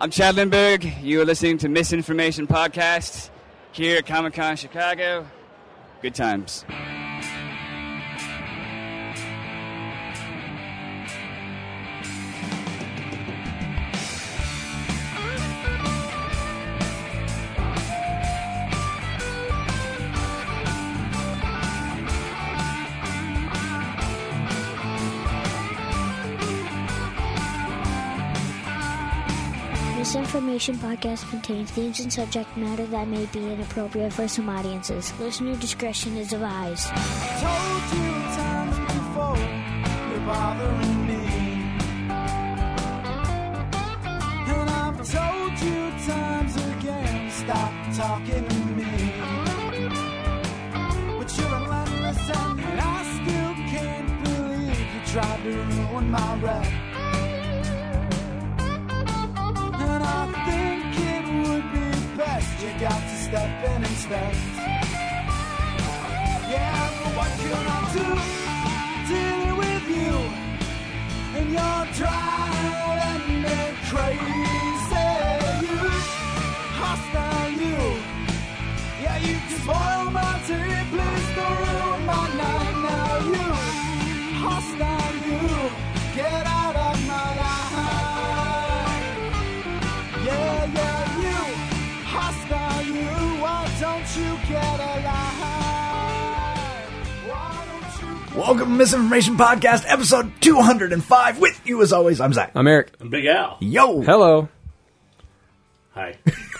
I'm Chad Lindberg. You are listening to Misinformation Podcast here at Comic Con Chicago. Good times. Misinformation podcast contains themes and subject matter that may be inappropriate for some audiences. Listener discretion is advised. Told you times before, you're bothering me. And I've told you times again, stop talking to me. But you're relentless and I still can't believe you tried to ruin my rep. And I think it would be best you got to step in and inspect. Yeah, but what can I do dealing with you? And you're driving me crazy. You, hostile you. Yeah, you can spoil my day, please don't ruin my night. Now you, hostile you. Get out of my life. Yeah, yeah, you hostile, you. Why don't you get alive? Why don't you? Welcome to Misinformation Podcast, episode 205. With you, as always, I'm Zach. I'm Eric. Big Al. Yo! Hello. Hi.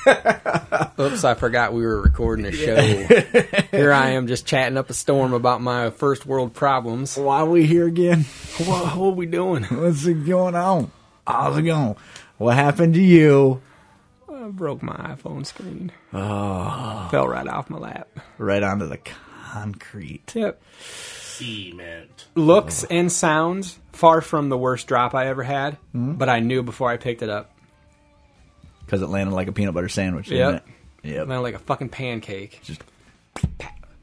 Oops, I forgot we were recording a show. Here I am just chatting up a storm about my first world problems. What, Why are we here again? what are we doing? What's going on? How's it going? What happened to you? I broke my iPhone screen. Oh. Fell right off my lap. Right onto the concrete. Yep. Cement. Looks and sounds, far from the worst drop I ever had, but I knew before I picked it up. Because it landed like a peanut butter sandwich, Yep. didn't it? Yep. Landed like a fucking pancake.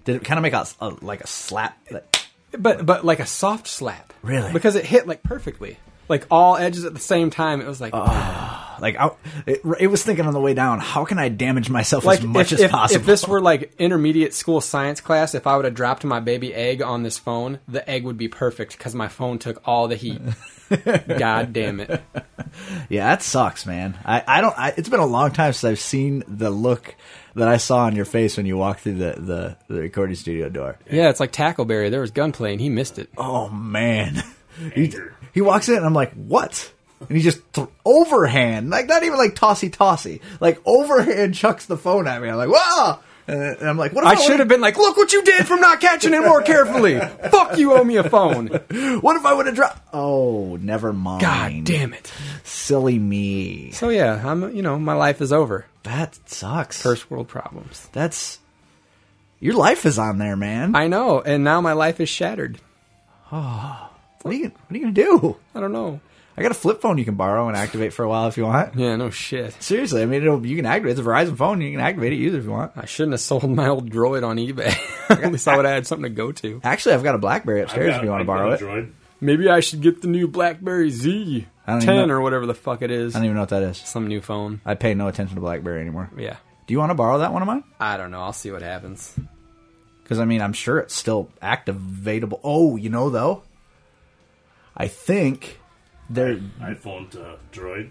Did it kind of make a, a- like a slap? Like, But but like a soft slap. Really? Because it hit like perfectly. Like all edges at the same time. It was like like I, it, it was thinking on the way down, how can I damage myself like as much if, as if, possible? if this were like intermediate school science class if i would have dropped my baby egg on this phone the egg would be perfect because my phone took all the heat god damn it Yeah, that sucks, man. I, I don't. I, it's been a long time since I've seen the look that I saw on your face when you walked through the, the, the recording studio door. yeah it's like tackleberry there was gunplay and he missed it Oh man, he, Anger. he walks in and I'm like, what? And he just th- overhand, like not even like tossy tossy, like overhand chucks the phone at me. I'm like, wow. And and I'm like, what? If i should have been like look what you did from not catching it more carefully fuck you owe me a phone been. What if I would have dropped? Oh, never mind. god damn it Silly me. so yeah i'm you know my life is over That sucks. first world problems That's your life is on there, man. i know and now my life is shattered what are you? What are you gonna do? i don't know I got a flip phone you can borrow and activate for a while if you want. yeah no shit Seriously, I mean, it'll, you can activate it's a Verizon phone. You can activate it, use it if you want. I shouldn't have sold my old droid on eBay. At least I would have had something to go to. Actually, I've got a BlackBerry I've upstairs got- if you want to I've borrow got it. a I droid. Maybe I should get the new BlackBerry Z I don't even ten know- or whatever the fuck it is. don't even know what that is. Some new phone. I pay no attention to BlackBerry anymore. Yeah. Do you want to borrow that one of mine? I don't know. I'll see what happens. Because I mean, I'm sure it's still activatable. Oh, you know though, I think they're iPhone to Droid.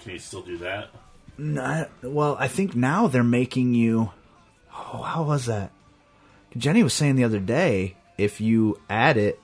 Can you still do that? not. Well, I think now they're making you. Oh, how was that? Jenny was saying the other day, if you add it,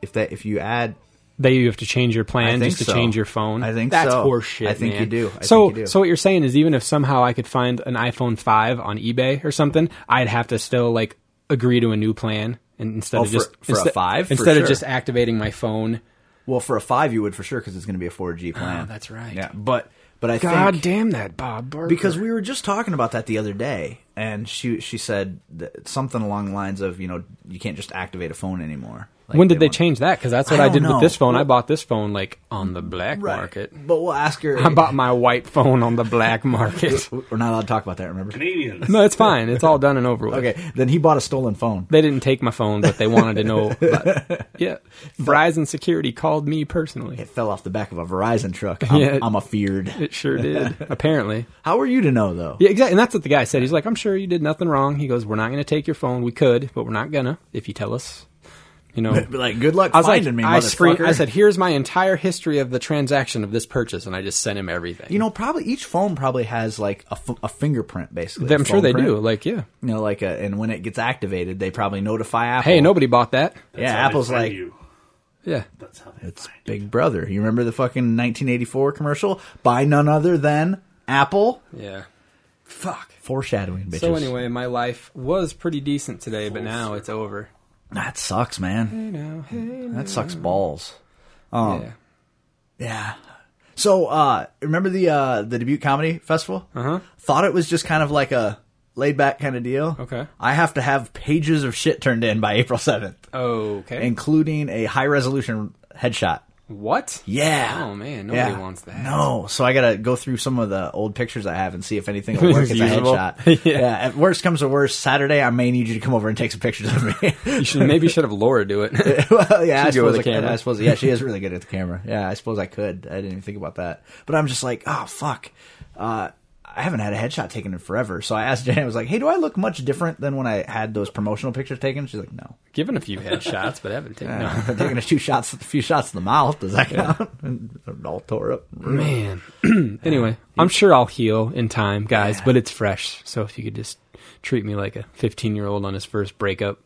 if that if you add They you have to change your I plan think just to so. change your phone. I think that's so. horseshit. I think man. you do. I so think you do. so what you're saying is even if somehow I could find an iPhone five on eBay or something, I'd have to still like agree to a new plan. And instead Oh, of for- just for a instead- five? For instead sure. of just activating my phone. Well, for a five, you would for sure because it's going to be a four G plan. Oh, that's right. Yeah, but but I God think damn that Bob Barker. because we were just talking about that the other day, and she she said that something along the lines of you know you can't just activate a phone anymore. Like, when did they want- change that? Because that's what I I, don't did know. with this phone. I bought this phone like on the black Right. market. But we'll ask her. I bought my white phone on the black market. We're not allowed to talk about that. Remember? Canadians. No, it's fine. It's all done and over with. Okay. Then he bought a stolen phone. They didn't take my phone, but they wanted to know. But, yeah, Verizon security called me personally. It fell off the back of a Verizon truck. I'm, Yeah. I'm afeared. It sure did. Apparently, How are you to know though? yeah, exactly. And that's what the guy said. He's like, "I'm sure you did nothing wrong." He goes, "We're not going to take your phone. We could, but we're not gonna if you tell us." You know, But like, good luck I was like, finding me, I, motherfucker. screen, I said, "Here's my entire history of the transaction of this purchase," and I just sent him everything. you know, probably each phone probably has like a, f- a fingerprint, basically. I'm a sure phone they print. do. Like, yeah. You know, like, a, and when it gets activated, they probably notify Apple. Hey, nobody bought that. Yeah, That's how they Apple's find like, you. Yeah. That's how they It's find you. Big Brother. You remember the fucking 1984 commercial by none other than Apple? Yeah. Fuck. Foreshadowing, bitches. So anyway, my life was pretty decent today, but now it's over. that sucks, man. You know, hey, That sucks balls. Um, yeah. Yeah. So, uh, remember the uh, the Dubuque Comedy Festival? Uh Uh-huh. huh. Thought it was just kind of like a laid back kind of deal. Okay. I have to have pages of shit turned in by April 7th, Okay. including a high resolution headshot. what? Yeah. Oh, man, nobody Yeah. wants that. No, so I gotta go through some of the old pictures I have and see if anything will work Is as a usable? headshot. Yeah. yeah. If worst comes to worst, Saturday I may need you to come over and take some pictures of me. You should maybe should have Laura do it. well, yeah, I She's good suppose with I the could. camera. I suppose yeah, she is really good at the camera. Yeah, I suppose I could. I didn't even think about that. But I'm just like, oh fuck. Uh, I haven't had a headshot taken in forever. So I asked Jen, I was like, hey, do I look much different than when I had those promotional pictures taken? She's like, no. Given a few headshots, but I haven't taken. i am taking a few shots, a few shots in the mouth. Does that count? And I'm all tore up. No. Man. anyway, I'm sure I'll heal in time, guys. But it's fresh, so if you could just treat me like a 15 year old on his first breakup.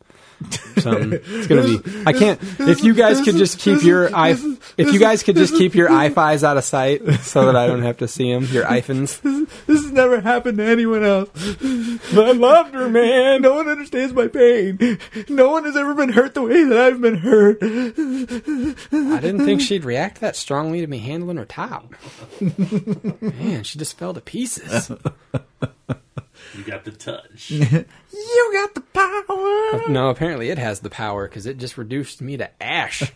Something. It's gonna be. I can't. If you guys could just keep your i. If you guys could just keep your iFis out of sight, so that I don't have to see them. Your iPhones. This has never happened to anyone else. I loved her, man. No one understands my pain. No one has ever been hurt the way that I've been hurt. I didn't think she'd react that strongly to me handling her top. Man, she just fell to pieces. You got the touch. You got the power. No, apparently it has the power because it just reduced me to ash,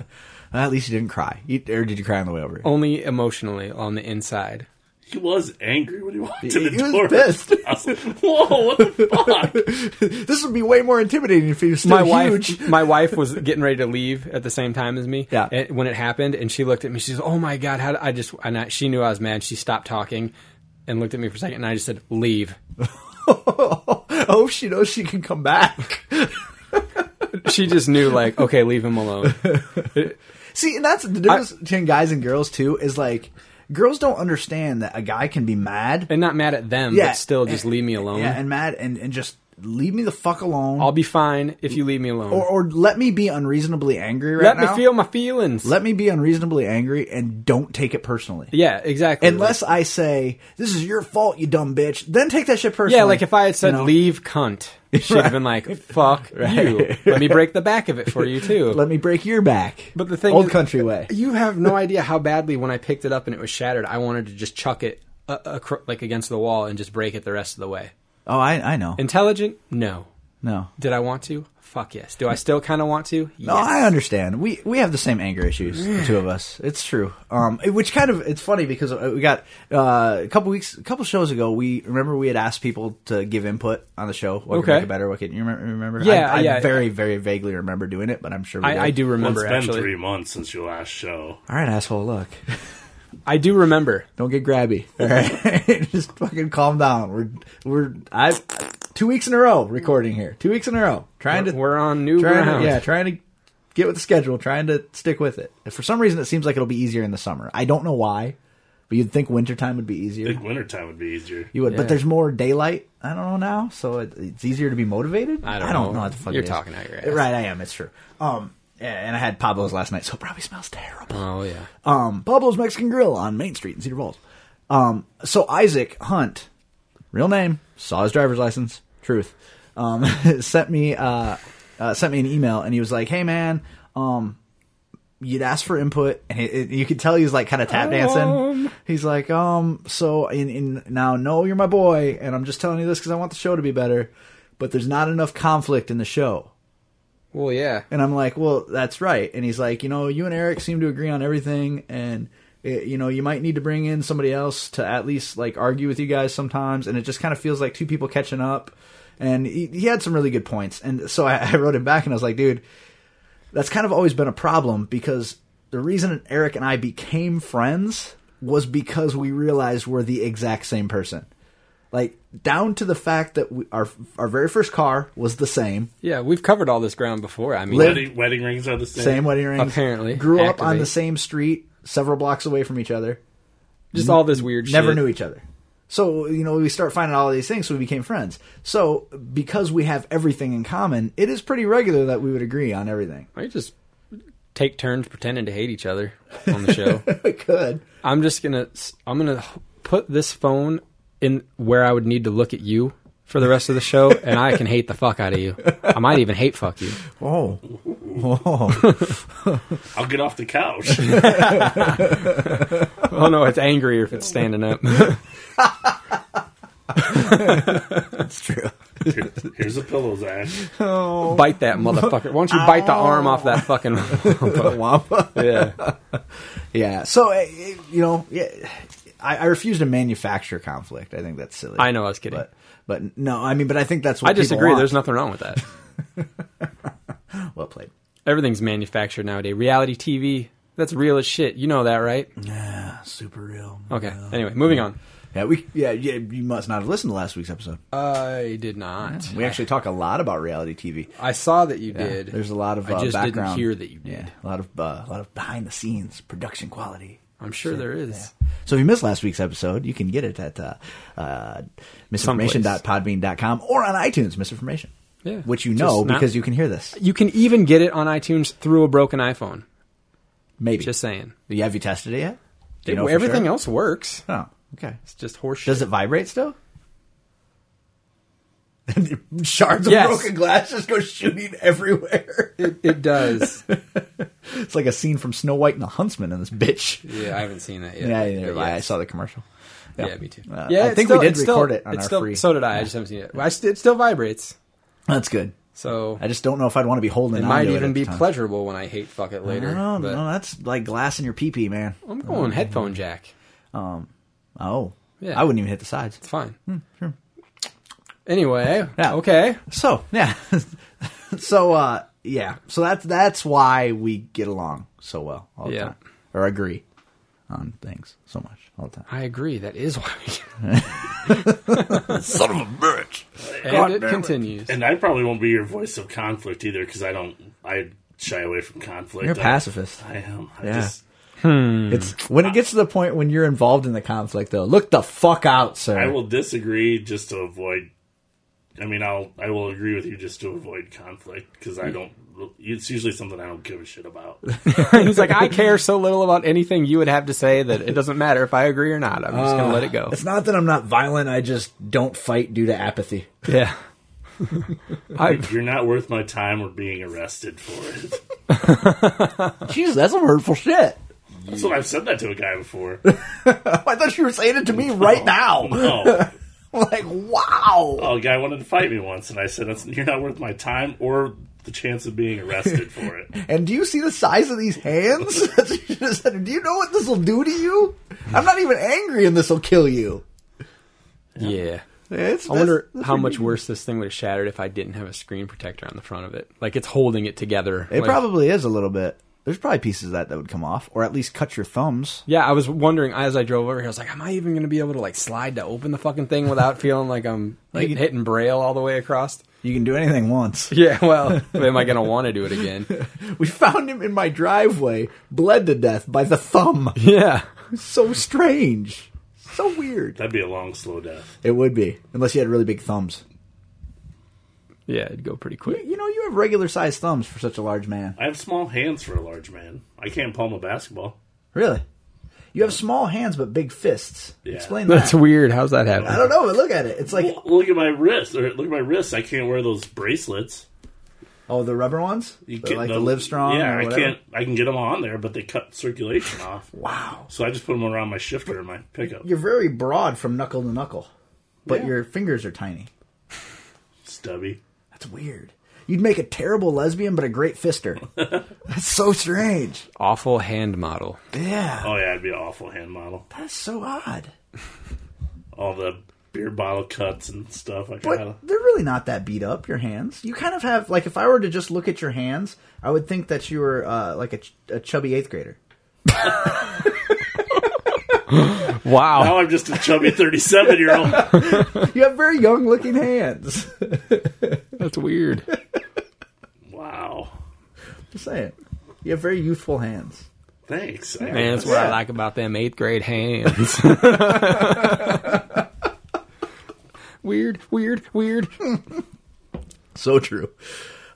At least you didn't cry. You, or did you cry on the way over? only emotionally on the inside. He was angry when he walked He- in the he was door. pissed. I was like, Whoa, what the fuck? This would be way more intimidating if he was still My huge. wife, my wife was getting ready to leave at the same time as me. Yeah. and- when it happened, and she looked at me. She's, "Oh my god, how?" Did I just and I, she knew I was mad. She stopped talking and looked at me for a second, and I just said, "Leave." oh, she knows she can come back. She just knew, like, okay, leave him alone. See, and that's the difference between guys and girls too. Is like girls don't understand that a guy can be mad. And not mad at them, Yeah. but still, just leave me alone. Yeah, and mad and, and just leave me the fuck alone. I'll be fine if you leave me alone. or, or let me be unreasonably angry right Let now. me feel my feelings. let me be unreasonably angry and don't take it personally. yeah, exactly. Unless I say, This is your fault, you dumb bitch, then take that shit Like- personally. yeah, like if I had said you know? "leave cunt," she'd have been like, "Fuck you." Let me break the back of it for you too. Let me break your back. but the thing, Old is- country way. You have no idea how badly when I picked it up and it was shattered, I wanted to just chuck it uh, acro- like against the wall and just break it the rest of the way. Oh, I, I know. Intelligent? No. No. Did I want to? Fuck yes. Do I still kind of want to? Yes. No, I understand. We we have the same anger issues, the two of us. It's true. Um, it- which kind of it's funny because uh, we got uh, a couple weeks, a couple shows ago. We remember we had asked people to give input on the show. What Okay. can make it better? What can you remember? remember? Yeah, I, I yeah. very very vaguely remember doing it, but I'm sure we I, did. I do Well, remember it's been actually. three months since your last show. All right, asshole. Look, I do remember. don't get grabby. All right, just fucking calm down. We're we're I two weeks in a row recording here. Two weeks in a row trying to We're on new trying ground. to, yeah, trying to get with the schedule, trying to stick with it. And for some reason, it seems like it'll be easier in the summer. I don't know why, but you'd think wintertime would be I easier. think wintertime would be easier. You would, Yeah. but there's more daylight. I don't know now, so it, it's easier to be motivated. I don't know. what the fuck You're it is. talking out your ass. right? I am. It's true. Um, yeah, and I had Pablo's last night, so it probably smells terrible. Oh yeah. Um, Pablo's Mexican Grill on Main Street in Cedar Falls. Um, so Isaac Hunt, real name, saw his driver's license. Truth. Um, sent me uh, uh, sent me an email, and he was like, "Hey man, um, you'd ask for input, and it, it- you could tell he was like kind of tap dancing. He's like, um, so in in now, no, you're my boy, and I'm just telling you this because I want the show to be better, but there's not enough conflict in the show." Well, yeah. And I'm like, well, that's right. And he's like, you know, you and Eric seem to agree on everything, and eh, you know, you might need to bring in somebody else to at least like argue with you guys sometimes. And it just kind of feels like two people catching up. And he, he had some really good points. And so I, I wrote him back, and I was like, dude, that's kind of always been a problem because the reason Eric and I became friends was because we realized we're the exact same person. Like down to the fact that we, our our very first car was the same, Yeah, we've covered all this ground before. I mean, Live- Wedding, wedding rings are the same. same wedding rings. Apparently. grew up on Activate. the same street, several blocks away from each other. just all this weird shit. Never knew each other. So you know, we start finding all these things, so we became friends. So because we have everything in common, it is pretty regular that we would agree on everything. I just take turns pretending to hate each other on the show. We could. I'm just gonna I'm gonna put this phone in where I would need to look at you for the rest of the show, and I can hate the fuck out of you. I might even hate fuck you. Oh, oh, I'll get off the couch. Oh no, it's angrier if it's standing up. that's true. Here- Here's a pillow, Zach. bite that motherfucker. Why don't you bite the arm off that fucking? yeah, Yeah. So eh, eh, you know, yeah, I, I refuse to manufacture conflict. I think that's silly. I know. I was kidding. but but no, I mean, but I think that's what I disagree. There's no nothing wrong with that. well played. Everything's manufactured nowadays. Reality TV. That's real as shit. You know that, right? Super real. Okay. Anyway, moving on. Yeah, we yeah, yeah you must not have listened to last week's episode. I did not. We actually talk a lot about reality TV. I saw that you Yeah, did. There's a lot of uh, I just background. didn't hear that you did. Yeah, a lot of uh, a lot of behind the scenes production quality. I'm sure there is. So if you missed last week's episode, you can get it at uh, uh, misinformation.podbean.com or on iTunes, misinformation. Yeah. Which you know Just not- because you can hear this. You can even get it on iTunes through a broken iPhone. Maybe. Just saying. Yeah, have you tested it yet? Do you know for Everything sure? else works. Oh, okay. It's just horseshit. Does it vibrate still? Shards of Yes. broken glass just go shooting everywhere. It, it does. It's like a scene from Snow White and the Huntsman in this bitch. yeah, I haven't seen that yet. Yeah, yeah, But yeah, I saw the commercial. Yeah, me too. Uh, yeah, I it's think still- we did it's still- record it on it's our still- free. So did I. I just haven't seen it. I st- it still vibrates. That's good. So I just don't know if I'd want to be holding. it onto might at even the be time. pleasurable when I hate fuck it later. No, but no, that's like glass in your pee pee, man. I'm going headphone jack. Oh, Yeah. I wouldn't even hit the sides. It's fine. Anyway, Yeah. okay. So yeah, so uh, yeah, so that's that's why we get along so well all the Yeah. time, or agree on things so much all the time. I agree. That is why. We- Son of a bitch. and it continues. And I probably won't be your voice of conflict either because I don't. I shy away from conflict. You're a I- pacifist. I am. I Yeah. just. Hmm. It's when it gets to the point when you're involved in the conflict, though. Look the fuck out, sir. I will disagree just to avoid. I mean, I'll I will agree with you just to avoid conflict because I don't. It's usually something I don't give a shit about. He's like, I care so little about anything you would have to say that it doesn't matter if I agree or not. I'm just gonna let it go. It's not that I'm not violent. I just don't fight due to apathy. Yeah. I You're not worth my time or being arrested for it. Jeez, that's some hurtful shit. That's what I've said that to a guy before. Oh, I thought you were saying it to me right now. No, like, wow. oh, a guy wanted to fight me once, and I said, That's, "You're not worth my time or the chance of being arrested for it." And do you see the size of these hands? That's what you just said. do you know what this will do to you? I'm not even angry, and this will kill you. yeah. It's, I wonder how much worse this thing would have shattered if I didn't have a screen protector on the front of it. Like it's holding it together. It Like- probably is a little bit. There's probably pieces of that that would come off, or at least cut your thumbs. Yeah, I was wondering as I drove over here. I was like, am I even going to be able to like slide to open the fucking thing without feeling like I'm like hitting braille all the way across? You can do anything once. Yeah, well, am I going to want to do it again? We found him in my driveway, bled to death by the thumb. Yeah. so strange. So weird. That'd be a long, slow death. It would be, unless you had really big thumbs. Yeah, it'd go pretty quick. You know, you have regular sized thumbs for such a large man. I have small hands for a large man. I can't palm a basketball. Really? You have small hands but big fists. Yeah. Explain that. That's weird. How's that I happen? don't know, but look at it. It's like Well, look at my wrist, or look at my wrists. I can't wear those bracelets. oh, the rubber ones, You The- can't- like no- the Live Strong. Yeah, or I whatever? can't. I can get them on there, but they cut circulation off. Wow, So I just put them around my shifter and my pickup. you're very broad from knuckle to knuckle, but Yeah. your fingers are tiny. Stubby. That's weird. You'd make a terrible lesbian, but a great fister. That's so strange. Awful hand model. Yeah, Oh yeah, it'd be an awful hand model. that's so odd. All the beer bottle cuts and stuff. I But gotta. they're really not that beat up. Your hands. You kind of have like if I were to just look at your hands, I would think that you were uh, like a, ch- a chubby eighth grader. Wow. Now I'm just a chubby 37 year old. You have very young looking hands. That's weird. Wow. just saying, you have very youthful hands. Thanks. Man, that's what I like about them eighth grade hands. weird, weird, weird. So true.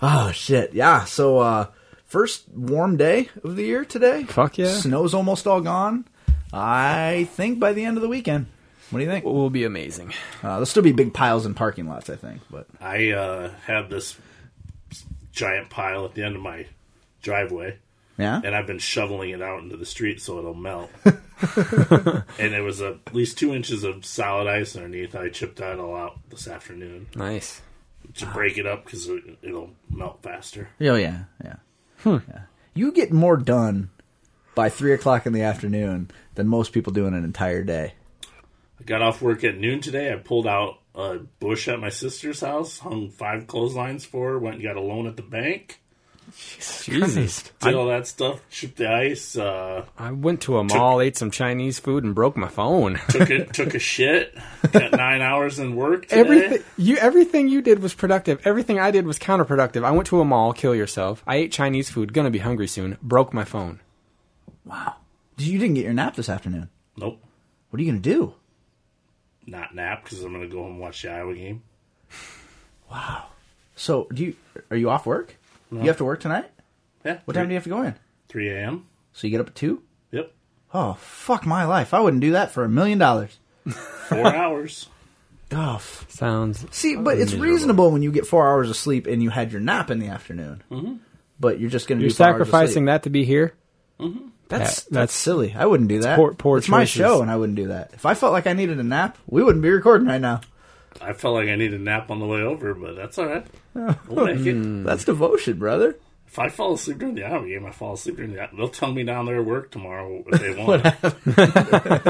Oh shit. Yeah. So uh first warm day of the year today. Fuck yeah. Snow's almost all gone. I think by the end of the weekend. What do you think? Will be amazing. Uh, there'll still be big piles in parking lots, I think. But I uh, have this giant pile at the end of my driveway, yeah. and I've been shoveling it out into the street so it'll melt. and there was a, at least two inches of solid ice underneath. I chipped that all out this afternoon Nice. to break it up because it, it'll melt faster. Oh yeah, yeah. Yeah. You get more done by three o'clock in the afternoon than most people do in an entire day. I got off work at noon today. I pulled out a bush at my sister's house, hung five clotheslines for her, went and got a loan at the bank, Jesus. did all that stuff, chipped the ice, uh, I went to a mall, ate some Chinese food, and broke my phone. took a, took a shit, got nine hours in work today. Everything you everything you did was productive. Everything I did was counterproductive. I went to a mall, kill yourself. I ate Chinese food, gonna be hungry soon. Broke my phone. Wow. You didn't get your nap this afternoon. Nope. What are you gonna do? Not nap because I'm going to go home and watch the Iowa game. So do you are you off work? You have to work tonight? Yeah. What time do you have to go in? 3 a.m. So you get up at two? Yep. Oh fuck my life! I wouldn't do that for a million dollars. Four hours. Oh, f- Sounds see, but it's miserable. reasonable when you get four hours of sleep and you had your nap in the afternoon. Mm-hmm. But you're just going to You're do four hours of sacrificing sleep. that to be here? That's, that- that's that's- silly. I wouldn't do that. poor- poor it's my choices. show, and I wouldn't do that. If I felt like I needed a nap, we wouldn't be recording right now. I felt like I needed a nap on the way over, but that's all right. We'll make it. That's devotion, brother. If I fall asleep during the Iowa game, I fall asleep during the They'll tell me down there at work tomorrow if they want.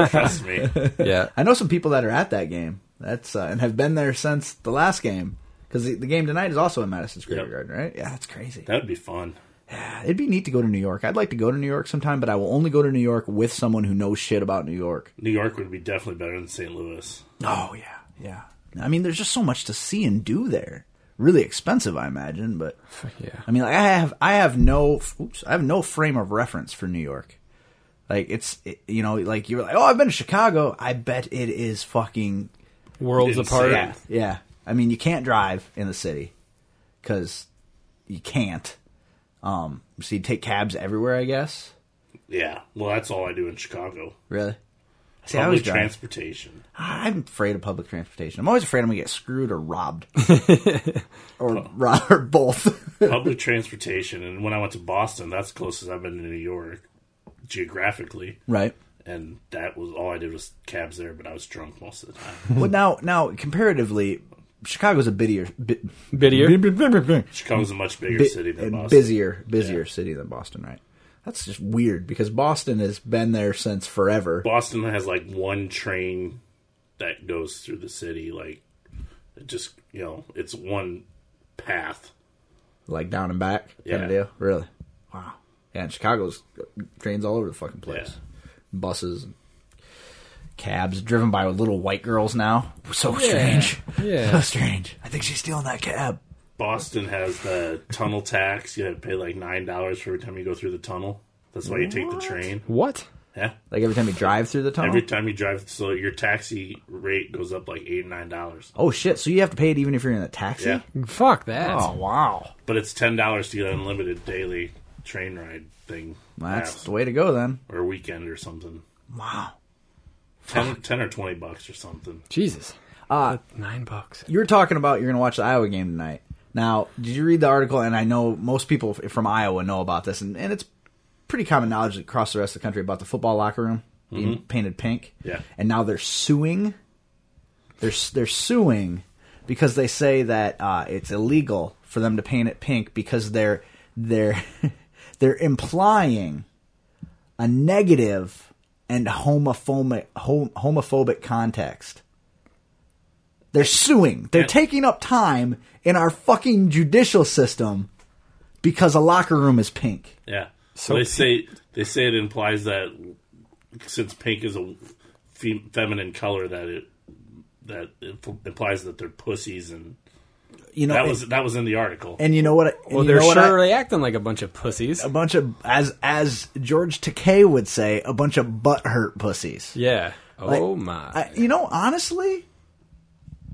Trust me. Yeah. I know some people that are at that game. That's uh, and have been there since the last game because the, the game tonight is also in Madison Square Yep. Garden, right? Yeah, that's crazy. That would be fun. It'd be neat to go to New York. I'd like to go to New York sometime, but I will only go to New York with someone who knows shit about New York. New York would be definitely better than St. Louis. Oh yeah, yeah. I mean, there's just so much to see and do there. Really expensive, I imagine, but Yeah. I mean, like, I have I have no oops, I have no frame of reference for New York. Like it's it- you know like you're like oh I've been to Chicago. I bet it is fucking Worlds Insane. apart. Yeah. yeah. I mean, you can't drive in the city because you can't. Um, so you take cabs everywhere, I guess. Yeah. Well, that's all I do in Chicago. Really? See, I always Public drive. transportation. I'm afraid of public transportation. I'm always afraid I'm gonna get screwed or robbed, or robbed or both. Public transportation. And when I went to Boston, that's the closest I've been to New York geographically. right. and that was all I did was cabs there, but I was drunk most of the time. Well, now, now comparatively, Chicago's a bittier, bi- Bittier. bi- Chicago's a much bigger city than Boston. busier, busier city than Boston, right? That's just weird because Boston has been there since forever. Boston has like one train that goes through the city, like it just you know, it's one path. like down and back kind of Yeah. deal. Really? Wow. Yeah, and Chicago's trains all over the fucking place. Yeah. Buses, and cabs driven by little white girls now. So strange. Yeah. So strange. I think she's stealing that cab. Boston has the tunnel tax. You had to pay like nine dollars for every time you go through the tunnel. That's why you take the train. What? Yeah. Like every time you drive through the tunnel. Every time you drive, so your taxi rate goes up like eight nine dollars, oh shit! So you have to pay it even if you're in a taxi. Yeah. Fuck that. Oh wow. but it's ten dollars to get an unlimited daily train ride thing, That's Yeah. the way to go then. or weekend or something. Wow. 10, 10 or 20 bucks or something. Jesus. Uh, Nine bucks. you were talking about you're going to watch the Iowa game tonight. Now, did you read the article? And I know most people f- from Iowa know about this, and, and it's pretty common knowledge across the rest of the country about the football locker room being painted pink. Yeah. And now they're suing. They're s- they're suing because they say that uh, it's illegal for them to paint it pink because they're they're they're implying a negative and homophobic hom- homophobic context. They're suing. They're taking up time in our fucking judicial system because a locker room is pink. Yeah. So they say they say it implies that since pink is a fem- feminine color, that it that it f- implies that they're pussies, and You know, that was that was in the article. and you know what? and Well, you they're know what I- Um, surely acting like a bunch of pussies. a bunch of as as George Takei would say, a bunch of butt hurt pussies. Yeah. Like, Oh my. I, you know, honestly,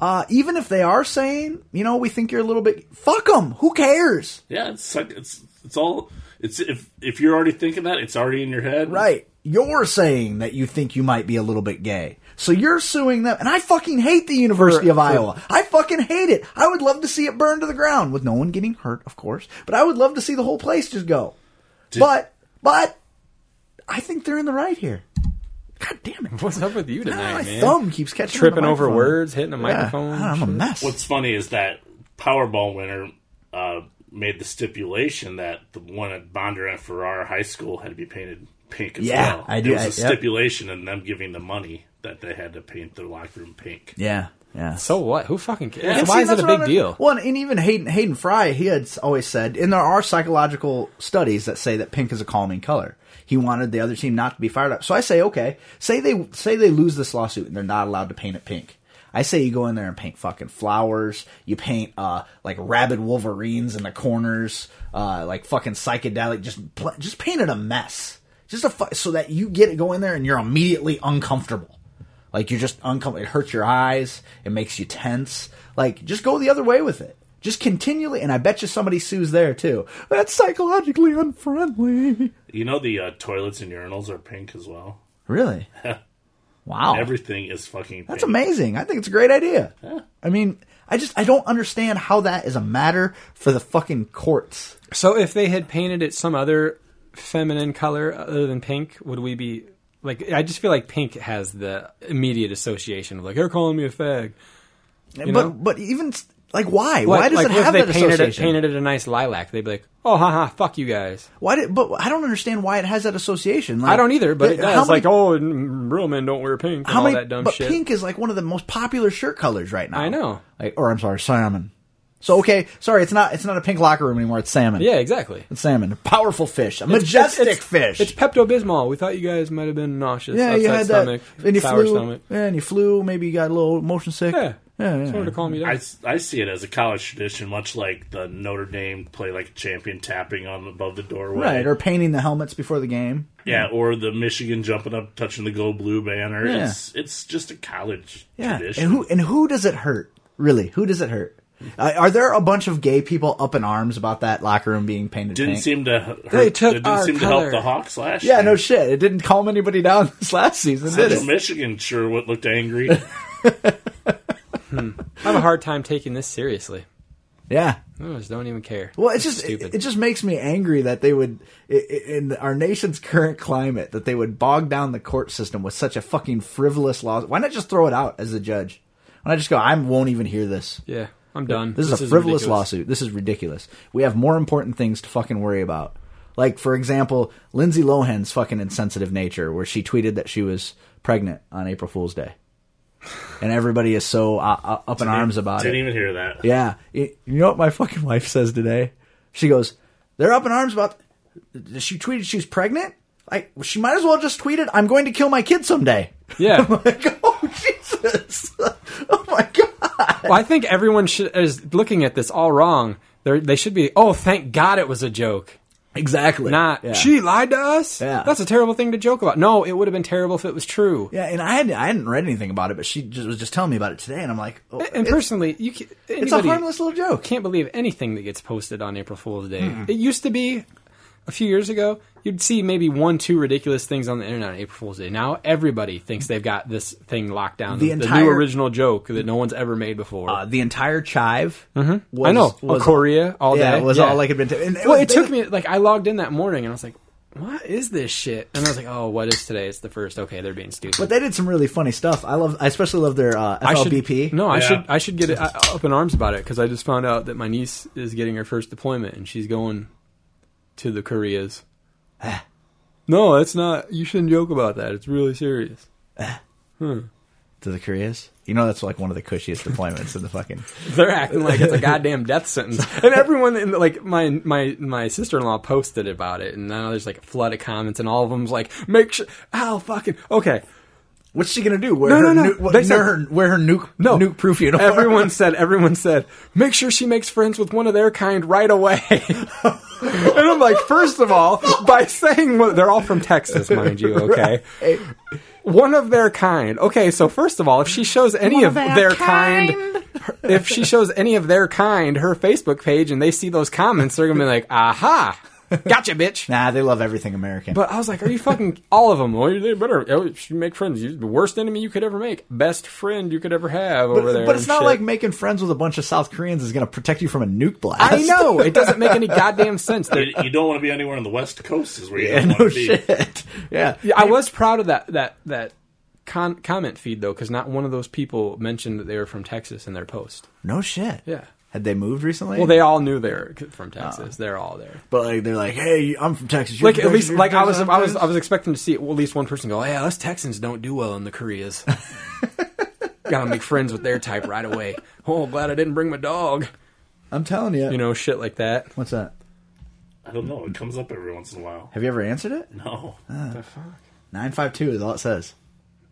uh, even if they are saying, you know, we think you're a little bit, fuck them. Who cares, Yeah, it's suck- it's it's all it's if if you're already thinking that, it's already in your head. right? You're saying that you think you might be a little bit gay, so you're suing them. And I fucking hate the University of Iowa. I fucking hate it. I would love to see it burned to the ground with no one getting hurt, of course. But I would love to see the whole place just go. but but I think they're in the right here. God damn it! What's up with you Ah, tonight, my man? thumb keeps catching on the Tripping over microphone. words, hitting a Yeah, Ah, microphone. I'm a mess. What's funny is that Powerball winner uh, made the stipulation that the one at Bondurant Ferrara High School had to be painted pink as Yeah, well. I do- It was I- a yep. stipulation in them giving the money that they had to paint their locker room pink. Yeah, yeah. So what? Who fucking cares? And Why see, is it that's a what big I'm- deal? Well, and even Hayden Hayden Fry, he had s- always said, and there are psychological studies that say that pink is a calming color. He wanted the other team not to be fired up. So I say, okay, say they say they lose this lawsuit and they're not allowed to paint it pink. I say you go in there and paint fucking flowers. You paint uh like rabid wolverines in the corners, uh like fucking psychedelic. Just pl- just paint it a mess, just a fu- so that you get go in there and you're immediately uncomfortable. Like you're just uncomfortable. It hurts your eyes. It makes you tense. Like just go the other way with it. Just continually, and I bet you somebody sues there too. That's psychologically unfriendly. You know the uh, toilets and urinals are pink as well. Really? wow. Everything is fucking. Oh. That's pink. amazing. I think it's a great idea. I mean, I just I don't understand how that is a matter for the fucking courts. So if they had painted it some other feminine color other than pink, would we be like? I just feel like pink has the immediate association of like they're calling me a fag. You but know? but even s- like why? Like- why does like it if have they that painted it, association? painted it a nice lilac? They'd be like, oh, haha, fuck you guys. why did, but I don't understand why it has that association. Like, I don't either, but it how does. many- like, oh, n- real men don't wear pink. And all that dumb but shit. pink is like one of the most popular shirt colors right now. I know. Like, or I'm sorry, salmon. So okay, sorry, it's not it's not a pink locker room anymore. It's salmon. yeah, exactly. it's salmon. A powerful fish, a majestic It's- fish. It's Pepto Bismol. We thought you guys might have been nauseous. yeah, upset you had stomach, that, and you sour flew, stomach. yeah, and you flew. Maybe you got a little motion sick. Yeah, yeah, Just wanted to calm you down. I, I see it as a college tradition, much like the Notre Dame play like a champion tapping on above the doorway, right. Or painting the helmets before the game. yeah, or the Michigan jumping up, touching the go blue banner. Yeah. It's it's just a college Yeah, tradition. and who and who does it hurt? Really, who does it hurt? Uh, are there a bunch of gay people up in arms about that locker room being painted didn't pink? seem to hurt, They took it didn't our seem to color. help the Hawks last yeah, year. no shit. It didn't calm anybody down this last season, did Central it? Michigan sure what looked angry. I have a hard time taking this seriously. Yeah. I just don't even care. Well, it's just it, stupid. it just makes me angry that they would i- i- in our nation's current climate that they would bog down the court system with such a fucking frivolous law. Why not just throw it out as a judge? Why not just go? I won't even hear this. yeah, I'm done. This, is a frivolous ridiculous. lawsuit. This is ridiculous. We have more important things to fucking worry about. Like for example, Lindsay Lohan's fucking insensitive nature, where she tweeted that she was pregnant on April Fool's Day, and everybody is so uh, uh, up in arms about it. Didn't even hear that. Yeah. Y- You know what my fucking wife says today? She goes, they're up in arms about. She tweeted she was pregnant? Like, she might as well just tweeted, I'm going to kill my kid someday. Yeah. I'm like, oh, Jesus. oh, my God. Well, I think everyone should, is looking at this all wrong. They're, they should be, oh, thank God it was a joke. Exactly. Not, yeah. she lied to us? Yeah. That's a terrible thing to joke about. No, it would have been terrible if it was true. Yeah, and I, had, I hadn't read anything about it, but she just, was just telling me about it today, and I'm like, oh, And it- personally, you can, it's a harmless little joke. can't believe anything that gets posted on April Fool's Day. Hmm. It used to be a few years ago, you'd see maybe one, two ridiculous things on the internet on April Fool's Day. Now everybody thinks they've got this thing locked down. The The, new entire- original joke that no one's ever made before. Uh, the entire chive was, Mm-hmm. I know. was Korea all yeah, day. it was Yeah. all like it had been. and Well, was- it they- took me like I logged in that morning and I was like, what is this shit? And I was like, oh, what is today? It's the first. Okay, they're being stupid. But they did some really funny stuff. I love. I especially love their uh, I should, FLBP. No, I Yeah. should I should get it, I, up in arms about it because I just found out that my niece is getting her first deployment and she's going to the Koreas. Ah. no, that's not. You shouldn't joke about that. It's really serious. to the Koreas. You know that's like one of the cushiest deployments in the fucking. They're acting like it's a goddamn death sentence, and everyone in the, like my my my sister in law posted about it, and now there's like a flood of comments, and all of them's like, make sure, ow, fucking, okay, What's she gonna do? Wear No, her no, no. nu- what- They said- wear her, wear her nuke no, nuke proof uniform. Everyone said, everyone said, make sure she makes friends with one of their kind right away. and I'm like, first of all, by saying what they're all from Texas, mind you, okay. One of their kind. Okay, so first of all, if she shows any of their, kind, her- if she shows any of their kind her Facebook page and they see those comments, they're gonna be like, aha, gotcha, bitch. Nah, they love everything American. But I was like, "Are you fucking all of them? Well, they better. Oh, you should make friends. You're the worst enemy you could ever make. Best friend you could ever have over but, there." but it's and not shit. like making friends with a bunch of South Koreans is gonna protect you from a nuke blast. I know it doesn't make any goddamn sense. They're- You, you don't want to be anywhere on the West Coast, is where you yeah, don't no want to be. shit. Yeah. Yeah, I was proud of that that that con- comment feed though, because not one of those people mentioned that they were from Texas in their post. No shit. Yeah. Had they moved recently? Well, they all knew they were c- from Texas. They're all there. But like they're like, hey, I'm from Texas. You're Like from at Texas, least you're like from I was Texas, I was I'm I was expecting to see at least one person go, "Yeah, us Texans don't do well in the Koreas." Gotta make friends with their type right away. Oh, glad I didn't bring my dog. I'm telling you. You know, shit like that. What's that? I don't know. It comes up every once in a while. Have you ever answered it? No, Nine five two is all it says.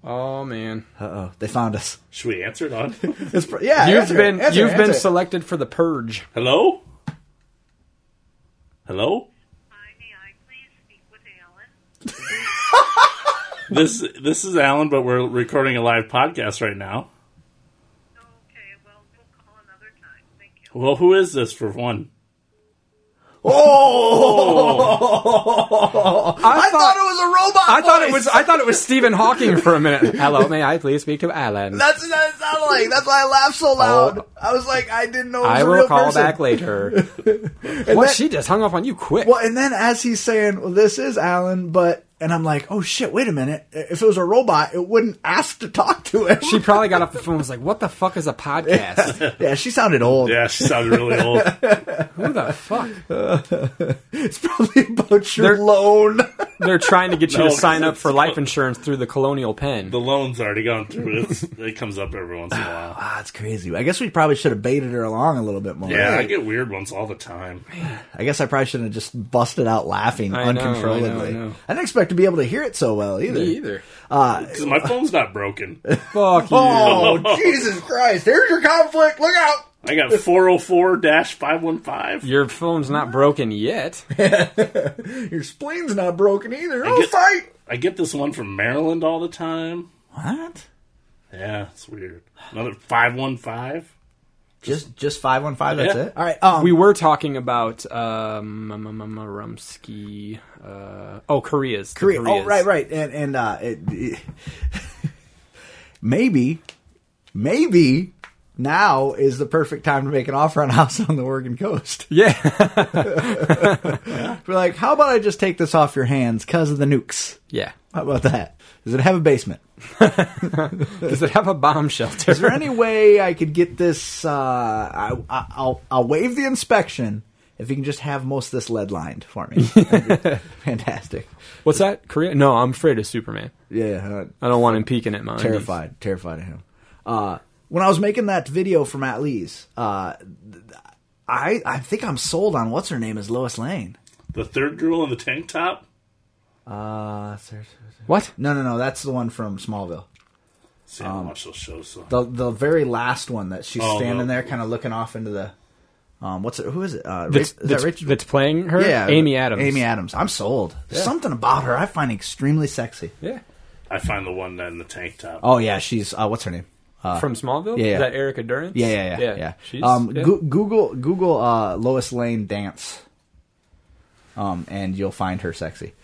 Oh man, Uh oh, they found us. should we answer it on? It's pr- yeah. you've answer it, been answer it, you've been answer it. selected for the purge. Hello? Hello? Hi, may I please speak with Alan? This this is Alan, but we're recording a live podcast right now. Okay, well, we'll call another time. Thank you. Well, who is this for one? I, thought, it was a robot. I thought it was I thought it was Stephen Hawking for a minute. Hello, may I please speak to Alan? That's what it sounded like. That's why I laughed so loud. I was like, Oh. I didn't know. It was I a will real call person. back later. well, that- she just hung up on you quick. Well, and then as he's saying, well, "This is Alan," but and I'm like, "Oh shit! Wait a minute. If it was a robot, it wouldn't ask to talk to him." She probably got off the phone and was like, "What the fuck is a podcast? yeah, she sounded old. Yeah, she sounded really old. Who the fuck?" It's probably about your They're- loan. They're trying to get you No, to sign 'cause up for it's- life insurance through the Colonial Pen. The loan's already gone through. It's, it comes up every once in a while. ah, it's crazy. I guess we probably should have baited her along a little bit more. Yeah, I get weird ones all the time. I guess I probably shouldn't have just busted out laughing I know, I know, I uncontrollably. know. I didn't expect to be able to hear it so well either. Me either. Because my phone's not broken. Fuck you. Oh, Jesus Christ. There's your conflict. Look out. I got 404-515. Your phone's not broken yet. Your spleen's not broken either. I Oh, get- fight. I get this one from Maryland all the time. What? Yeah, it's weird. Another 515. Just just 515, that's Yeah. it? All right. Um, We were talking about um, um, um, um, Rumsky. Uh, oh, Korea's. the Korea. Oh, Koreas. right, right. And, and uh, it, it- maybe, maybe now is the perfect time to make an offer on a house on the Oregon coast. Yeah, We're like, how about I just take this off your hands because of the nukes? yeah. How about that? Does it have a basement? Does it have a bomb shelter? Is there any way I could get this? Uh, I, I, I'll I'll waive the inspection if you can just have most of this lead lined for me. That'd be fantastic. What's that? Korea? No, I'm afraid of Superman. Yeah, uh, I don't want him peeking at mine. terrified, terrified of him. Uh, when I was making that video for Matt Lee's, uh, th- I I think I'm sold on what's her name is Lois Lane. The third girl in the tank top? Uh, What? no, no, no, that's the one from Smallville. See, I don't watch those shows. So. The the very last one that she's Oh, standing no. there, kind of looking off into the. Um, what's it? Who is it? Uh, Rich, That's, is that that's- Richard? that's playing her. Amy Adams. Amy Adams. I'm sold. There's Something about her I find extremely sexy. Yeah. I find the one in the tank top. Oh yeah, she's uh, what's her name? From Smallville. yeah, yeah. Is that Erica Durant? Yeah, yeah, yeah, yeah. She's. um, yeah. Goo- Google Google uh, Lois Lane dance, um, and you'll find her sexy.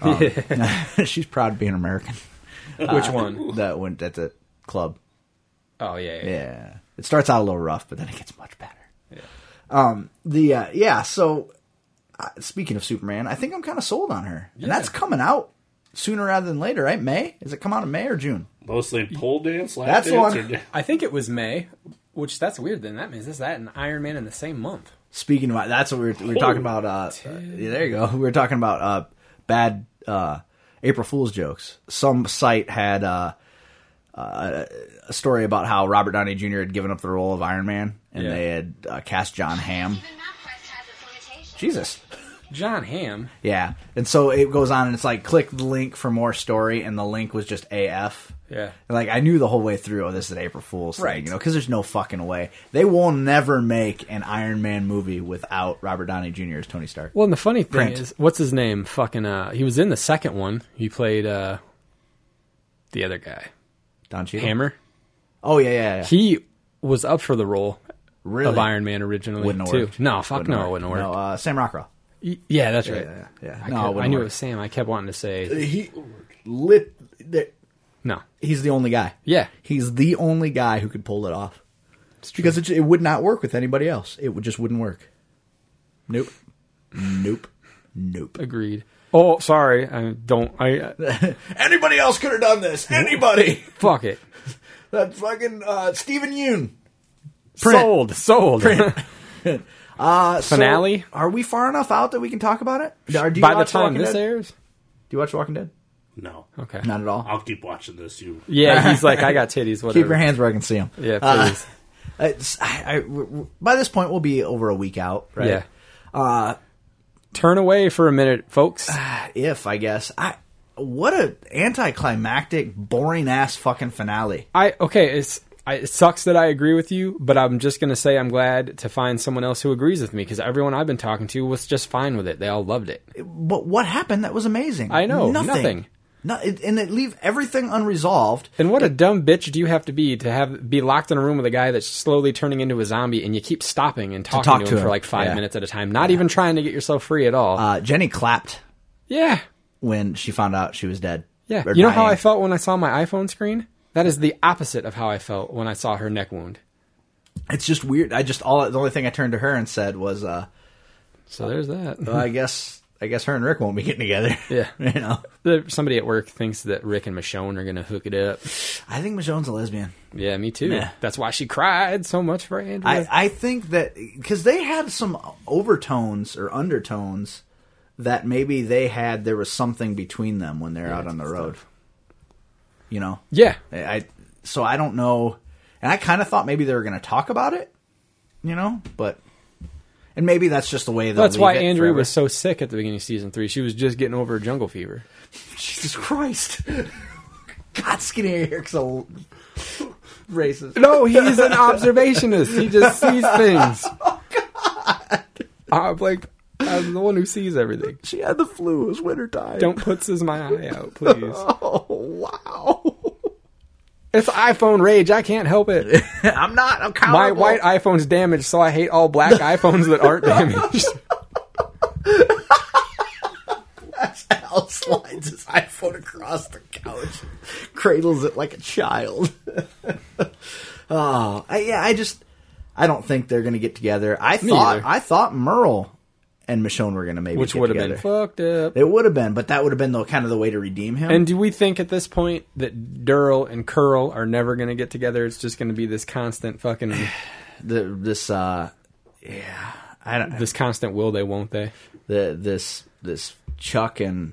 Um, she's proud of being American. Which one? That one at the club. Oh yeah. yeah. Yeah, it starts out a little rough, but then it gets much better. Yeah. Um. The uh, yeah. So uh, speaking of Superman, I think I'm kind of sold on her, and that's coming out sooner rather than later, right? May is it come out in May or June? Mostly pole dance, lap That's the dance, one. or I think it was May, which that's weird. Then that means that's that and Iron Man in the same month. Speaking of, that's what we were, we were talking about. Uh, yeah, there you go. We were talking about uh, bad uh, April Fool's jokes. Some site had uh, uh, a story about how Robert Downey Jr. had given up the role of Iron Man, and Yeah. they had uh, cast John Hamm. Jesus. John Hamm. Yeah, and so it goes on, and it's like click the link for more story, and the link was just AF. Yeah. And, Like I knew the whole way through, oh, this is an April Fool's thing, Right. you know, because there's no fucking way they will never make an Iron Man movie without Robert Downey Jr. as Tony Stark. Well, and the funny thing Print. is, what's his name? Fucking, uh, he was in the second one. He played uh, the other guy, Don Cheadle. Hammer. Oh yeah, yeah, yeah. He was up for the role really of Iron Man originally wouldn't have too. worked. No, fuck Wouldn't no, have it wouldn't work. No, uh, Sam Rockwell. Y- yeah, that's right. yeah, yeah. I, No, kept- it wouldn't I knew work. it was Sam. I kept wanting to say He lit. there- no. He's the only guy. Yeah. he's the only guy who could pull it off. because it, it would not work with anybody else. It would just wouldn't work. Nope. Nope. Nope. Agreed. Oh, sorry. I don't. I uh, Anybody else could have done this. Anybody. fuck it. That fucking uh, Stephen Yoon. Sold. Sold. Uh, so Finale? are we far enough out that we can talk about it? Or do you By the watch time Walking this Dead? airs, do you watch Walking Dead? no. okay. Not at all. I'll keep watching this. You Yeah, he's like, I got titties. Whatever. Keep your hands where I can see them. Yeah, Uh, please. it's- I- I- w- w- by this point, we'll be over a week out, right? Uh, Yeah. Turn away for a minute, folks. If I guess I. What a anticlimactic, boring ass fucking finale. I okay. It's I, it sucks that I agree with you, but I'm just gonna say I'm glad to find someone else who agrees with me because everyone I've been talking to was just fine with it. They all loved it. But what happened that was amazing? I know, nothing. nothing. No, it, and they leave everything unresolved. And what a dumb bitch do you have to be to have be locked in a room with a guy that's slowly turning into a zombie, and you keep stopping and talking to, talk him, to him. for like five Yeah. minutes at a time, not even trying to get yourself free at all. Uh, Jenny clapped yeah, when she found out she was dead. yeah. Or You know how dying. I felt when I saw my iPhone screen? That is the opposite of how I felt when I saw her neck wound. It's just weird. I just all the only thing I turned to her and said was, uh, So there's that. well, "I guess, I guess her and Rick won't be getting together." Yeah. you know. The- Somebody at work thinks that Rick and Michonne are gonna hook it up. I think Michonne's a lesbian. Yeah, me too. Nah. That's why she cried so much for Andrea. I, I think that because they had some overtones or undertones that maybe they had there was something between them when they're out on the road. You know, yeah, I, I so I don't know, and I kind of thought maybe they were going to talk about it. You know, but and maybe that's just the way. they'll that's leave why it Andrea forever. was so sick at the beginning of season three. She was just getting over her jungle fever. Jesus Christ. God, skinny Eric's a l- racist. No, he's an observationist. He just sees things. Oh, I'm like, I'm the one who sees everything. She had the flu. It was wintertime. Don't puts my eye out, please. Oh, wow. It's iPhone rage. I can't help it. I'm not My accountable. white iPhone's damaged, so I hate all black iPhones that aren't damaged. Al slides his iPhone across the couch, cradles it like a child. oh, I, yeah. I just, I don't think they're gonna get together. I thought, either. I thought Merle and Michonne were gonna maybe Which get would have together. been fucked up. It would have been, but that would have been the kind of the way to redeem him. And do we think at this point that Durl and Curl are never going to get together? It's just going to be this constant fucking, the, this, uh, yeah, I don't. this constant will they, won't they? the this this Chuck and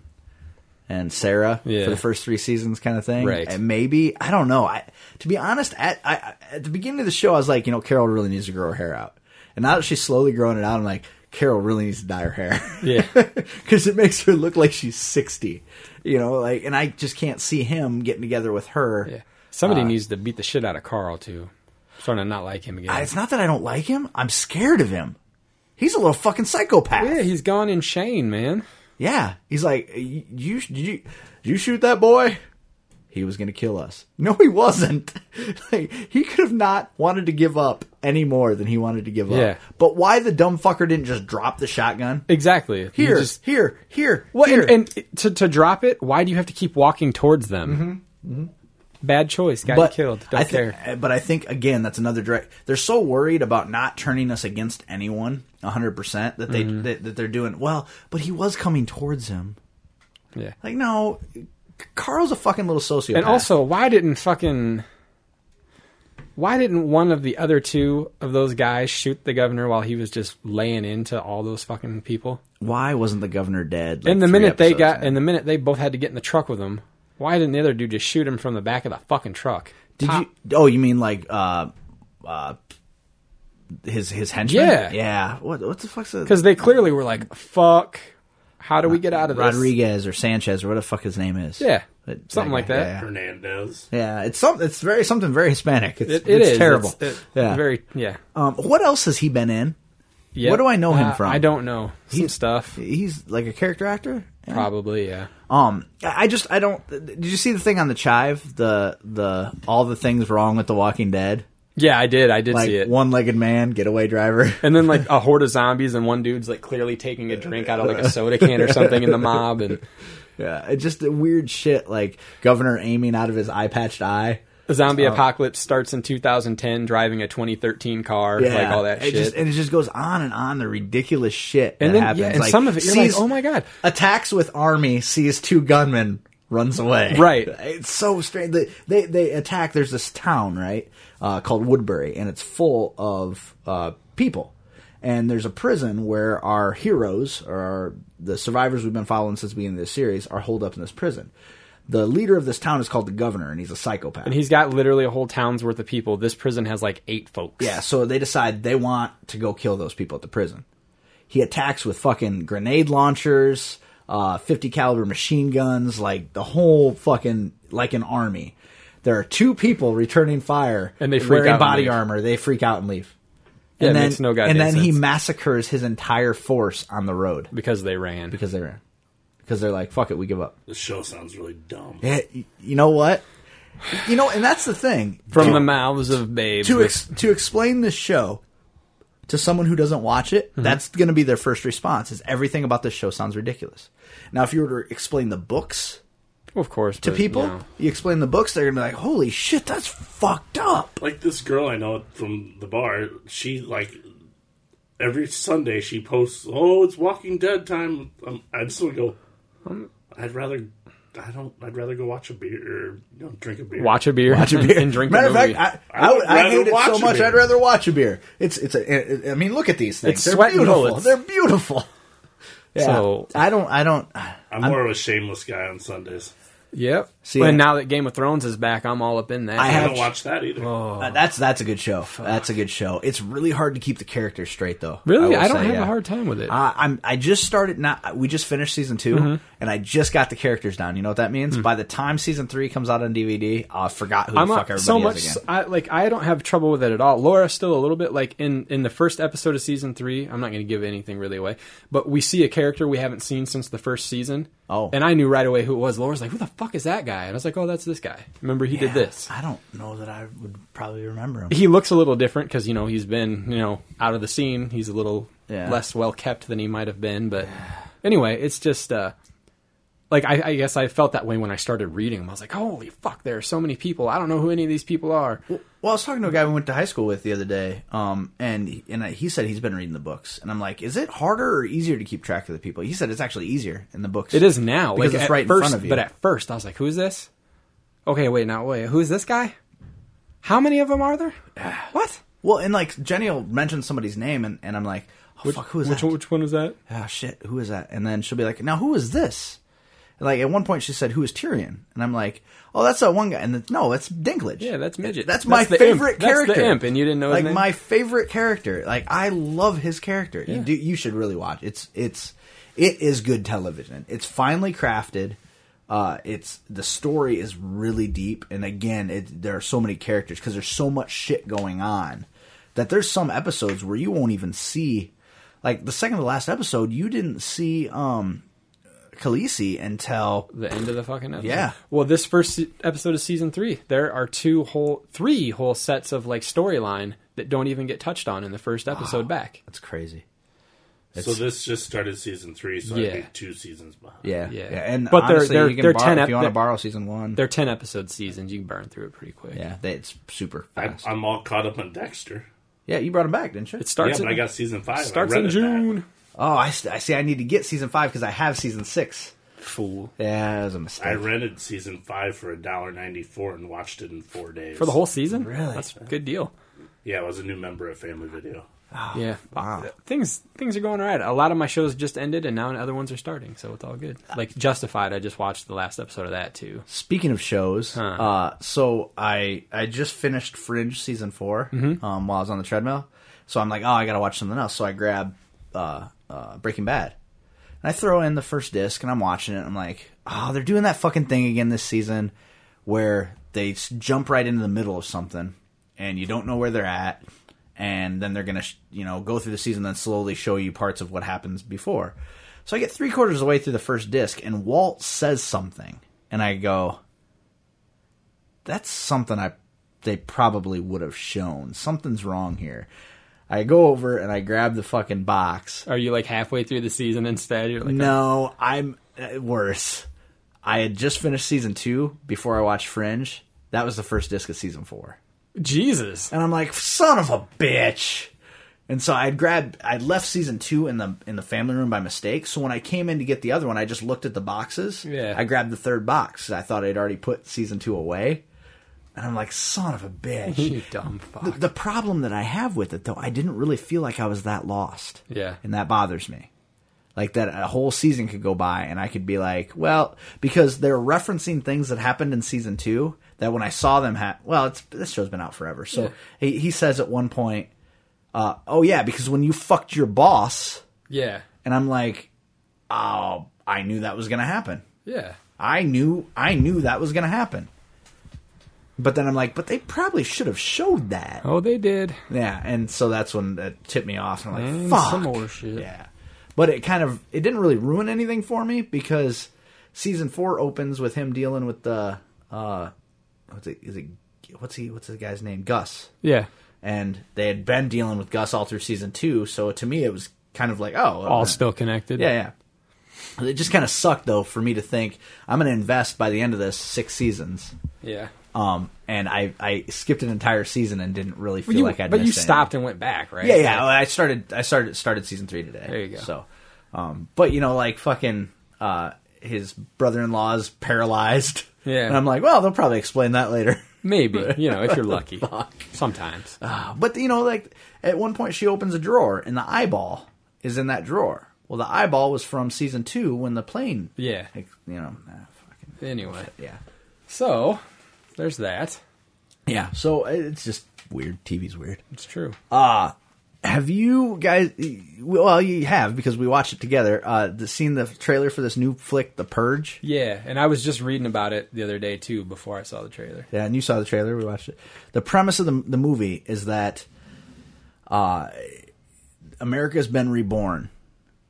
and Sarah Yeah. for the first three seasons kind of thing. Right. And maybe I don't know. I to be honest, at I, I- at the beginning of the show, I was like, you know, Carol really needs to grow her hair out. And now that she's slowly growing it out, I'm like, Carol really needs to dye her hair. Yeah. because it makes her look like she's sixty. You know, like, and I just can't see him getting together with her. Yeah. Somebody Uh, needs to beat the shit out of Carl too. I'm starting to not like him again. I- it's not that I don't like him. I'm scared of him. He's a little fucking psychopath. yeah, he's gone insane, man. Yeah, he's like, you, you, you, you shoot that boy. He was going to kill us. No, he wasn't. like, he could have not wanted to give up any more than he wanted to give Yeah. up. But why the dumb fucker didn't just drop the shotgun? Exactly. He Here, just- here, here, well, here. and, and to to drop it, why do you have to keep walking towards them? bad choice. Got you killed. Don't Mm-hmm. I care. thi- eh, But I think again, that's another direct. They're so worried about not turning us against anyone, hundred percent, that they Mm-hmm. that, that they're doing well. But he was coming towards him. Yeah. Like no, Carl's a fucking little sociopath. And also, why didn't fucking why didn't one of the other two of those guys shoot the governor while he was just laying into all those fucking people? why wasn't the governor dead? like, and the three minute they episodes got, in? and the minute they both had to get in the truck with him, why didn't the other dude just shoot him from the back of the fucking truck? did Pop- you? Oh, you mean like uh, uh, his his henchman? Yeah. yeah. What what the fuck's the Because they clearly were like, "Fuck, how do we get out of this?" Rodriguez or Sanchez or what the fuck his name is? Yeah, That- something like guy, that. yeah, yeah. Hernandez. Yeah, it's some. It's very something very Hispanic. It's, It, it it's is. terrible. It's- it- yeah. Very. Yeah. um, what else has he been in? Yep. What do I know him Uh, from? I don't know. Some He- stuff. He's like a character actor. Yeah. Probably. Yeah. Um, I I just I don't. Did you see the thing on the Chive? The the all the things wrong with The Walking Dead. Yeah, I did. I did see Like it. one legged man, getaway driver. And then like a horde of zombies, and one dude's like clearly taking a drink out of like a soda can or something in the mob, and yeah, it's just weird shit. Like governor aiming out of his eye patched eye. the Oh. zombie apocalypse starts in 2010, driving a 2013 car, Yeah, like all that it shit. Just, and it just goes on and on the ridiculous shit and that then happens. yeah, and Like, some of it, you're sees- like, oh my god, attacks with army, sees two gunmen, runs away. Right. It's so strange. They they, they attack. There's this town right uh, called Woodbury, and it's full of uh, people. And there's a prison where our heroes, or our, the survivors we've been following since the beginning of this series, are holed up in this prison. The leader of this town is called the governor, and he's a psychopath. and he's got literally a whole town's worth of people. This prison has like eight folks. Yeah, so they decide they want to go kill those people at the prison. He attacks with fucking grenade launchers, uh, 50 caliber machine guns, like the whole fucking like an army. There are two people returning fire And they freak wearing out and body leave. armor. They freak out and leave. Yeah, it and then, makes no goddamn and then he sense. massacres his entire force on the road because they ran. because they ran. Because they're like, fuck it, we give up. This show sounds really dumb. Yeah, y- you know what? You know, and that's the thing. from Do- the mouths of babes. to with- ex- to explain this show to someone who doesn't watch it, Mm-hmm. that's going to be their first response: is everything about this show sounds ridiculous. Now, if you were to explain the books of course, to people, you explain the books, they're going to be like, "Holy shit, that's fucked up." Like this girl I know from the bar, she like every Sunday she posts, "Oh, it's Walking Dead time." Um, I just want to go. Um, I'd rather. I don't. I'd rather go watch a beer or you know, drink a beer. watch a beer, Watch a and- beer. and drink. Matter a of movie. fact, I, I I, would I, rather hate it watch so a much. beer. I'd rather watch a beer. It's it's a. I mean, look at these things. It's they're sweat and beautiful. bullets. They're beautiful. Yeah. So- I don't. I don't. I'm, more of a shameless guy on Sundays. Yep. See, and I- now that Game of Thrones is back, I'm all up in that. I I have- don't watch that either. Oh. Uh, that's that's a good show. That's a good show. It's really hard to keep the characters straight, though. really, will I, don't say, have yeah. a hard time with it. Mm-hmm. Uh, I'm. I just started. Not. We just finished season 2 and I just got the characters down. You know what that means? By the time season three comes out on DVD, I forgot who I'm the not- fuck everybody so much. is again. I like. I don't have trouble with it at all. Laura's still a little bit like in in the first episode of season three. I'm not going to give anything really away, but we see a character we haven't seen since the first season. Oh. and I knew right away who it was. Laura's like, "Who the fuck is that guy?" And I was like, "Oh, that's this guy. Remember he did this." I don't know that I would probably remember him. He looks a little different because you know he's been you know out of the scene. He's a little Yeah. less well kept than he might have been. But anyway, it's just uh, like I, I guess I felt that way when I started reading them. I was like, "Holy fuck! There are so many people. I don't know who any of these people are." Well, I was talking to a guy we went to high school with the other day, um, and he- and I- he said he's been reading the books, and I'm like, is it harder or easier to keep track of the people? He said it's actually easier in the books. It is now because like, it's at right in first, front of you. But at first, I was like, "Who's this?" Okay, wait, now wait, who's this guy? How many of them are there? what? Well, and like Jenny will mention somebody's name, and, and I'm like, oh, fuck, who is which, that? Which one is that? Ah, shit, who is that? And then she'll be like, now who is this? And, like at one point she said, who is Tyrion? And I'm like, oh, that's that one guy. And then, no, that's Dinklage. Yeah, that's midget. That's my the imp. favorite character. That's the imp, and you didn't know his like name? my favorite character. Like I love his character. You do. You should really watch. It's it's it is good television. It's finely crafted. Uh, it's the story is really deep, and again, it, there are so many characters because there's so much shit going on that there's some episodes where you won't even see. Like the second to last episode, you didn't see um, Khaleesi until the end of the fucking episode. Yeah. Well, this first se- episode of season three, there are two whole, three whole Ah. sets of like storyline that don't even get touched on in the first episode back. that's crazy. So this just started season three, so Yeah. I think two seasons behind. Yeah, Yeah. yeah, and But they're- honestly, they're- you can they're borrow, 10 if ep- you want to they're- borrow season one. They're ten episode seasons. You can burn through it pretty quick. Yeah, they, it's super I'm, fast. I'm all caught up on Dexter. yeah, you brought them back, didn't you? It starts. yeah, but in, I got season five. I starts read in it June. back. oh, I, s- I see. I need to get season five because I have season six. Fool Yeah, that was a mistake. I rented season five for a dollar ninety four and watched it in four days. for the whole season. Really? That's a good deal. Yeah, I was a new member of Family Video. yeah. wow. Things things are going all right. A lot of my shows just ended, and now other ones are starting, so it's all good. Like Justified, I just watched the last episode of that too. Speaking of shows, uh, so I I just finished Fringe season 4 Mm-hmm. um, while I was on the treadmill. So I'm like, oh, I gotta watch something else. So I grab uh, uh, Breaking Bad, and I throw in the first disc, and I'm watching it. and I'm like, oh, they're doing that fucking thing again this season, where they s- jump right into the middle of something, and you don't know where they're at, and then they're gonna sh- you know go through the season, then slowly show you parts of what happens before. So I get three quarters of the way through the first disc, and Walt says something, and I go, that's something I they probably would have shown. Something's wrong here. I go over and I grab the fucking box. Are you like halfway through the season instead? You're like, No, I'm uh, worse. I had just finished season two before I watched Fringe. That was the first disc of season four. "Oh, Jesus. And I'm like, son of a bitch. And so I'd grabbed I'd left season two in the in the family room by mistake. So when I came in to get the other one, I just looked at the boxes. Yeah. I grabbed the third box. I thought I'd already put season two away. And I'm like, son of a bitch. You dumb fuck. The, the problem that I have with it, though, I didn't really feel like I was that lost. Yeah. And that bothers me. Like that a whole season could go by and I could be like, well, because they're referencing things that happened in season two that when I saw them, ha- well, it's, this show's been out forever. So he, he says at one point, uh, oh, yeah, because when you fucked your boss, Yeah. and I'm like, oh, I knew that was going to happen. Yeah. I knew I knew that was going to happen. But then I'm like, but they probably should have showed that. Oh, they did. Yeah, and so that's when it tipped me off, and I'm like, And "Fuck!" some more shit. Yeah, but it kind of it didn't really ruin anything for me because season four opens with him dealing with the uh, what's it is it what's he what's the guy's name Gus, Yeah. and they had been dealing with Gus all through season two, so to me it was kind of like, oh, All uh, still connected. yeah, yeah. It just kind of sucked though for me to think I'm going to invest by the end of this six seasons. Yeah. Um, and I, I skipped an entire season and didn't really feel you, like I. but you stopped and went back, right? Yeah, yeah. well, I started. I started started season three today. There you go. So, um, but you know, like fucking, uh, his brother in law is paralyzed. Yeah. and I'm like, well, they'll probably explain that later. Maybe. You know, if you're lucky. Sometimes. but you know, like at one point, she opens a drawer and the eyeball is in that drawer. Well, the eyeball was from season two when the plane. Yeah. like, you know, ah, fucking Anyway. yeah, So, there's that. yeah. So it's just weird. TV's weird. It's true. Have you guys? Well, you have because we watched it together. Uh, the, seen the trailer for this new flick, The Purge. yeah. And I was just reading about it the other day, too, before I saw the trailer. Yeah, and you saw the trailer. We watched it. The premise of the the movie is that uh, America's been reborn.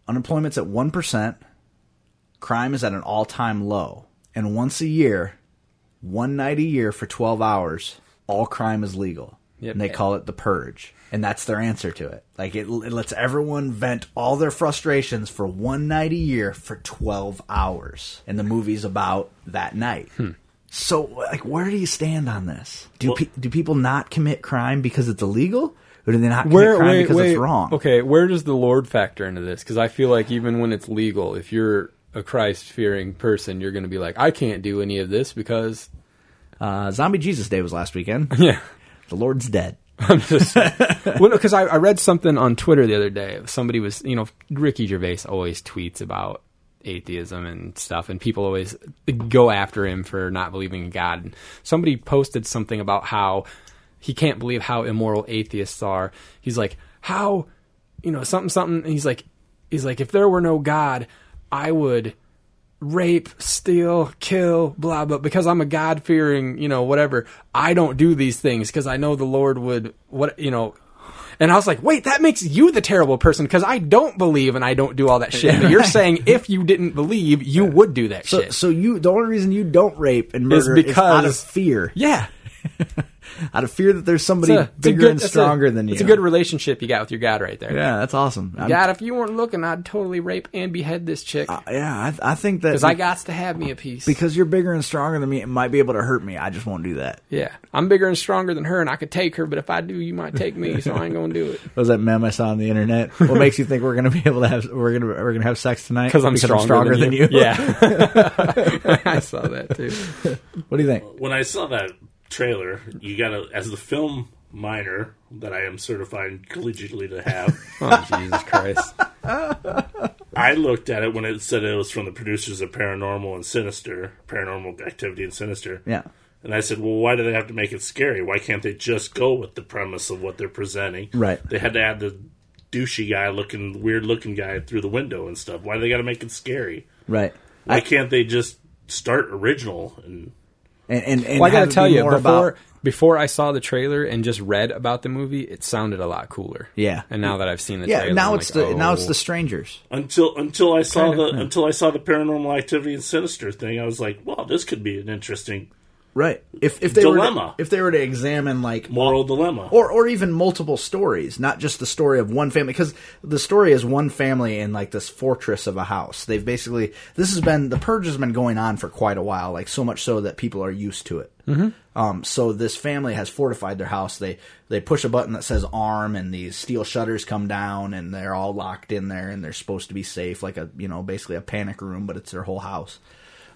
Unemployment's at one percent. Crime is at an all time low, and once a year, one night a year for twelve hours, all crime is legal. Yep. And they call it the purge, and that's their answer to it. Like it, it lets everyone vent all their frustrations for one night a year for twelve hours, and the movie's about that night. So, like, where do you stand on this? Do Well- pe- do people not commit crime because it's illegal, or do they not commit where crime wait, because wait. it's wrong? Okay, where does the Lord factor into this? Because I feel like even when it's legal, if you're a Christ fearing person, you're going to be like, I can't do any of this because Uh, Zombie Jesus Day was last weekend. yeah. the Lord's dead. I'm just well because I, I read something on Twitter the other day. Somebody was you know Ricky Gervais always tweets about atheism and stuff, and people always go after him for not believing in God. And somebody posted something about how he can't believe how immoral atheists are. He's like how you know something something. And he's like he's like if there were no God, I would rape, steal, kill, blah, blah, because I'm a God fearing, you know, whatever. I don't do these things because I know the Lord would, what, you know. And I was like, wait, that makes you the terrible person because I don't believe and I don't do all that shit. But you're saying if you didn't believe, you would do that So, shit. so you the only reason you don't rape and Is murder is, out of because- fear. yeah. out of fear that there's somebody It's a- it's a bigger good- and it's a- stronger than you. It's a good relationship you got with your God right there. yeah, that's awesome. I'm- God, if you weren't looking, I'd totally rape and behead this chick uh, yeah, I, I think that because I got to have me a piece. because you're bigger and stronger than me, it might be able to hurt me. I just won't do that. yeah, I'm bigger and stronger than her, and I could take her. But if I do, you might take me, so I ain't gonna do it. What was that meme I saw on the internet? What makes you think we're gonna be able to have we're gonna we're gonna have sex tonight? Yeah, I saw that too. What do you think? When I saw that trailer, you gotta, as the film minor that I am certified collegiately to have, Oh Jesus Christ! I looked at it when it said it was from the producers of Paranormal and Sinister, Paranormal Activity and Sinister. Yeah, And I said, well, why do they have to make it scary? Why can't they just go with the premise of what they're presenting? Right. They had to add the douchey guy looking, weird looking guy through the window and stuff. Why do they got to make it scary? right. Why can't they just start original? And And and, and Well, I have gotta it tell be you, more before about- before I saw the trailer and just read about the movie, it sounded a lot cooler. Yeah. and now that I've seen the yeah. trailer, Now I'm it's like, the now it's oh. the strangers. until until I saw Kinda, the until I saw the Paranormal Activity and Sinister thing, I was like, well, this could be an interesting Right. If if they were Dilemma. to, if they were to examine like moral dilemma. or or even multiple stories, not just the story of one family. Because the story is one family in like this fortress of a house. They've basically this has been the purge has been going on for quite a while, like so much so that people are used to it. Um, so this family has fortified their house. They they push a button that says arm, and these steel shutters come down, and they're all locked in there, and they're supposed to be safe, like a you know basically a panic room, but it's their whole house.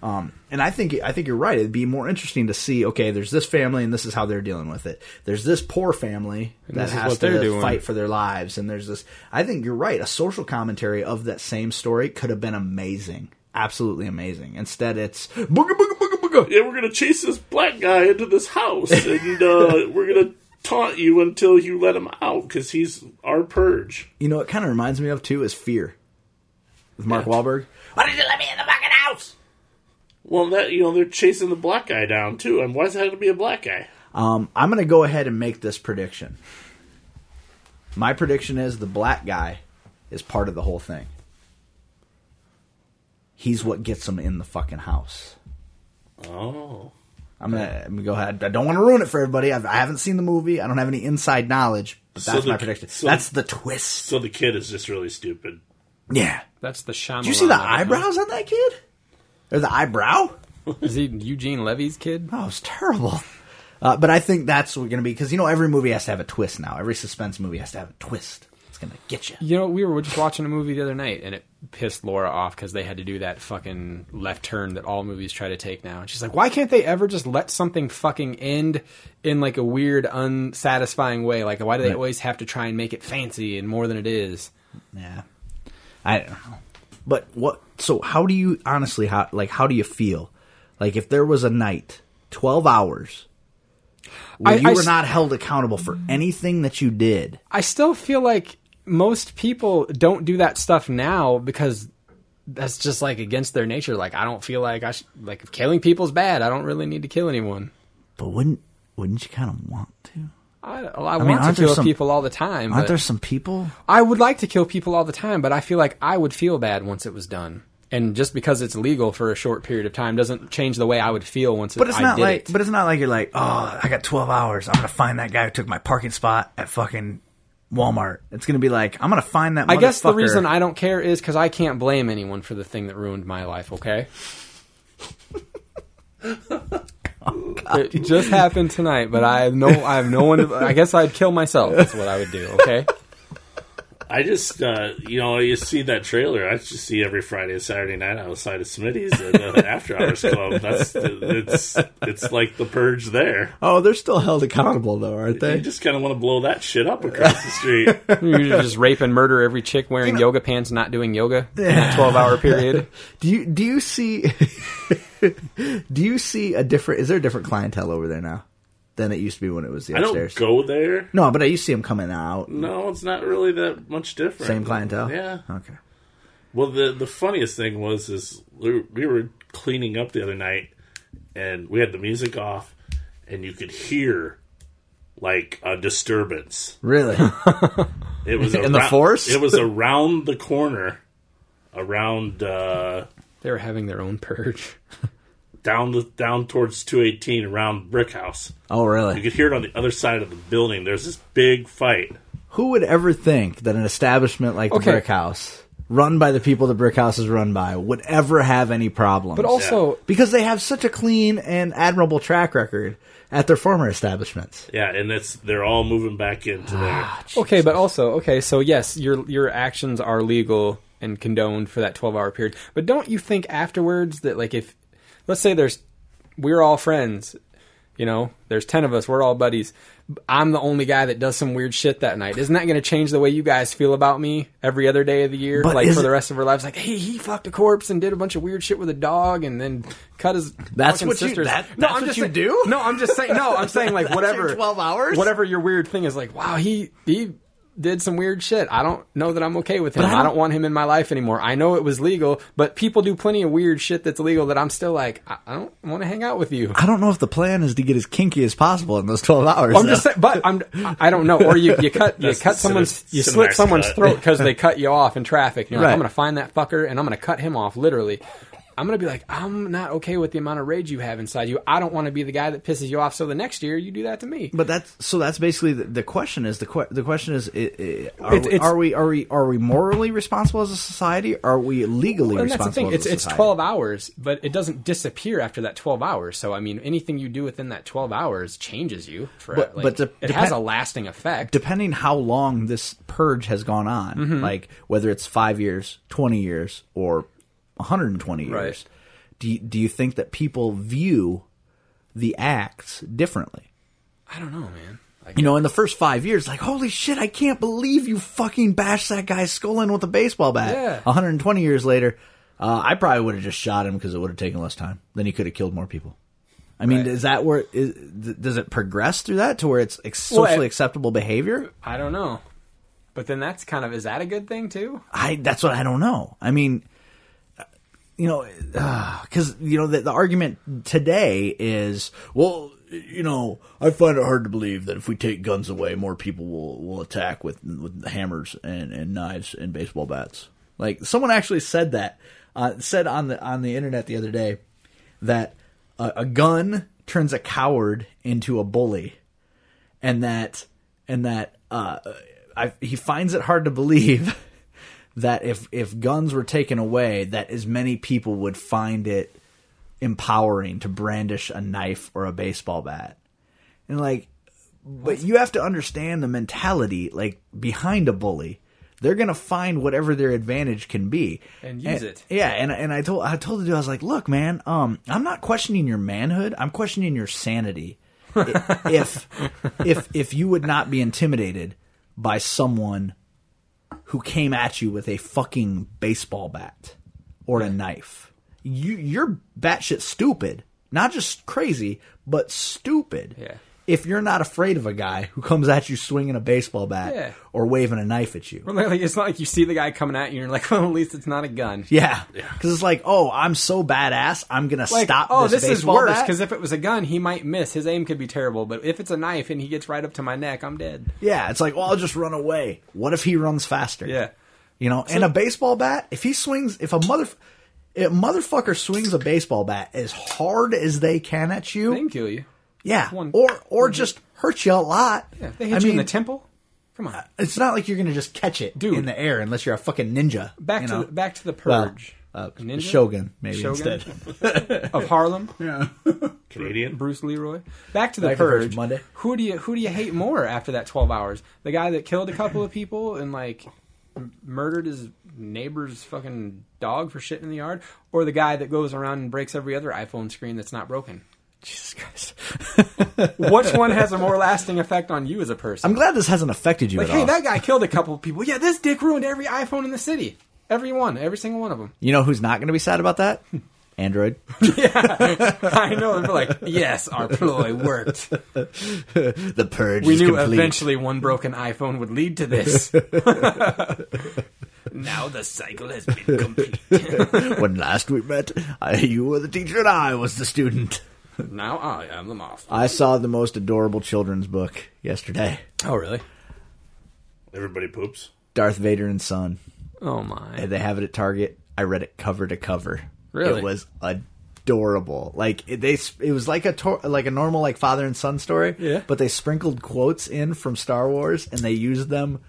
Um, and I think I think you're right. It'd be more interesting to see. Okay, there's this family, and this is how they're dealing with it. There's this poor family that this is has what they're to doing. fight for their lives, and there's this. I think you're right. A social commentary of that same story could have been amazing, absolutely amazing. Instead, it's booga booga booga booga. yeah, we're gonna chase this black guy into this house, and uh, we're gonna taunt you until you let him out because he's our purge. You know, it kind of reminds me of too is Fear with Mark Wahlberg. Why did you let me in the fucking house? Well, that you know they're chasing the black guy down too, and why does it have to be a black guy? Um, I'm going to go ahead and make this prediction. My prediction is the black guy is part of the whole thing. He's what gets him in the fucking house. Oh, I'm gonna, I'm gonna go ahead. I don't want to ruin it for everybody. I've, I haven't seen the movie. I don't have any inside knowledge, but So that's the- my prediction. so- that's the twist. so the kid is just really stupid. Yeah. that's the Shyamalan. Did you see the of it, huh? eyebrows on that kid? Or the eyebrow? Is he Eugene Levy's kid? That Oh, was terrible. Uh, but I think that's what going to be because you know every movie has to have a twist now. Every suspense movie has to have a twist. It's going to get you. You know, we were just watching a movie the other night, and it pissed Laura off because they had to do that fucking left turn that all movies try to take now. And she's like, "Why can't they ever just let something fucking end in like a weird, unsatisfying way? Like, why do they Right. always have to try and make it fancy and more than it is?" Yeah, I don't know. But what? So how do you honestly? How like how do you feel? Like if there was a night, twelve hours, where I- you I were s- not held accountable for anything that you did. I still feel like most people don't do that stuff now because that's just like against their nature. Like I don't feel like I sh- like if killing people's bad. I don't really need to kill anyone. But wouldn't wouldn't you kind of want to? I, well, I, mean, want aren't to there kill some- people all the time. Aren't but- there some people? I would like to kill people all the time, but I feel like I would feel bad once it was done. And just because it's legal for a short period of time doesn't change the way I would feel once But it's I not did like. it. But it's not like you're like, oh, I got twelve hours. I'm gonna find that guy who took my parking spot at fucking Walmart. It's gonna be like, I'm gonna find that. I guess the motherfucker. reason I don't care is because I can't blame anyone for the thing that ruined my life. Okay, Oh, it just happened tonight, but I have no, I have no one. to- I guess I'd kill myself. That's what I would do. Okay, I just uh, you know you see that trailer. I just see every Friday and Saturday night outside of Smitty's at the After Hours Club. That's it's it's like the purge there. Oh, they're still held accountable though, aren't You just kind of want to blow that shit up across the street. you're just rape and murder every chick wearing yoga pants, and not doing yoga in that twelve hour period. Do you do you see do you see a different? Is there a different clientele over there now than it used to be when it was the I upstairs? don't go there. no, but I used to see them coming out. No, it's not really that much different. Same clientele. Yeah. Okay. Well, the the funniest thing was is we were, we were cleaning up the other night, and we had the music off, and you could hear like a disturbance. Really? It was In the arou- forest? It was around the corner, around uh, They were having their own purge. down the down towards 218 around Brick House. Oh, You really? could hear it on the other side of the building. There's this big fight. Who would ever think that an establishment like the Okay. Brick House, run by the people the Brick House is run by, would ever have any problems? But also, because they have such a clean and admirable track record at their former establishments. Yeah, and it's they're all moving back into there. Ah, okay, but also, okay, so yes, your your actions are legal and condoned for that 12-hour period. But don't you think afterwards that like if let's say there's we're all friends, you know, there's 10 of us, we're all buddies. I'm the only guy that does some weird shit that night. Isn't that going to change the way you guys feel about me every other day of the year But like is for the it- rest of our lives like, "Hey, he fucked a corpse and did a bunch of weird shit with a dog and then cut his That's fucking what you- sister's that- No, that's I'm what just you saying- do? No, I'm just saying no, I'm saying like That's your whatever 12 hours? Whatever your weird thing is like, wow, he he did some weird shit. I don't know that I'm okay with him. I I don't, don't- want him in my life anymore. I know it was legal, but people do plenty of weird shit that's illegal that I'm still like, I, I don't want to hang out with you. I don't know if the plan is to get as kinky as possible in those twelve hours. I'm just though. saying, but I'm I don't know. Or you, you cut you That's cut the someone's cinema- you slit Cinemax someone's cut. throat because they cut you off in traffic. You're like, Right. I'm gonna find that fucker and I'm gonna cut him off. Literally, I'm gonna be like, I'm not okay with the amount of rage you have inside you. I don't want to be the guy that pisses you off. So the next year you do that to me. But that's so. That's basically the, the question. Is the que- the question is i i are, It's- it's- are we are we are we morally responsible as a society? Are we legally and that's the responsible? thing. It's as a it's society? twelve hours, but it doesn't disappear after that twelve hours. So I mean, anything you do within that twelve hours changes you. For But- like, but the- it has depen- a lasting effect. Depending how long this purge has gone on, Mm-hmm. like whether it's five years, twenty years, or one hundred and twenty years, Right. do you, do you think that people view the acts differently? I don't know, man. Like, You know, in the first five years, like, holy shit, I can't believe you fucking bashed that guy's skull in with a baseball bat. Yeah. 120 years later, uh, I probably would have just shot him because it would have taken less time. Then he could have killed more people. I mean, Right. is that where is, th- does it progress through that to where it's ex- Well, I- socially acceptable behavior? I don't know. But then that's kind of is that a good thing too? I that's what I don't know. I mean, uh, you know, because you know the, the argument today is well, you know, I find it hard to believe that if we take guns away, more people will will attack with with hammers and, and knives and baseball bats. Like someone actually said that uh, said on the on the internet the other day that a, a gun turns a coward into a bully and that and that uh, I, he finds it hard to believe that if if guns were taken away, that as many people would find it empowering to brandish a knife or a baseball bat, and like, but you have to understand the mentality like behind a bully. They're gonna find whatever their advantage can be And use it. yeah, and and I told I told the dude I was like, look, man, um, I'm not questioning your manhood. I'm questioning your sanity. I- if if if you would not be intimidated by someone who came at you with a fucking baseball bat or a knife, you you're batshit stupid. Not just crazy, but stupid. Yeah. If you're not afraid of a guy who comes at you swinging a baseball bat Yeah. or waving a knife at you, Well, like, it's not like you see the guy coming at you and you're like, well, at least it's not a gun. Yeah, because it's like, oh, I'm so badass, I'm gonna Like, stop. oh, this, this, is baseball worse bat. because if it was a gun, he might miss. His aim could be terrible. But if it's a knife and he gets right up to my neck, I'm dead. yeah, it's like, well, I'll just run away. What if he runs faster? Yeah. you know, and a baseball bat. If he swings, if a mother, if a motherfucker swings a baseball bat as hard as they can at you, They can kill you. yeah, one- or or just hurt you a lot. Yeah, if they hit I you mean, uh, in the temple. Come on, it's not like you're gonna just catch it Dude. in the air unless you're a fucking ninja. back you to know? the, back to the Well, purge. uh, Ninja? Shogun maybe Shogun? instead. of Harlem, Canadian. Bruce Leroy. Back to the Back to purge. Purge Monday. Who do you who do you hate more after that twelve hours? The guy that killed a couple of people and like m- murdered his neighbor's fucking dog for shit in the yard, or the guy that goes around and breaks every other iPhone screen that's not broken? Jesus Christ! Which one has a more lasting effect on you as a person? I'm glad this hasn't affected you like, at hey, all. that guy killed a couple of people. Yeah, this dick ruined every iPhone in the city. Every one, every single one of them. You know who's not going to be sad about that? Android. I know. They're like, yes, our ploy worked. The purge We is knew complete. eventually one broken iPhone would lead to this. now the cycle has been complete. when last we met, I, you were the teacher and I was the student. Now I am the master. I saw the most adorable children's book yesterday. Oh, really? Everybody poops. Darth Vader and Son. Oh, my. They have it at Target. I read it cover to cover. Really? It was adorable. adorable. Like it, they, s- it was like a tor- like a normal like father and son story. Yeah. But they sprinkled quotes in from Star Wars, and they used them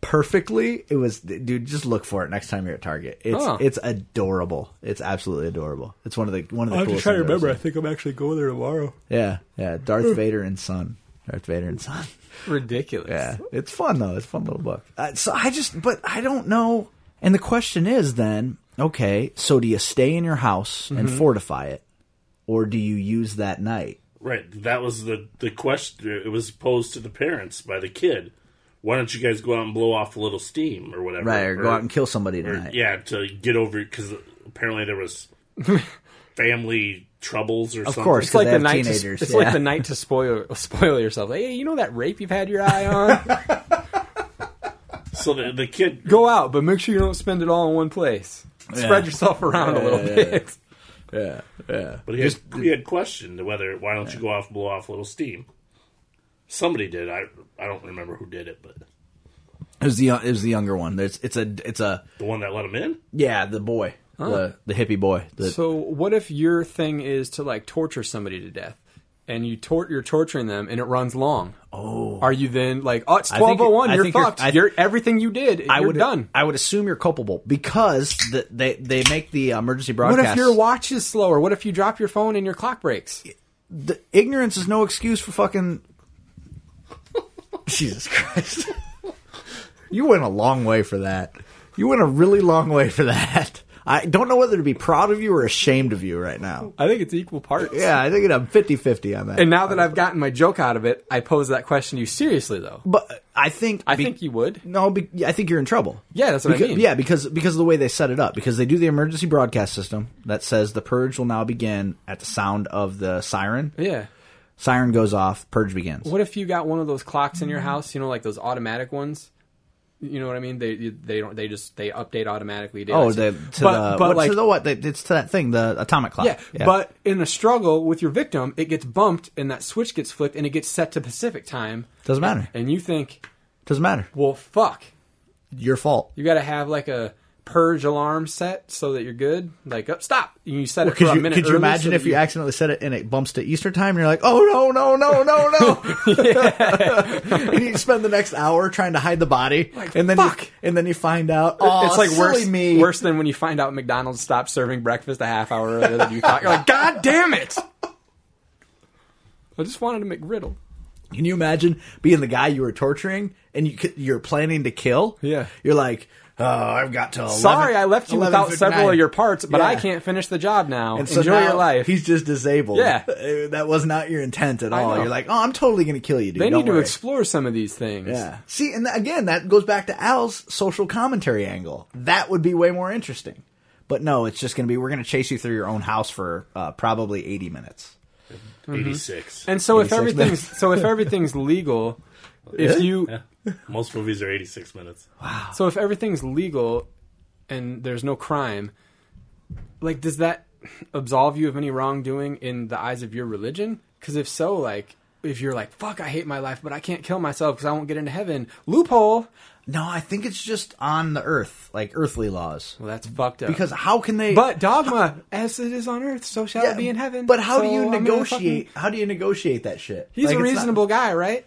perfectly. It was, dude, just look for it next time you're at Target. It's Oh. it's adorable. It's absolutely adorable. It's one of the one of the. I'm just coolest trying to things I've remember. I seen. think I'm actually going there tomorrow. Yeah, yeah. Mm. Darth Vader and son. Darth Vader and son. Ridiculous. Yeah, it's fun though. It's a fun little book. Uh, so I just, but I don't know. And the question is then, okay, so do you stay in your house and Mm-hmm. fortify it, or do you use that night? Right. That was the the question. It was posed to the parents by the kid. Why don't you guys go out and blow off a little steam or whatever? Right, or go out and kill somebody or- tonight. yeah, to get over because apparently there was family troubles or Of something. course. It's like they the have night. To, teenagers, it's yeah. like the night to spoil spoil yourself. Hey, you know that rape you've had your eye on? So the, the kid, Go out, but make sure you don't spend it all in one place. Spread yourself around a little bit. Yeah, yeah. but he, had, he had questioned whether why don't you go off and blow off a little steam. Somebody did. I I don't remember who did it, but It was the it was the younger one. There's it's a it's a the one that let him in. yeah the boy the the hippie boy. The, So, what if your thing is to like torture somebody to death, and you tor- you're torturing them, and it runs long? Oh, are you then like, oh, it's I think- twelve oh one, I you're think you're- fucked. I- You're everything you did, I you're would done. I would assume you're culpable because the, they they make the emergency What broadcast. if your watch is slower? What if you drop your phone and your clock breaks? the ignorance is no excuse for fucking Jesus Christ. you went a long way for that. You went a really long way for that. I don't know whether to be proud of you or ashamed of you right now. I think it's equal parts. Yeah, I think I'm 50-50 on that. And now that I've gotten my joke out of it, I pose that question to you seriously, though. but I think I be- think you would. No, be, I think you're in trouble. Yeah, that's what I Becau- mean. Yeah, because because of the way they set it up, because they do the emergency broadcast system that says the purge will now begin at the sound of the siren. Yeah. Siren goes off, purge begins. What if you got one of those clocks in your house? You know, like those automatic ones. You know what I mean? They they don't they just they update automatically. They Oh, like- the, to but, the but what, like to the what? The, it's to that thing, the atomic clock. yeah, But in a struggle with your victim, it gets bumped and that switch gets flipped and it gets set to Pacific time. doesn't matter. And you think, Doesn't matter. well, fuck. Your fault. You got to have like a purge alarm set so that you're good. Like, up, stop. And you set it Could for a you, minute. could you early so imagine that if you accidentally set it and it bumps to Easter time and you're like, oh no, no, no, no, no. and you spend the next hour trying to hide the body. and then fuck. You, and then you find out, oh, it's like silly worse, me. worse than when you find out McDonald's stopped serving breakfast a half hour earlier than you thought. You're like, God damn it! I just wanted a McGriddle. Can you imagine being the guy you were torturing and you, could- you're planning to kill? Yeah. You're like, oh, I've got to 11, Sorry, I left you without 11:59. several of your parts, but I Yeah. can't finish the job now. And so Enjoy now your life. He's just disabled. Yeah. Uh, that was not your intent at I all. know. You're like, oh, I'm totally going to kill you, dude. they Don't need to worry." explore some of these things. Yeah. See, and th- again, that goes back to Al's social commentary angle. That would be way more interesting. But no, it's just going to be we're going to chase you through your own house for uh, probably 80 minutes. Mm-hmm. six. And so if 86 everything's minutes. so if everything's legal, if you Most movies are eighty six minutes. so if everything's legal and there's no crime, like does that absolve you of any wrongdoing in the eyes of your religion? Because if so, like if you're like fuck, I hate my life, but I can't kill myself because I won't get into heaven. Loophole. No, I think it's just on the earth, like earthly laws. Well, that's fucked up. Because how can they but dogma, as it is on earth, so shall Yeah, it be in heaven. But how do So you I'm gonna negotiate fucking- how do you negotiate that shit? He's Like, a it's not- reasonable guy, right?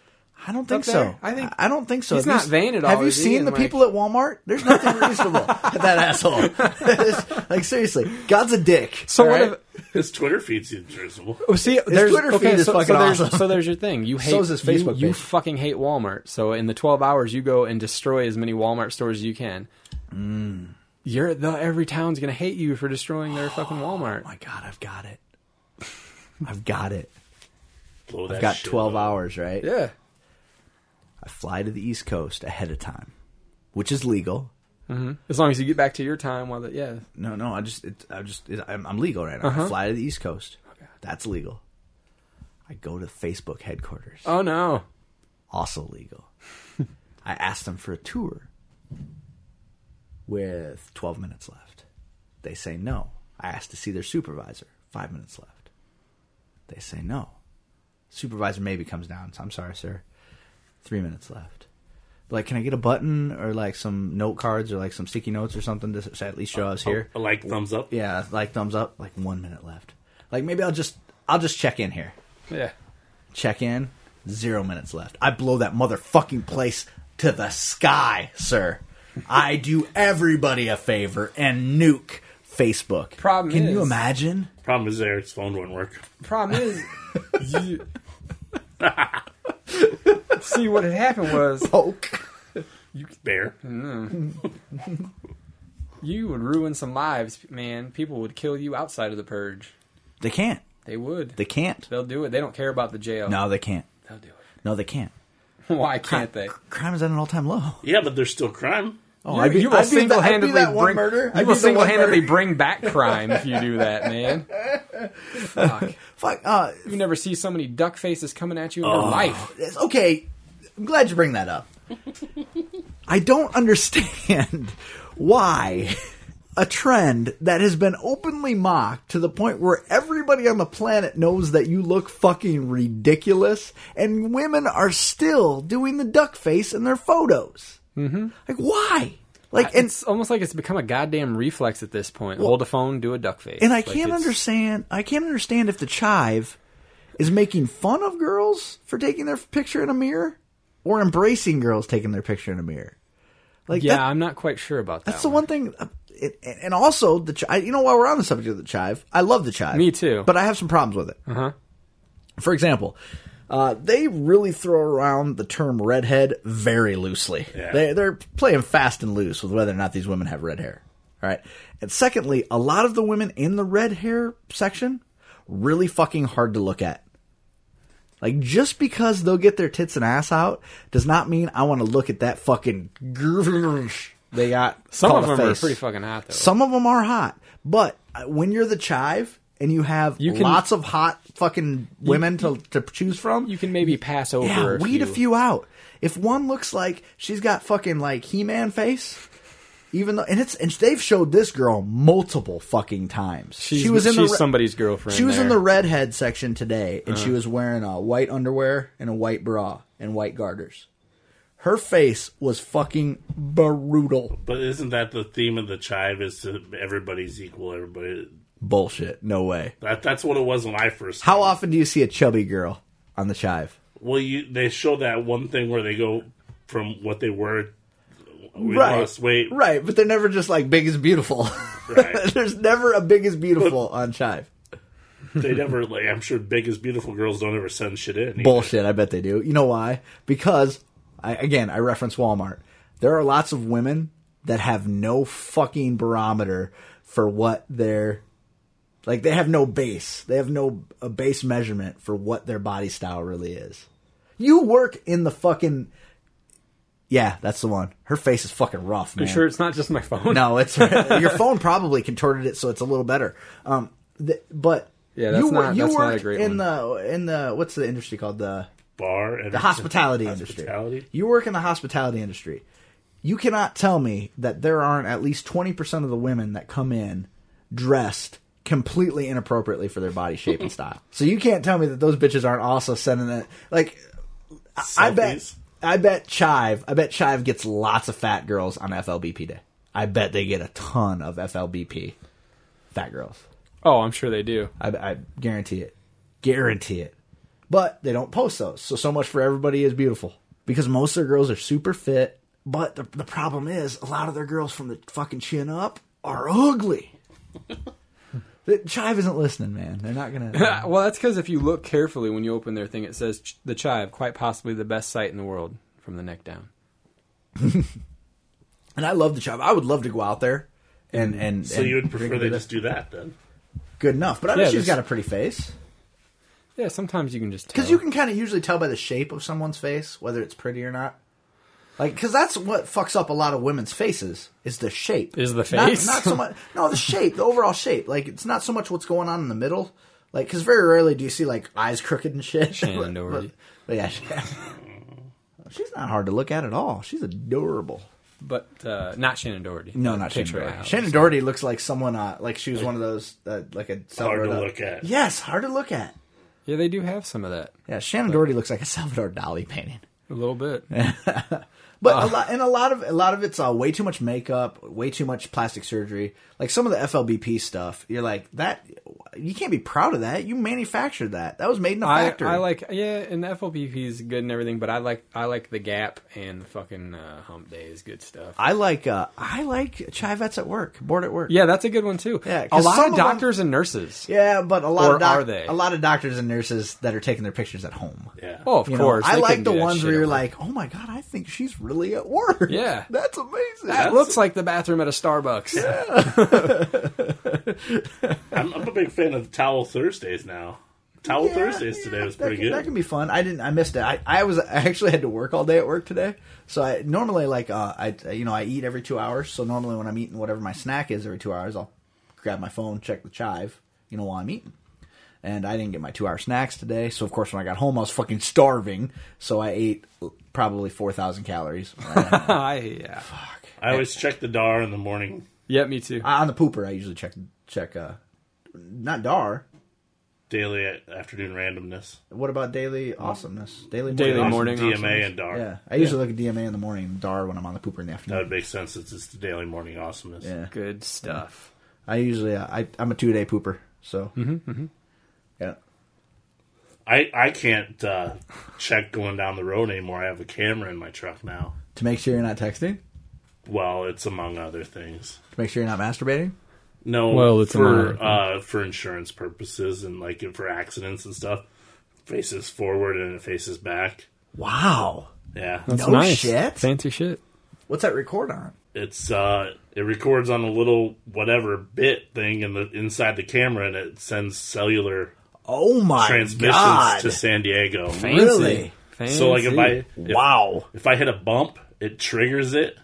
I don't think up so. there. I think- I don't think so. He's Have not you- vain at all, Have you is he? seen And, the like- people at Walmart? There's nothing reasonable. at that asshole. like seriously, God's a dick. So all what right? if His Twitter feed's reasonable. Oh, see, there's Twitter okay, feed is so, fucking so there's, awesome. So there's your thing. You hate So is his Facebook You, you page. fucking hate Walmart. So in the 12 hours, you go and destroy as many Walmart stores as you can. Mm. You're the every town's gonna hate you for destroying their fucking Walmart. Oh my God, I've got it. I've got it. Blow that I've got shit twelve up. hours, right? yeah, I fly to the East Coast ahead of time, which is legal. as long as you get back to your time. While the, yeah, No, no, I just, it, I just, it, I'm, I'm legal right now. I fly to the East Coast. That's legal. I go to Facebook headquarters. oh no, also legal. I asked them for a tour with 12 minutes left. They say no. I asked to see their supervisor, five minutes left. They say no. Supervisor maybe comes down. and says, I'm sorry, sir. Three minutes left. Like, can I get a button or like some note cards or like some sticky notes or something to s- at least show I was here? I like thumbs up. Yeah, like thumbs up, like one minute left. Like maybe I'll just I'll just check in here. Yeah. Check in. Zero minutes left. I blow that motherfucking place to the sky, sir. I do everybody a favor and nuke Facebook. Problem Can you is- imagine? Problem is, Eric's phone wouldn't work. problem is you see what had happened was Poke. Bear. you would ruin some lives man people would kill you outside of the purge They can't. they would They can't. they'll do it they don't care about the jail No, they can't. they'll do it No, they can't. why can't they Crime is at an all-time low. Yeah, but there's still crime. Oh, you, you will single-handedly bring you will single-handedly bring bring. back crime if you do that man Fuck. Fuck. Uh, you never see so many duck faces coming at you in your life it's- okay, I'm glad you bring that up. I don't understand why a trend that has been openly mocked to the point where everybody on the planet knows that you look fucking ridiculous, and women are still doing the duck face in their photos. Mm-hmm. Like why? Like and it's almost like it's become a goddamn reflex at this point hold a phone do a duck face And I Like, can't it's- understand. I can't understand if the chive is making fun of girls for taking their picture in a mirror, or embracing girls taking their picture in a mirror. Like yeah that- i'm not quite sure about that that's the one thing. uh, It, and and also the chive. You know, while we're on the subject of the chive, I love the chive. Me too. But I have some problems with it. uh-huh For example, uh, they really throw around the term redhead very loosely. Yeah. They, they're playing fast and loose with whether or not these women have red hair. All right. And secondly, a lot of the women in the red hair section really fucking hard to look at. Like just because they'll get their tits and ass out does not mean I want to look at that fucking grrrr they got. Some called of a them are face. pretty fucking hot though. Some of them are hot, but uh, when you're the chive and you have You can- lots of hot fucking women to, to choose from, you can maybe pass over. yeah, a weed few. a few out. If one looks like she's got fucking like He-Man face, even though and it's and they've showed this girl multiple fucking times. She's, she was in she's the re- somebody's girlfriend. She was in there. Uh-huh. the redhead section today, and she was wearing uh, white underwear and a white bra and white garters. Her face was fucking brutal. But isn't that the theme of the chive? Is to everybody's equal. Everybody. Bullshit. No way. That that's what it was when I first. How often do you see a chubby girl on the chive? Well, you they show that one thing where they go from what they were. We lost weight. Right, but they're never just like big is beautiful. Right. There's never a big is beautiful on chive. They never like. I'm sure big as beautiful girls don't ever send shit in. either. Bullshit, I bet they do. You know why? Because I again, I reference Walmart. There are lots of women that have no fucking barometer for what their like they have no base. They have no a base measurement for what their body style really is. You work in the fucking Yeah, that's the one. Her face is fucking rough, man. You sure it's not just my phone? No, it's your phone probably contorted it so it's a little better. Um, th- but Yeah, that's you, wor- not- you that's not a worked great in one. the in the what's the industry called the Bar and the hospitality, industry. You work in the hospitality industry. You cannot tell me that there aren't at least twenty percent of the women that come in dressed completely inappropriately for their body shape and style. So you can't tell me that those bitches aren't also sending it like I bet Selfies. I bet Chive I bet Chive gets lots of fat girls on FLBP day. I bet they get a ton of FLBP fat girls. Oh, I'm sure they do. I, I guarantee it, guarantee it. But they don't post those, so so much for everybody is beautiful because most of their girls are super fit. But the, the problem is a lot of their girls from the fucking chin up are ugly. The- Chive isn't listening, man. They're not gonna. Uh, Well, that's because if you look carefully when you open their thing, it says "Ch- the Chive, quite possibly the best site in the world from the neck down. and I love the Chive. I would love to go out there and and So and you would drink prefer a they bit of- just do that then? good enough. But I know Yeah, she's there's- got a pretty face Yeah, sometimes you can just because tell. you can kind of usually tell by the shape of someone's face whether it's pretty or not. Like, because that's what fucks up a lot of women's faces is the shape. Is the Not- face? not, so much? No, the shape, the overall shape. Like, it's not so much what's going on in the middle. Like, because very rarely do you see like eyes crooked and shit. Shannon But- Doherty. But, but yeah, she- she's not hard to look at at all. She's adorable. but uh, not Shannon Doherty. No, not Shannon Picture it Doherty. out. Shannon Doherty looks like someone. Uh, like she was one of those. Uh, like a Hard Salvador to Dali. look at. Yes, hard to look at. Yeah, they do have some of that. Yeah, Shannon Doherty looks like a Salvador Dali painting. A little bit. But Uh. a lot, and a lot of a lot of it's uh, way too much makeup, way too much plastic surgery. Like some of the FLBP stuff, you're like that. You can't be proud of that. You manufactured that. That was made in a I, factory. I like yeah, and the FOPP is good and everything, but I like I like the Gap and the fucking uh, Hump Day is good stuff. I like. Uh, I like Chivettes at work. Bored at work. yeah, that's a good one too. Yeah, a 'cause lot some of of 'em- doctors and nurses. Yeah, but a lot Or of doc- are they? a lot of doctors and nurses that are taking their pictures at home. Yeah. Oh, of You know, course. I they like couldn't the do that ones shit where at you're work. like, "Oh my god, I think she's really at work." Yeah. that's amazing. that looks like the bathroom at a Starbucks. I'm, I'm a big fan of Towel Thursdays now. Towel Yeah, Thursdays yeah, today was that pretty can- good. That can be fun. I didn't. I missed it. I, I was. I actually had to work all day at work today. So I normally like uh, I you know I eat every two hours. So normally when I'm eating whatever my snack is every two hours, I'll grab my phone, check the chive, you know, while I'm eating. And I didn't get my two hour snacks today. So of course when I got home, I was fucking starving. So I ate probably four thousand calories Uh, I, yeah. I always check the DAR in the morning. Yeah, me too. on the pooper. I usually check check uh, not dar. Daily a- afternoon randomness. What about daily awesomeness? Daily Daily morning morning. DMA awesomeness. and DAR. Yeah, I usually look at DMA in the morning, and dar when I'm on the pooper in the afternoon. That would make sense since it's the daily morning awesomeness. Yeah. Good stuff. I usually uh, I I'm a two day pooper, so Mm-hmm, yeah. I, I can't uh, check going down the road anymore. I have a camera in my truck now. To make sure you're not texting, Well, it's among other things. to make sure you're not masturbating. No, Well, it's among for other uh, for insurance purposes and like for accidents and stuff. Faces forward and it faces back. Wow, Yeah, That's No nice. shit. Fancy shit. what's that record on? it's uh, it records on a little whatever bit thing in the inside the camera and it sends cellular Oh my transmissions god! to San Diego. Fancy. Really? Fancy. So like if I if, wow. if I hit a bump, it triggers it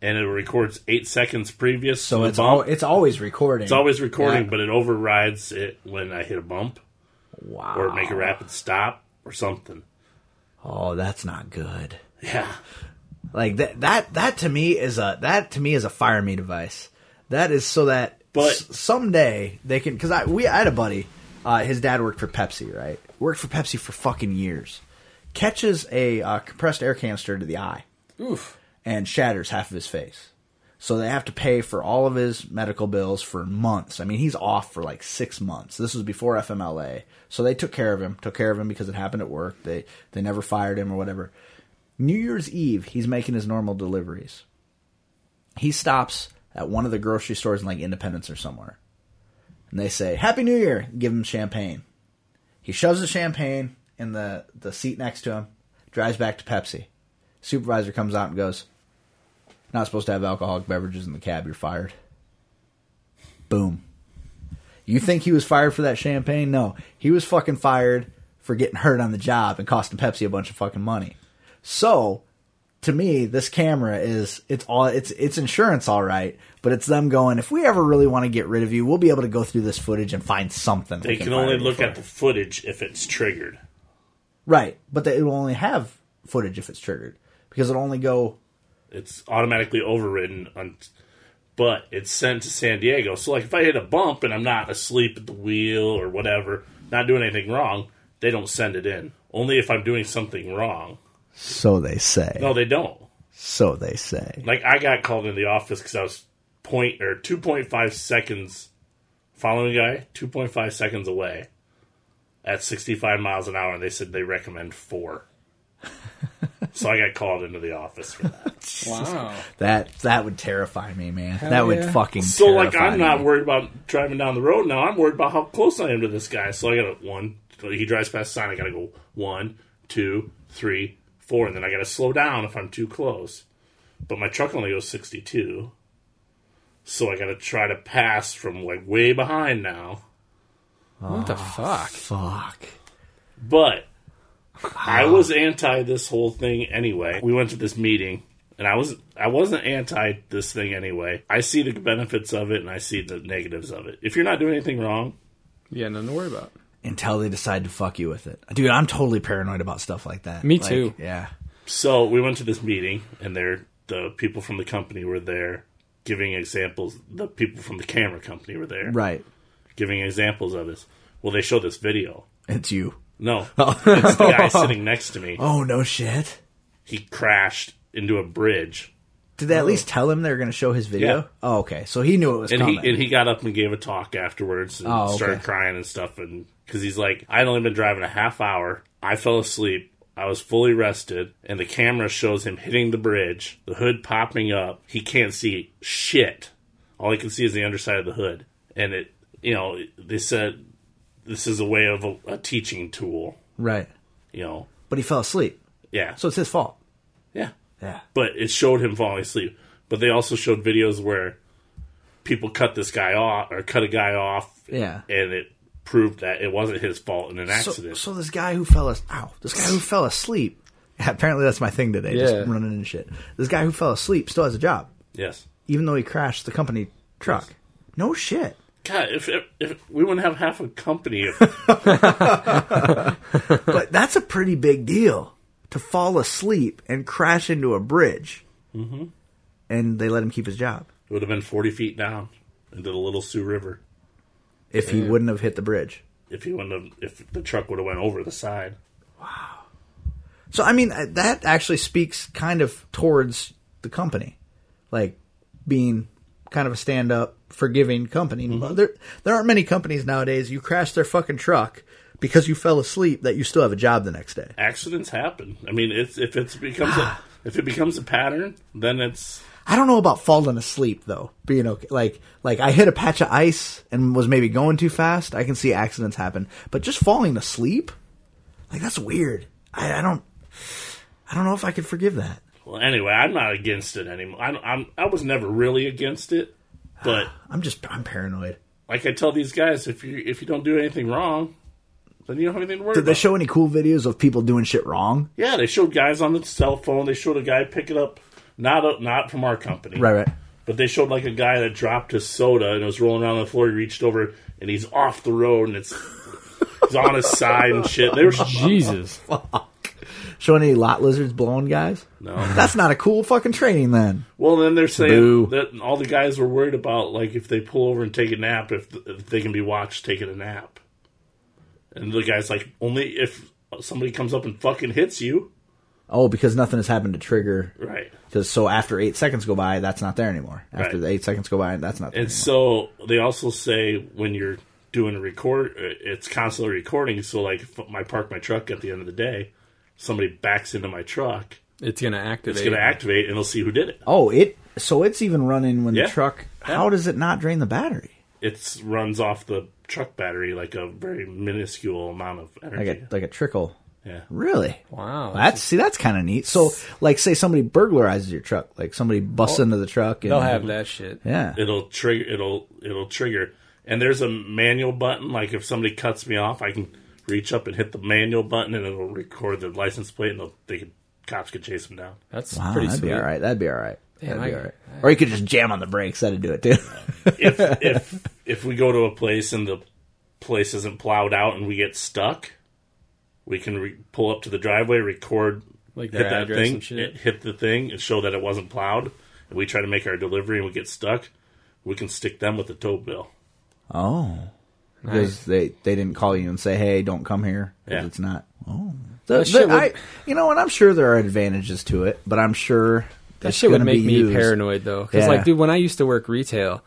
and it records eight seconds previous. So to the it's bump. all it's always recording. It's always recording, Yeah. but it overrides it when I hit a bump wow. or make a rapid stop or something. oh, that's not good. Yeah. Like that that that to me is a that to me is a fire me device. That is so that But- s- someday they can because I we I had a buddy, uh, his dad worked for Pepsi, right? Worked for Pepsi for fucking years. Catches a uh, compressed air canister to the eye Oof. and shatters half of his face. So they have to pay for all of his medical bills for months. I mean, he's off for like six months. This was before FMLA. So they took care of him, took care of him because it happened at work. They they never fired him or whatever. New Year's Eve, he's making his normal deliveries. He stops at one of the grocery stores in like Independence or somewhere. And they say, Happy New Year, give him champagne. He shoves the champagne in the, the seat next to him, drives back to Pepsi. Supervisor comes out and goes, not supposed to have alcoholic beverages in the cab. You're fired. Boom. You think he was fired for that champagne? No, he was fucking fired for getting hurt on the job and costing Pepsi a bunch of fucking money. So, to me, this camera is it's all it's it's insurance, all right. But it's them going. If we ever really want to get rid of you, we'll be able to go through this footage and find something. They can only look at the footage if it's triggered. right, but they, it will only have footage if it's triggered because it'll only go It's automatically overridden on but it's sent to San Diego. So like if I hit a bump and I'm not asleep at the wheel or whatever, not doing anything wrong, they don't send it in. Only if I'm doing something wrong. so they say. No, they don't. So they say. Like I got called into the office because I was point or two point five seconds following a guy, two point five seconds away at sixty five miles an hour, and they said they recommend four. so I got called into the office for that. Wow. That that would terrify me, man. that would yeah. fucking So like terrify I'm not me. worried about driving down the road now. I'm worried about how close I am to this guy. So I got to one. He drives past the sign. I got to go one, two, three, four, and then I got to slow down if I'm too close. But my truck only goes 62, so I got to try to pass from like way behind now. What the fuck? Fuck. But I was anti this whole thing anyway. We went to this meeting and I was I wasn't anti this thing anyway. I see the benefits of it and I see the negatives of it. If you're not doing anything wrong, Yeah, nothing to worry about. Until they decide to fuck you with it, dude. I'm totally paranoid about stuff like that. Me Like, too. Yeah. so we went to this meeting and there the people from the company were there giving examples the people from the camera company were there Right. giving examples of this. Well they show this video. It's you. No. it's the guy sitting next to me. Oh no shit. he crashed into a bridge. Did they at least tell him they were going to show his video? Oh. Yeah. Oh, okay. So he knew it was and coming. he and he got up and gave a talk afterwards and Oh, okay. started crying and stuff and because he's like i'd only been driving a half hour i fell asleep i was fully rested and the camera shows him hitting the bridge the hood popping up he can't see shit all he can see is the underside of the hood and it you know they said this is a way of a, a teaching tool right. you know But he fell asleep. yeah So it's his fault. yeah Yeah. but it showed him falling asleep. But they also showed videos where people cut this guy off or cut a guy off. Yeah. And it proved that it wasn't his fault in an So, accident. so this guy who fell as- ow, this guy who fell asleep. Apparently that's my thing today, Yeah. just running and shit. This guy who fell asleep still has a job, yes. even though he crashed the company truck. No shit. God, if, if, if we wouldn't have half a company, if, But that's a pretty big deal to fall asleep and crash into a bridge. Mm-hmm. And they let him keep his job it would have been 40 feet down into the Little Sioux River if he wouldn't have hit the bridge. if he wouldn't have, if the truck would have went over the side. So I mean uh, that actually speaks kind of towards the company, like being kind of a stand up, forgiving company. There there aren't many companies nowadays. You crash their fucking truck because you fell asleep that you still have a job the next day. Accidents happen. I mean, it's, if it's becomes a, Ah. if it becomes a pattern, then it's I don't know about falling asleep though. Being okay, like like I hit a patch of ice and was maybe going too fast. I can see accidents happen, but just falling asleep, like that's weird. I, I don't I don't know if I could forgive that. well. Anyway, I'm not against it anymore. I, I'm I was never really against it, but I'm just I'm paranoid. like I tell these guys, if you if you don't do anything wrong, then you don't have anything to worry Did about. they show any cool videos of people doing shit wrong? yeah, they showed guys on the cell phone. They showed a guy picking up not a, not from our company, Right, right. But they showed like a guy that dropped his soda and it was rolling around on the floor. He reached over and he's off the road and it's he's on his side and shit. They were Jesus. Show any lot lizards blowing guys? no. That's not a cool fucking training then. Well, then they're saying Boo. that all the guys were worried about like if they pull over and take a nap, if, if they can be watched taking a nap. And the guy's like, only if somebody comes up and fucking hits you, Oh, because nothing has happened to trigger. right? Because so after eight seconds go by, that's not there anymore. After Right. the eight seconds go by, that's not there. And so they also say when you're doing a record, uh, it's constantly recording. So like, if I park my truck at the end of the day, somebody backs into my truck, It's gonna activate. it's going to activate, and they'll see who did it. oh, it so it's even running when Yeah. the truck. How does it not drain the battery? It runs off the truck battery like a very minuscule amount of Like energy. a like a trickle. yeah, Really? Wow. That's see, that's kind of neat. So, like, say somebody burglarizes your truck, like somebody busts into the truck. And, They'll have that shit. Yeah. it'll trigger. It'll it'll trigger. And there's a manual button. Like if somebody cuts me off, I can reach up and hit the manual button, and it'll record the license plate, and they'll, they can, cops can chase them down. That's Wow, pretty that'd sweet. be all right. That'd be all right. that'd I- be all right. or you could just jam on the brakes. That'd do it too. if if if we go to a place and the place isn't plowed out and we get stuck, we can re- pull up to the driveway, record, Like hit their that address thing, and shit. it- hit the thing, and show that it wasn't plowed. And we try to make our delivery and we get stuck. We can stick them with the tow bill. Oh. Because they, they didn't call you and say, hey, don't come here. 'cause Yeah. It's not. Oh. The- shit the- would- I- you know, and I'm sure there are advantages to it, but I'm sure That shit would make me paranoid. paranoid though, because Yeah. like, dude, when I used to work retail,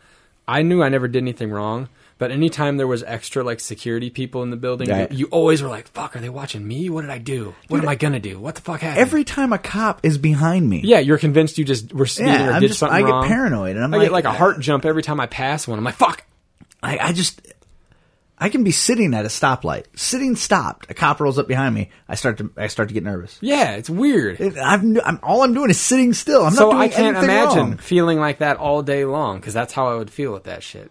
I knew I never did anything wrong. But anytime there was extra like security people in the building, Right. you, you always were like, "Fuck, are they watching me? What did I do? What am I gonna do? What the fuck happened?" Every time a cop is behind me. yeah, you're convinced you just were speeding Yeah, or I'm did just- something I get wrong. paranoid, and I'm I get like- like a heart jump every time I pass one. I'm like, "Fuck." I, I just. I can be sitting at a stoplight, sitting stopped. A cop rolls up behind me. I start to I start to get nervous. Yeah, it's weird. It- I'm, I'm all I'm doing is sitting still. I'm so not doing I can't anything imagine wrong. feeling like that all day long because that's how I would feel with that shit.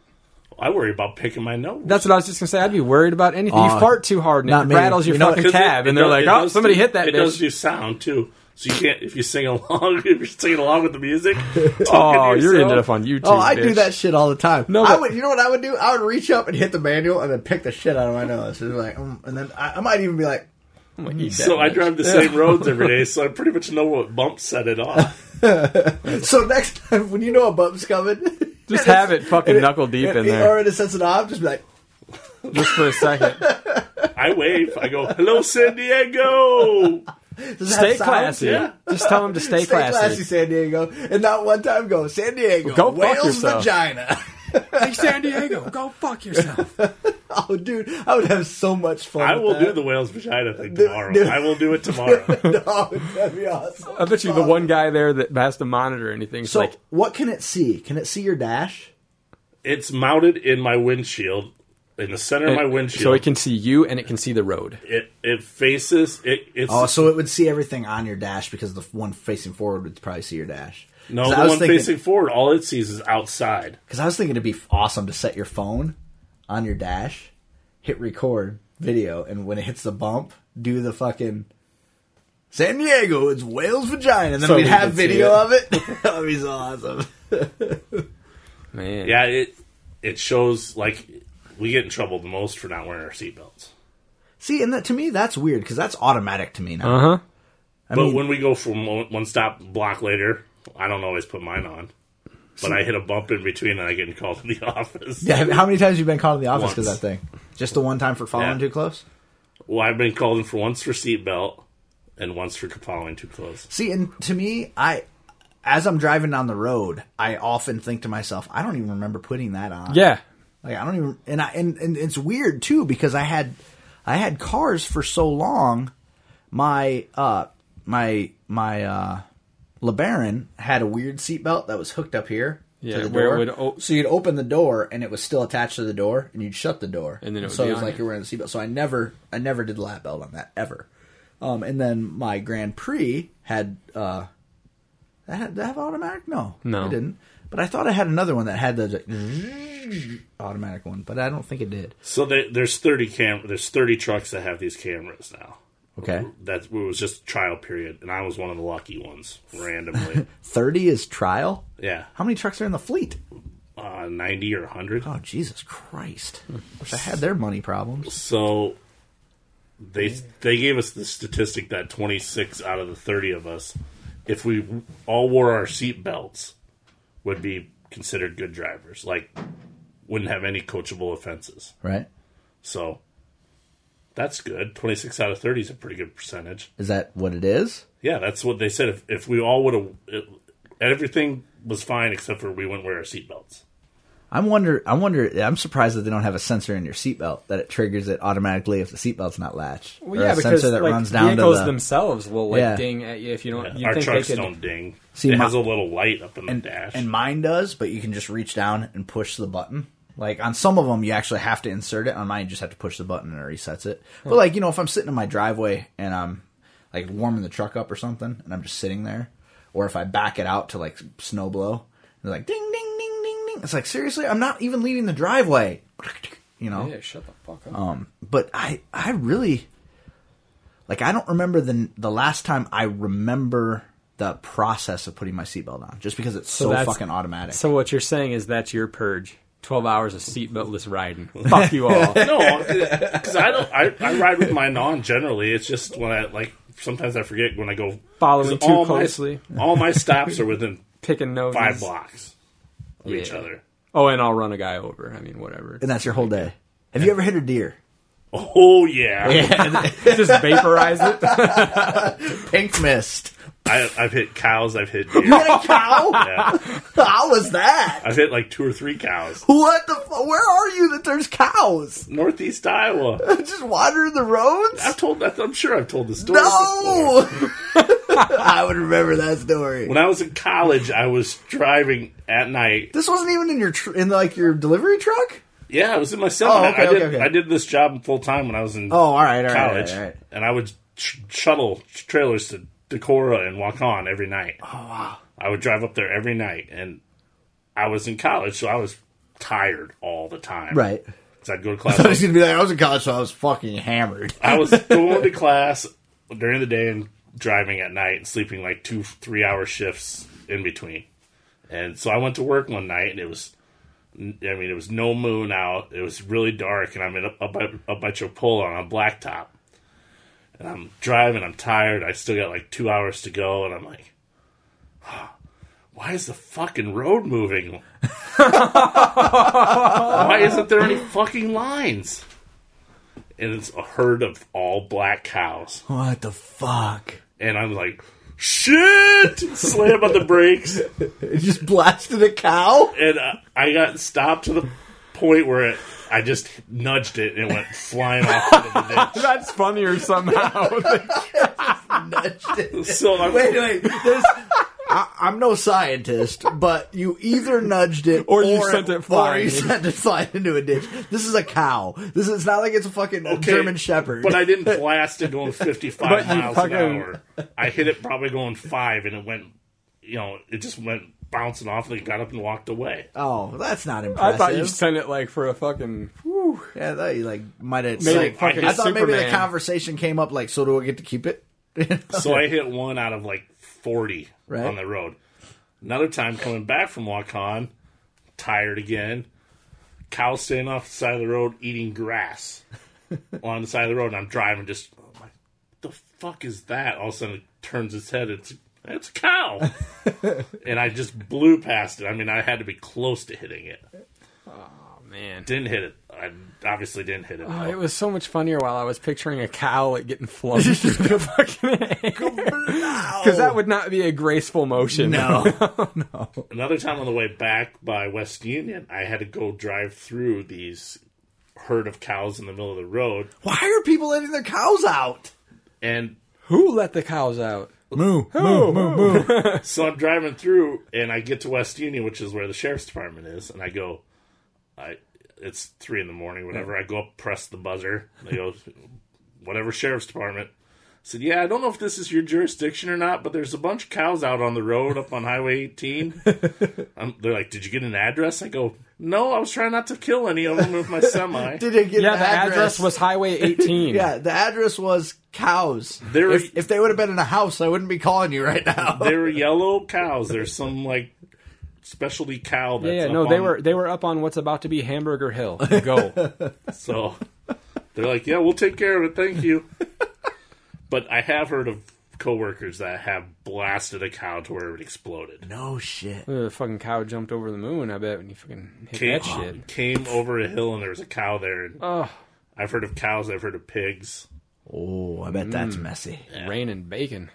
I worry about picking my nose. That's what I was just gonna say. I'd be worried about anything. Aw, you fart too hard not and me. it rattles your You know what? fucking 'Cause it- cab, and it they're does- like, it "Oh, does somebody do- hit that It bitch." does do sound too. So you can't if you sing along. if you're singing along with the music. oh, talking to you're ended yourself, up on YouTube. Oh, I do bitch. that shit all the time. No, I but- would. You know what I would do? I would reach up and hit the manual, and then pick the shit out of my nose. And, be like, mm, and then I, I might even be like, I'm gonna eat that So I bitch. drive the same roads every day, so I pretty much know what bump set it off. "So next time when you know a bump's coming, Just have it fucking knuckle deep in Or there in a sense it off, just be like, just for a second. I wave. I go, "Hello, San Diego." Does that Stay sound- classy. Yeah. Just tell him to stay, Stay classy. San Diego. And not one time go, San Diego, Go fuck Wales yourself. vagina. San Diego, go fuck yourself. oh, dude, I would have so much fun. I with will that. do the whale's vagina thing Dude, tomorrow. dude. I will do it tomorrow. no, that'd be awesome. I bet you the one guy there that has to monitor anything. is So, like, what can it see? Can it see your dash? it's mounted in my windshield, in the center of my windshield. so it can see you and it can see the road. It, it faces it. It's Oh, so it would see everything on your dash because the one facing forward would probably see your dash. no 'Cause the I was one thinking, facing forward. All it sees is outside. Because I was thinking it'd be awesome to set your phone on your dash, hit record video, and when it hits the bump, do the fucking San Diego, it's whale's vagina, and then So we'd we have could see video it. of it. That'd be so awesome. Man. Yeah, it it shows like we get in trouble the most for not wearing our seatbelts. See, and that to me, that's weird because that's automatic to me now. Uh Uh-huh. huh. I But mean, when we go from one one stop block later, I don't always put mine on. But I hit a bump in between and I get called to the office. yeah, how many times have you been called in the office Once. because of that thing? Just the one time for following Yeah. too close. Well, I've been called in for once for seatbelt and once for following too close. See, and to me, I as I'm driving down the road, I often think to myself, I don't even remember putting that on. Yeah. Like I don't even and I and, and it's weird too because I had I had cars for so long. My uh my my uh LeBaron had a weird seatbelt that was hooked up here. Yeah, to the where it door. would o- so you'd open the door and it was still attached to the door and you'd shut the door. And then it would so be it was on like it. you're wearing a seatbelt. So I never I never did the lap belt on that ever. Um and then my Grand Prix had uh that had that have automatic? No. No. It didn't. But I thought I had another one that had the automatic one, but I don't think it did. So they, there's 30 cam there's 30 trucks that have these cameras now. Okay. That it was just trial period and I was one of the lucky ones randomly. 30 is trial? yeah. How many trucks are in the fleet? Uh, 90 or 100. Oh, Jesus Christ. Wish I had their money problems. So they they gave us the statistic that 26 out of the 30 of us, if we all wore our seatbelts, would be considered good drivers. Like, wouldn't have any coachable offenses. Right? So that's good. 26 out of 30 is a pretty good percentage. Is that what it is? Yeah, that's what they said. If if we all would have, everything was fine except for we wouldn't wear our seatbelts. I wonder. I wonder. I'm surprised that they don't have a sensor in your seatbelt that it triggers it automatically if the seatbelt's not latched. Well, Or yeah, a because sensor that like, runs down to vehicles the. themselves will like Yeah. ding at you if you don't. You our think trucks they could, don't ding. See, it my- has a little light up in the dash. and mine does, but you can just reach down and push the button. Like on some of them, you actually have to insert it. On mine, you just have to push the button and it resets it. But like you know, if I'm sitting in my driveway and I'm like warming the truck up or something, and I'm just sitting there, or if I back it out to like snow blow, it's like ding ding ding ding ding. It's like seriously, I'm not even leaving the driveway. You know, Yeah, shut the fuck up. but I I really like I don't remember the the last time I remember the process of putting my seatbelt on just because it's so, that's- fucking automatic. so what you're saying is that's your purge. Twelve hours of seatbeltless riding. fuck you all. No, because I don't. I, I ride with mine on generally. It's just when I like. Sometimes I forget when I go 'cause Following too all my- closely, all my stops are within picking noses. five blocks of each Yeah. other. Oh, and I'll run a guy over. I mean, whatever. and that's your whole day. Have you ever hit a deer? Oh yeah, Just vaporize it. Pink mist. I, I've hit cows. I've hit deer. A cow? Yeah. How was that? I've hit like two or three cows. What the? F- where are you that there's cows? Northeast Iowa. Just wandering the roads? I've told. I'm sure I've told the story. before. No. I would remember that story. When I was in college, I was driving at night This wasn't even in your tr- in like your delivery truck. Yeah, I was in my seminar. Oh, okay, I, did, okay, okay. I did this job full time when I was in Oh, all right, all right, college, all right, all right. and I would sh- shuttle trailers to Decorah and Wakan every night. Oh wow! I would drive up there every night, and I was in college, so I was tired all the time. Right. So I'd go to class. I was gonna be like, I was in college, so I was fucking hammered. I was going to class during the day and driving at night and sleeping like two, three hour shifts in between. And so I went to work one night and it was, I mean, it was no moon out. It was really dark and I'm in, up, up, by- up by Chopola on a blacktop. And I'm driving, I'm tired. I still got like two hours to go. And I'm like, why is the fucking road moving? why isn't there any fucking lines? and it's a herd of all black cows. What the fuck? and I'm like, shit! Slam on the brakes, It just blasted a cow. and uh, I got stopped to the point where it, I just nudged it and it went flying off into the ditch. That's funnier somehow. Nudged it. So I'm, Wait, wait. There's, I, I'm no scientist, but you either nudged it Or you sent it flying. or you sent it flying into a ditch. This is a cow. This is it's not like it's a fucking Okay, German Shepherd. But I didn't blast it going 55 But you miles fucking- an hour. I hit it probably going five, and it went, you know, it just went bouncing off, and it got up and walked away. oh, that's not I impressive. thought you sent it like for a fucking. Whew. yeah, I thought you like might have. Made like, it fucking I thought maybe the Superman. conversation came up like, so do I get to keep it? So I hit one out of like 40 Right. on the road. Another time coming back from Wakan, tired again. Cow standing off the side of the road eating grass on the side of the road, and I'm driving just, oh my, the fuck is that? All of a sudden it turns its head. It's it's a cow, and I just blew past it. I mean, I had to be close to hitting it. Man. Didn't hit it. I obviously didn't hit it. Oh, though. it was so much funnier while I was picturing a cow like getting flung through the fucking because that would not be a graceful motion. no. Another time on the way back by West Union, I had to go drive through these herd of cows in the middle of the road, Why are people letting their cows out? and Who let the cows out? Moo, moo, moo, moo. so I'm driving through, and I get to West Union, which is where the sheriff's department is, and I go, I it's three in the morning, whatever. I go up, press the buzzer, they go, whatever sheriff's department. I said, yeah, I don't know if this is your jurisdiction or not, but there's a bunch of cows out on the road up on Highway 18. I'm, they're like, did you get an address? I go, no, I was trying not to kill any of them with my semi. Did they get Yeah, an the address, was Highway 18. Yeah, the address was cows. There if, is- if they would have been in a house, I wouldn't be calling you right now. they were yellow cows. There's some like specialty cow. That's yeah, yeah up no, they on- were they were up on what's about to be Hamburger Hill. Go. So they're like, yeah, we'll take care of it. Thank you. but I have heard of coworkers that have blasted a cow to where it exploded. No shit. the fucking cow jumped over the moon. I bet when you fucking hit Came, that shit. came over a hill and there was a cow there. And Oh, I've heard of cows. I've heard of pigs. Oh, I bet that's Mm. messy. rain and bacon.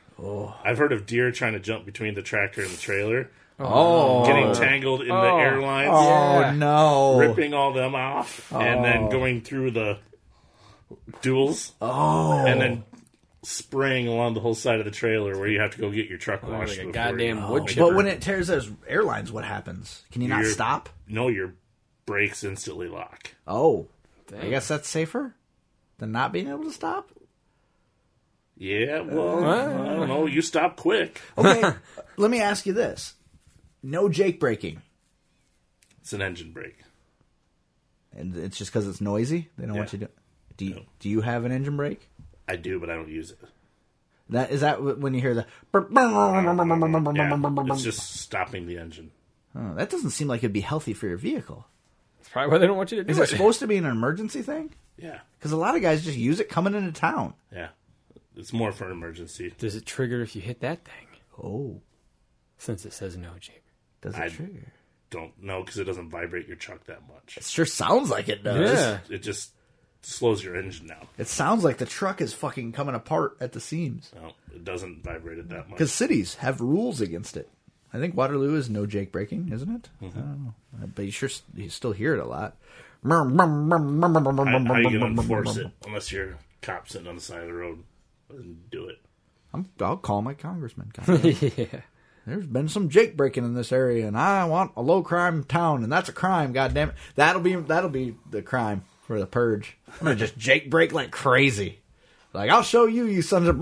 I've heard of deer trying to jump between the tractor and the trailer, Oh, getting tangled in the air lines. Oh no. ripping all them off and then going through the duels. Oh. And then spraying along the whole side of the trailer where you have to go get your truck washed. like a before goddamn you- wood chipper. But when it tears those airlines, what happens? Can you not You're- stop? No, your brakes instantly lock. Oh, I guess that's safer than not being able to stop. Yeah, well, I don't know. You stop quick. Okay, let me ask you this: No Jake braking, It's an engine brake. and it's just because it's noisy. They don't want Yeah. you to. Do you, do you have an engine brake? I do, but I don't use it. That is that wh- when you hear the. Yeah, it's just stopping the engine. Oh, that doesn't seem like it'd be healthy for your vehicle. That's probably why they don't want you to do Is it. it supposed to be an emergency thing? Yeah, Because a lot of guys just use it coming into town. yeah. It's more for an emergency. Does it trigger if you hit that thing? Oh, Since it says no, Jake. does it I- trigger? Don't know because it doesn't vibrate your truck that much. It sure sounds like it does. Yeah. It just slows your engine down. It sounds like the truck is fucking coming apart at the seams. No, it doesn't vibrate it that much. Because cities have rules against it. I think Waterloo is no Jake breaking, isn't it? I don't know. Uh, But you sure s- you still hear it a lot. How, how you gonna enforce it unless you're a cop sitting on the side of the road? Doesn't do it. I'm, I'll call my congressman. goddamn. There's been some Jake breaking in this area, and I want a low crime town, and that's a crime. Goddamn it, that'll be that'll be the crime for the purge. I'm gonna just Jake break like crazy. Like I'll show you, you sons of.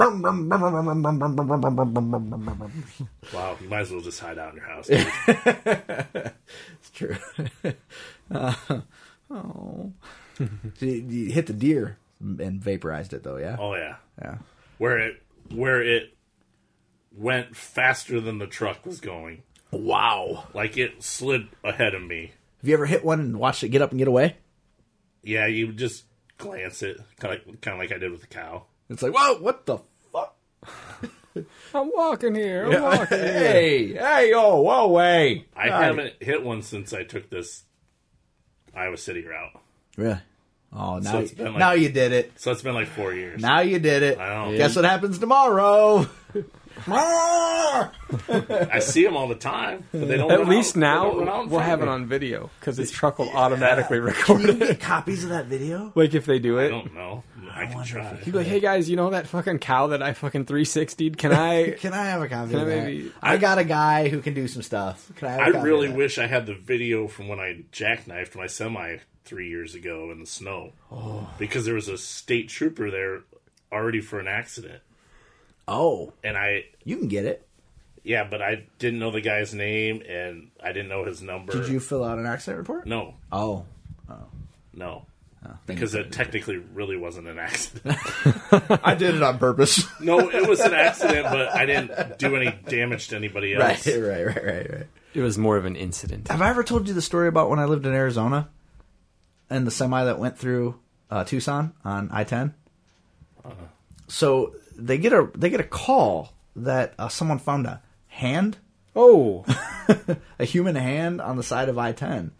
It's Wow, you might as well just hide out in your house. true. Uh, oh, so you, you hit the deer and vaporized it though. Yeah. oh yeah, Yeah. where it where it went faster than the truck was going. Oh, Wow. Like it slid ahead of me. Have you ever hit one and watched it get up and get away? Yeah, you just glance it, kind of kind of like I did with the cow. It's like, whoa, what the fuck? I'm walking here. I'm walking here. Hey, hey, oh, whoa, way. I haven't hit one since I took this Iowa City route. Really? Oh, now, So it's been like- now you did it. So it's been like four years. Now you did it. I know. Guess what happens tomorrow? I see them all the time, but they don't. At run least out. They now don't run out in we'll front have it of me. on video because it's truck will automatically Can you record it. get copies of that video? Like if they do I it, don't know. I, can wonder try. You'd be like, hey guys, you know that fucking cow that I fucking 360'd? Can I? Can I have a copy Can of I that? maybe- I got a guy who can do some stuff. Can I? Have a I copy of really that? wish I had the video from when I jackknifed my semi three years ago in the snow, Oh. because there was a state trooper there already for an accident, Oh, and I you can get it. yeah, but I didn't know the guy's name and I didn't know his number. Did you fill out an accident report? No, Oh, no, because it technically really wasn't an accident. I did it on purpose. no, it was an accident, but I didn't do any damage to anybody right, else. right, right, right, right. It was more of an incident. Have I ever told you the story about when I lived in Arizona and the semi that went through uh, Tucson on I 10 So they get a they get a call that uh, someone found a hand, Oh, a human hand on the side of I ten.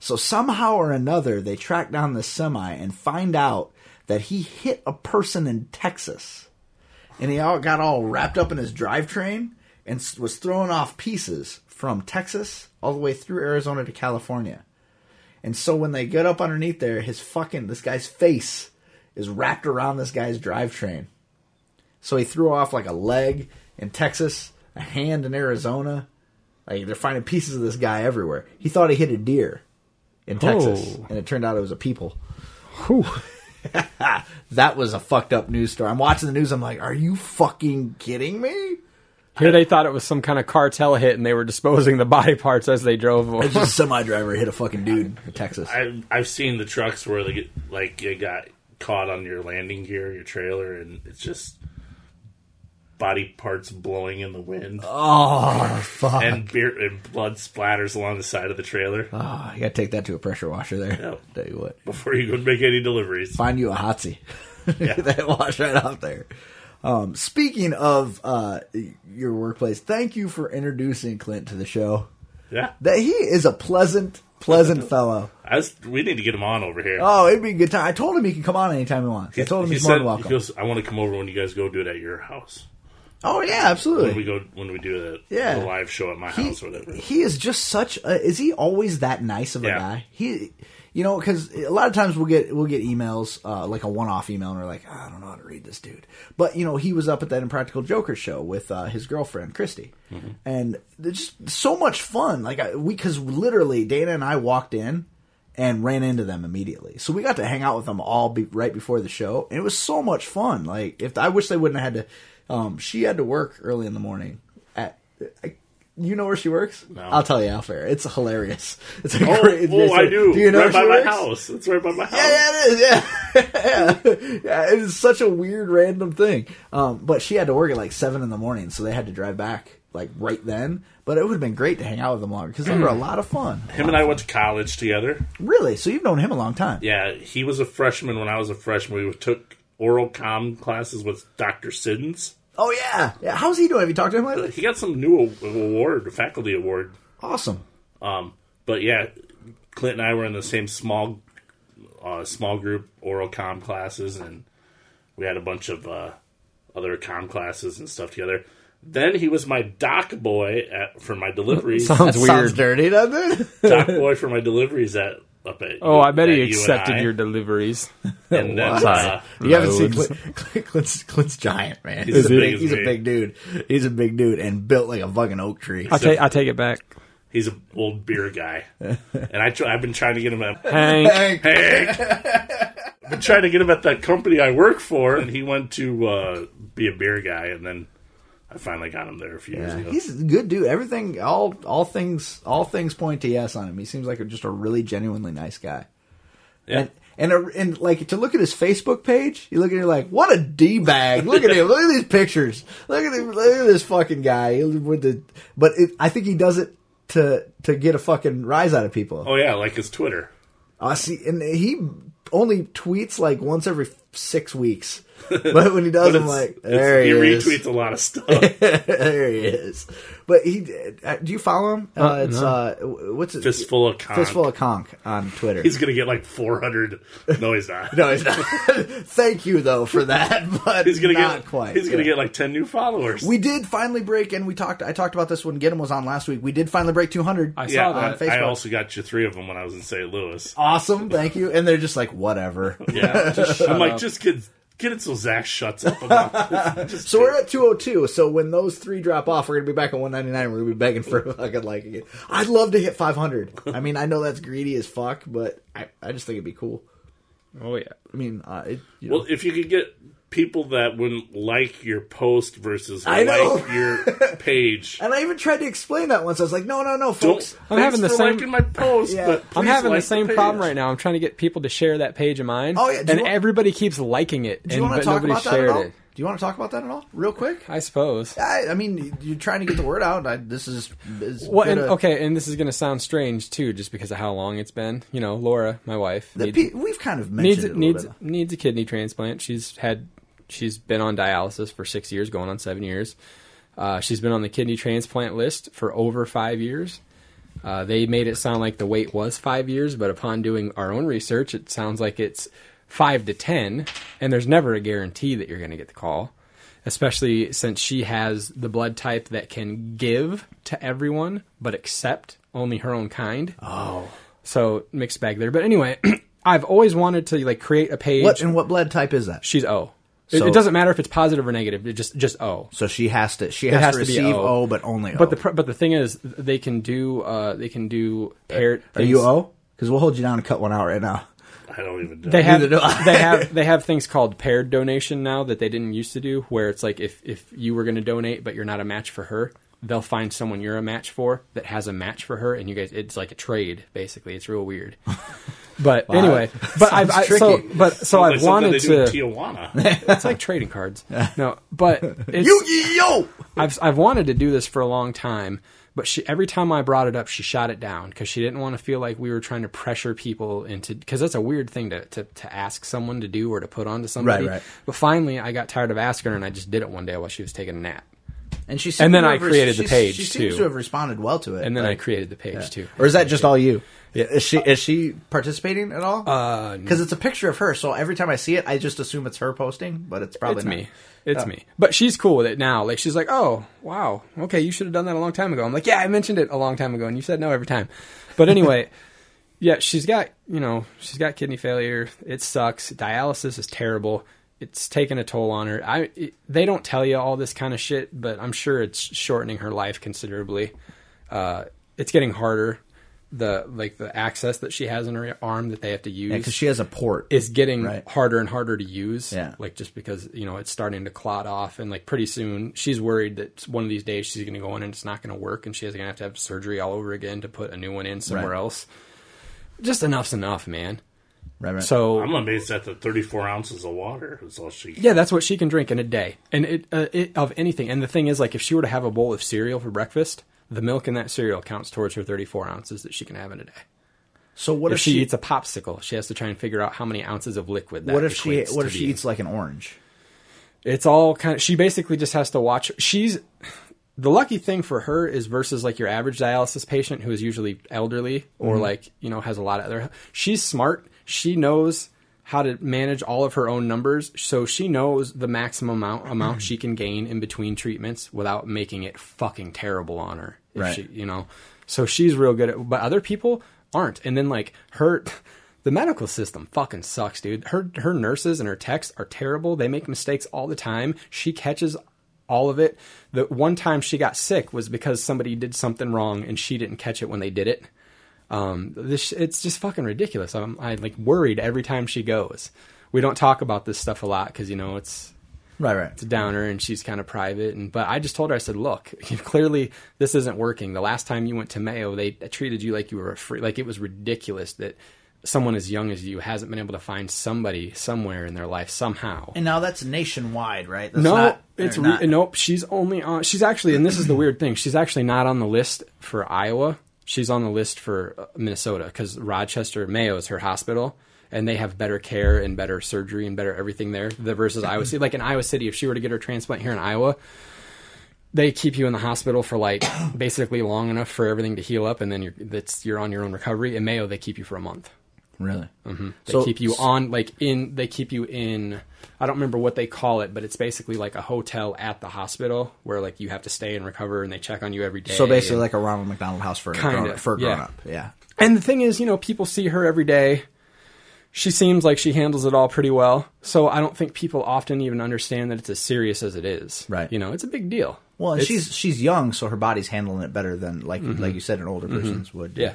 So somehow or another, they track down this semi and find out that he hit a person in Texas, and he all got all wrapped up in his drivetrain and s- was thrown off pieces from Texas all the way through Arizona to California. And so when they get up underneath there, his fucking this guy's face is wrapped around this guy's drivetrain. So he threw off like a leg in Texas, a hand in Arizona. Like they're finding pieces of this guy everywhere. He thought he hit a deer in Texas, Oh. and it turned out it was a people. that was a fucked up news story. I'm watching the news. I'm like, are you fucking kidding me? here they thought it was some kind of cartel hit, and they were disposing the body parts as they drove. Over. Just a semi driver hit a fucking dude in Texas. I, I've seen the trucks where they get like it got caught on your landing gear, your trailer, and it's just body parts blowing in the wind Oh fuck! and beer and blood splatters along the side of the trailer Oh, you gotta take that to a pressure washer there. Yep. Tell you what. before you could make any deliveries. find you a hotsie. Yeah. that wash right off there. Um, speaking of uh, your workplace, thank you for introducing Clint to the show. Yeah, That he is a pleasant, pleasant fellow. I was, we need to get him on over here. Oh, it'd be a good time. I told him he can come on anytime he wants. I told him He he's more said- than welcome. He goes, I want to come over when you guys go do it at your house. oh yeah, When we absolutely. go when we do the, Yeah. the live show at my He, house or whatever. he is just such. a... Is he always that nice of a Yeah. guy? He, you know, because a lot of times we'll get we'll get emails uh, like a one off email, and we're like, "Ah, I don't know how to read this dude. But you know, he was up at that Impractical Joker show with uh, his girlfriend Christy, Mm-hmm. and it's just so much fun. Like I, we, because literally Dana and I walked in and ran into them immediately, so we got to hang out with them all be, right before the show, and it was so much fun. Like if I wish they wouldn't have had to, um, she had to work early in the morning at. I, you know where she works? No. I'll tell you off air. It's hilarious. It's a Oh, great. oh, I do. Do you know where right by she my works? house. It's right by my house. Yeah, yeah, it is. Yeah. yeah. it is such a weird, random thing. Um, but she had to work at like seven in the morning, so they had to drive back like right then. But it would have been great to hang out with them longer because they were a lot of fun. Him and I went to college together. Really? So you've known him a long time? Yeah, he was a freshman when I was a freshman. We took oral com classes with Dr. Siddons. Oh yeah. Yeah. How's he doing? Have you talked to him lately? He got some new a- award, a faculty award. Awesome. Um, but yeah, Clint and I were in the same small, uh, small group oral com classes, and we had a bunch of uh, other com classes and stuff together. Then he was my dock boy at, for my deliveries. Sounds Sounds weird. dirty, doesn't it? dock boy for my deliveries at up at. Oh, I bet he at accepted UNI. your deliveries. And then, uh, You haven't seen Loads. Clint, Clint, Clint's, Clint's giant man. He's a as big big, as he's a me. big dude. He's a big dude and built like a fucking oak tree. I take I take it back. he's an old beer guy, and I tr- I've been trying to get him at Hank, Hank, been trying to get him at that company I work for, and he went to uh, be a beer guy, and then I finally got him there a few years Yeah, ago. he's a good dude. Everything, all, all things, all things point to yes on him. He seems like a, just a really genuinely nice guy. Yeah. And and, a, and like to look at his Facebook page, you look at it like, what a d bag! Look at him! Look at these pictures! Look at him! Look at this fucking guy He with the. But it, I think he does it to to get a fucking rise out of people. oh yeah, like his Twitter. I see, and he only tweets like once every six weeks. but when he does, But I'm it's- like, it's- there he he, is. retweets a lot of stuff. there he is. But he, did- uh, do you follow him? Uh, it's no. uh, w- what's it? Fistful of conch. Fistful of conch on Twitter. He's gonna get like 400. No, he's not. no, he's not. Thank you though for that, but he's gonna not get quite. He's gonna yeah. get like 10 new followers. We did finally break, and we talked. I talked about this when Gidim was on last week. We did finally break 200. I yeah, saw that. I, I Facebook. also got you three of them when I was in St. Louis. awesome, thank you. And they're just like, whatever. Yeah, I'm like, just get get it so Zach shuts up about this. Just So do we're it. at 202. So when those three drop off, we're gonna be back at 199. We're gonna be begging for a fucking like again. I'd love to hit 500. I mean, I know that's greedy as fuck, but I, I just think it'd be cool. Oh yeah. I mean, uh, it, you know. Well, if you could get people that wouldn't like your post versus I know. like your page. and I even tried to explain that once. I was like, no, no, no, Don't, folks. I'm having the thanks for same- liking my post, Yeah. but I'm please having like the same page. problem right now. I'm trying to get people to share that page of mine, Oh, yeah, do you and want- everybody keeps liking it, Do you and want but to talk nobody about that at shared all? it. Do you want to talk about that at all, real quick? I suppose. I, I mean, you're trying to get the word out. I, this is, is uh, Well, and, gonna- okay, and this is going to sound strange too, just because of how long it's been. You know, Laura, my wife, The needs- pe- we've kind of mentioned needs it a little needs bit. needs a kidney transplant. She's had she's been on dialysis for six years, going on seven years. Uh, she's been on the kidney transplant list for over five years. Uh, they made it sound like the wait was five years, but upon doing our own research, it sounds like it's five to ten, and there's never a guarantee that you're going to get the call, especially since she has the blood type that can give to everyone but accept only her own kind. Oh. So mixed bag there. But anyway, I've always wanted to like create a page. What and what blood type is that? She's O. It- So- it, doesn't matter if it's positive or negative. It just just O. So she has to. She It has, has to to be receive O. O, but only O. But the pr- but the thing is, they can do uh they can do paired. are you things- O? Because we'll hold you down and cut one out right now. I don't even know. They have Neither do I. they have they have things called paired donation now that they didn't used to do, where it's like if if you were going to donate but you're not a match for her, they'll find someone you're a match for that has a match for her, and you guys it's like a trade basically. It's real weird. But anyway, but I've I, so tricky. but so Sounds like I've something wanted they to. do in Tijuana. It's like trading cards. No, but it's, Yu Gi Oh! I've I've wanted to do this for a long time, but she every time I brought it up, she shot it down because she didn't want to feel like we were trying to pressure people into because that's a weird thing to, to to ask someone to do or to put onto somebody. right. But finally, I got tired of asking her, and I just did it one day while she was taking a nap, And she seems And then to I have created the she- page, She seems too. to have responded well to it. and then I like- created the page too. Or is that just all you? Yeah, Is she is she participating at all? Uh, Because it's a picture of her, so every time I see it, I just assume it's her posting, but it's probably it's not. Oh. me. It's me. But she's cool with it now. Like she's like, "Oh, wow. Okay, you should have done that a long time ago." I'm like, "Yeah, I mentioned it a long time ago and you said no every time." But anyway, yeah, she's got, you know, she's got kidney failure. It sucks. Dialysis is terrible. It's taking a toll on her. I it- they don't tell you all this kind of shit, but I'm sure it's shortening her life considerably. Uh, it's getting harder. The like the access that she has in her arm that they have to use Because she has a port. is getting Right. harder and harder to use. Yeah. Like just because, you know, it's starting to clot off and like pretty soon she's worried that one of these days she's going to go in and it's not going to work and she's going to have to have surgery all over again to put a new one in somewhere Right. else. Just enough's enough, man. right, right. So I'm amazed at the 34 ounces of water. Is all she. yeah, that's what she can drink in a day. And it, uh, it of anything. And the thing is like if she were to have a bowl of cereal for breakfast, the milk in that cereal counts towards her 34 ounces that she can have in a day. so what If, if she, eats a popsicle, she has to try and figure out how many ounces of liquid that what if she equates what to if she being. eats like an orange? it's all kind of she basically just has to watch she's the lucky thing for her is versus like your average dialysis patient who is usually elderly or like you know has a lot of other she's smart she knows how to manage all of her own numbers so she knows the maximum amount amount she can gain in between treatments without making it fucking terrible on her if Right. she you know so she's real good at but other people aren't and then like her the medical system fucking sucks dude her her nurses and her techs are terrible they make mistakes all the time she catches all of it the one time she got sick was because somebody did something wrong and she didn't catch it when they did it um this it's just fucking ridiculous i'm i like worried every time she goes we don't talk about this stuff a lot cuz you know it's Right, right. it's a downer and she's kind of private and but i just told her i said look clearly this isn't working the last time you went to mayo they treated you like you were a free like it was ridiculous that someone as young as you hasn't been able to find somebody somewhere in their life somehow And now that's nationwide, right? That's no not- it's they're re- not- nope she's only on she's actually and this is the weird thing she's actually not on the list for iowa she's on the list for uh, minnesota because rochester mayo is her hospital and they have better care and better surgery and better everything there. The versus Iowa City, like in Iowa City, if she were to get her transplant here in Iowa, they keep you in the hospital for like basically long enough for everything to heal up, and then you're that's you're on your own recovery. In Mayo, they keep you for a month. Really? Mm-hmm. They keep you on like in they keep you in I don't remember what they call it, but it's basically like a hotel at the hospital where like you have to stay and recover and they check on you every day. So basically, and, like a Ronald McDonald House for a Kinda, grown, for a yeah. grown up. Yeah. and the thing is, you know, people see her every day. She seems like she handles it all pretty well. So I don't think people often even understand that it's as serious as it is. Right. You know, it's a big deal. Well, and It's- Mm-hmm. she's she's young, so her body's handling it better than like like you said, an older person's would. Yeah.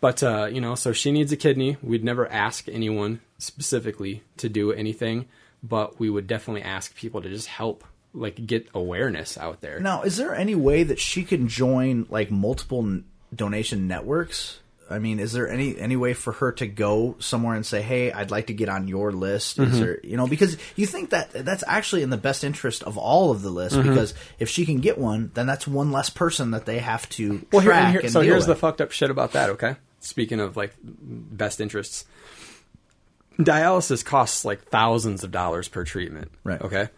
But, uh, you know, so she needs a kidney. We'd never ask anyone specifically to do anything, but we would definitely ask people to just help, like, get awareness out there. Now, is there any way that she can join like multiple n- donation networks? I mean, is there any any way for her to go somewhere and say, "Hey, I'd like to get on your list"? Mm-hmm. Is there, you know, because you think that that's actually in the best interest of all of the list Mm-hmm. because if she can get one, then that's one less person that they have to Well, here, track and here- and so deal here's the with. fucked up shit about that. Okay, speaking of like best interests, dialysis costs like thousands of dollars per treatment. Right. Okay.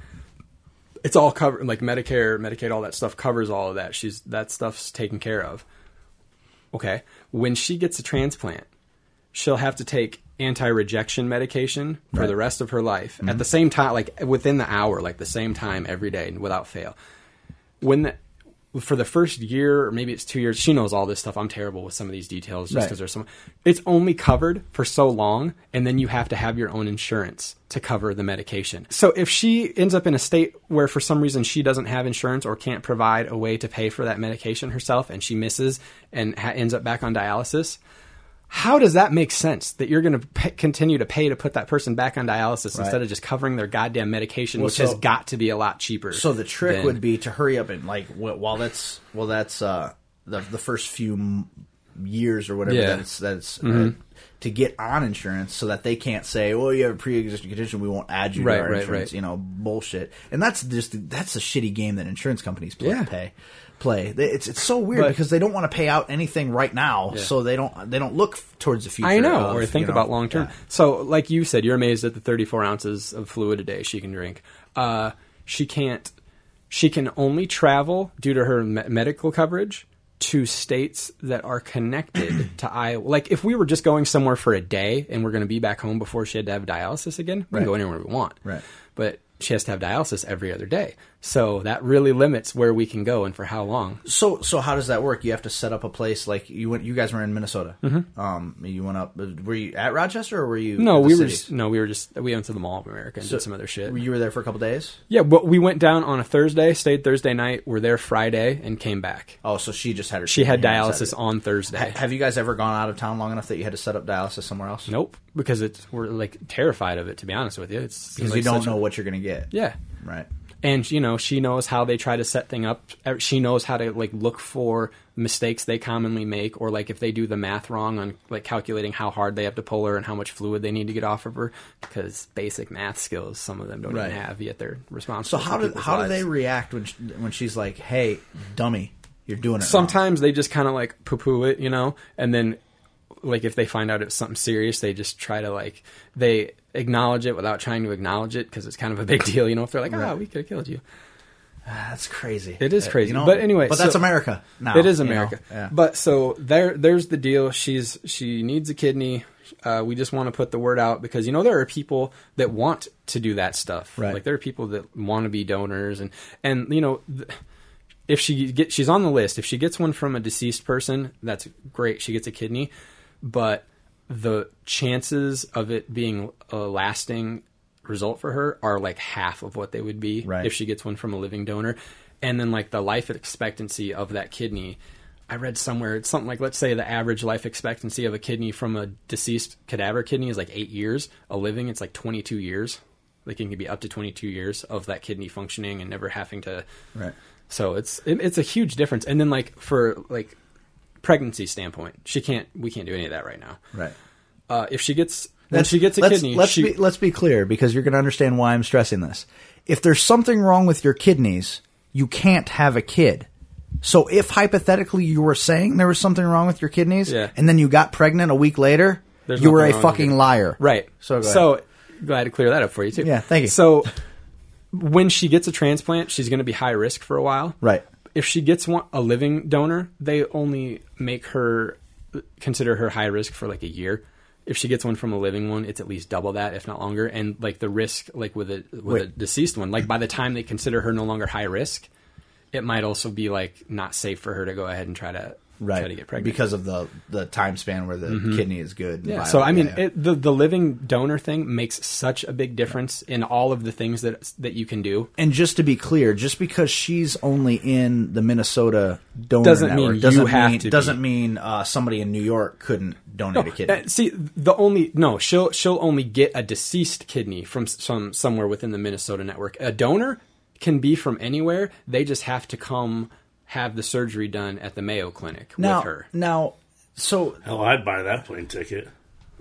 It's all covered, like Medicare, Medicaid, all that stuff covers all of that. She's that stuff's taken care of. Okay. When she gets a transplant, she'll have to take anti-rejection medication for Right. Mm-hmm. the rest of her life at the same time, like within the hour, like the same time every day, without fail when the, for the first year or maybe it's two years she knows all this stuff i'm terrible with some of these details just Right. because there's some it's only covered for so long and then you have to have your own insurance to cover the medication so if she ends up in a state where for some reason she doesn't have insurance or can't provide a way to pay for that medication herself and she misses and ha- ends up back on dialysis how does that make sense that you're going to p- continue to pay to put that person back on dialysis instead of just covering their goddamn medication, which has so- got to be a lot cheaper? So the trick than- would be to hurry up and like wh- while that's well that's uh the the first few m- years or whatever Yeah. Mm-hmm. that's that's uh, to get on insurance so that they can't say oh you have a pre-existing condition we won't add you Right, to our right, insurance right. you know bullshit and that's just that's a shitty game that insurance companies play Yeah. pay play They- it's it's so weird But- because they don't want to pay out anything right now so they don't they don't look f- towards the future I know, of, or think you know, about long term. yeah. So, like you said, you're amazed at the 34 ounces of fluid a day she can drink. Uh, she can't. She can only travel due to her me- medical coverage to states that are connected to Iowa. Like, if we were just going somewhere for a day and we're going to be back home before she had to have dialysis again, we Right. can go anywhere we want. Right. But she has to have dialysis every other day, so that really limits where we can go and for how long. So so how does that work? You have to set up a place like you went. You guys were in Minnesota. Um, you went up. Were you at Rochester or were you? Mm-hmm. No, at the we were city? just, no, we were just we went to the Mall of America and did some other shit. You were there for a couple days. Yeah, but we went down on a Thursday, stayed Thursday night, were there Friday, and came back. Oh, so she just had her. She had treatment here on dialysis Saturday. on Thursday. Have you guys ever gone out of town long enough that you had to set up dialysis somewhere else? Nope, because it's we're like terrified of it. To be honest with you, it's because like, you don't such a- know what you're going to get. yeah, Right. and you know she knows how they try to set thing up. Uh, She knows how to like look for mistakes they commonly make, or like if they do the math wrong on like calculating how hard they have to pull her and how much fluid they need to get off of her, because basic math skills some of them don't Right. even have yet. They're So responsible. how for do people's how do lives. they react when sh when she's like, "Hey, dummy, you're doing it." wrong." sometimes they just kind of like poo poo it, you know, and then like if they find out it's something serious, they just try to like they acknowledge it without trying to acknowledge it because it's kind of a big deal, you know. If they're like, "Ah, we could have killed you," Ah, that's crazy. It is Uh, crazy. But anyway, but that's so- America. Now it is you know? America. Yeah. But so there, there's the deal. She's she needs a kidney. Uh, we just want to put the word out because you know there are people that want to do that stuff. Right. Like there are people that want to be donors and and you know. Th- if she get she's on the list. If she gets one from a deceased person, that's great. She gets a kidney, but the chances of it being a lasting result for her are like half of what they would be Right. if she gets one from a living donor. And then like the life expectancy of that kidney, I read somewhere it's something like let's say the average life expectancy of a kidney from a deceased cadaver kidney is like 8 years, a living it's like 22 years. Like it can be up to 22 years of that kidney functioning and never having to Right. so it's it, it's a huge difference. And then like for like pregnancy standpoint, she can't we can't do any of that right now. Right. Uh, if she gets when she gets a let's, kidney, Let's she, be let's be clear because you're going to understand why I'm stressing this. If there's something wrong with your kidneys, you can't have a kid. So if hypothetically you were saying there was something wrong with your kidneys, Yeah. and then you got pregnant a week later, There's You were a nothing wrong with fucking it. liar. Right. So go ahead. so glad to clear that up for you too. Yeah, thank you. So when she gets a transplant, she's going to be high risk for a while. Right. If she gets one, a living donor, they only make her consider her high risk for like a year. If she gets one from a living one, it's at least double that, if not longer. And like the risk, like with a with a Wait. deceased one, like by the time they consider her no longer high risk, it might also be like not safe for her to go ahead and try to Right. try to get pregnant Mm-hmm. because of the the time span where the kidney is good. and Yeah. viable. So I mean, Yeah, yeah. It, the the living donor thing makes such a big difference in all of the things that that you can do. And just to be clear, just because she's only in the Minnesota donor Doesn't mean network you doesn't have mean, to doesn't be. mean uh, somebody in New York couldn't donate a kidney. Uh, see, the only no, she'll she'll only get a deceased kidney from s- some somewhere within the Minnesota network. A donor can be from anywhere. They just have to come have the surgery done at the Mayo Clinic now, with her. now, so Hell, I'd buy that plane ticket.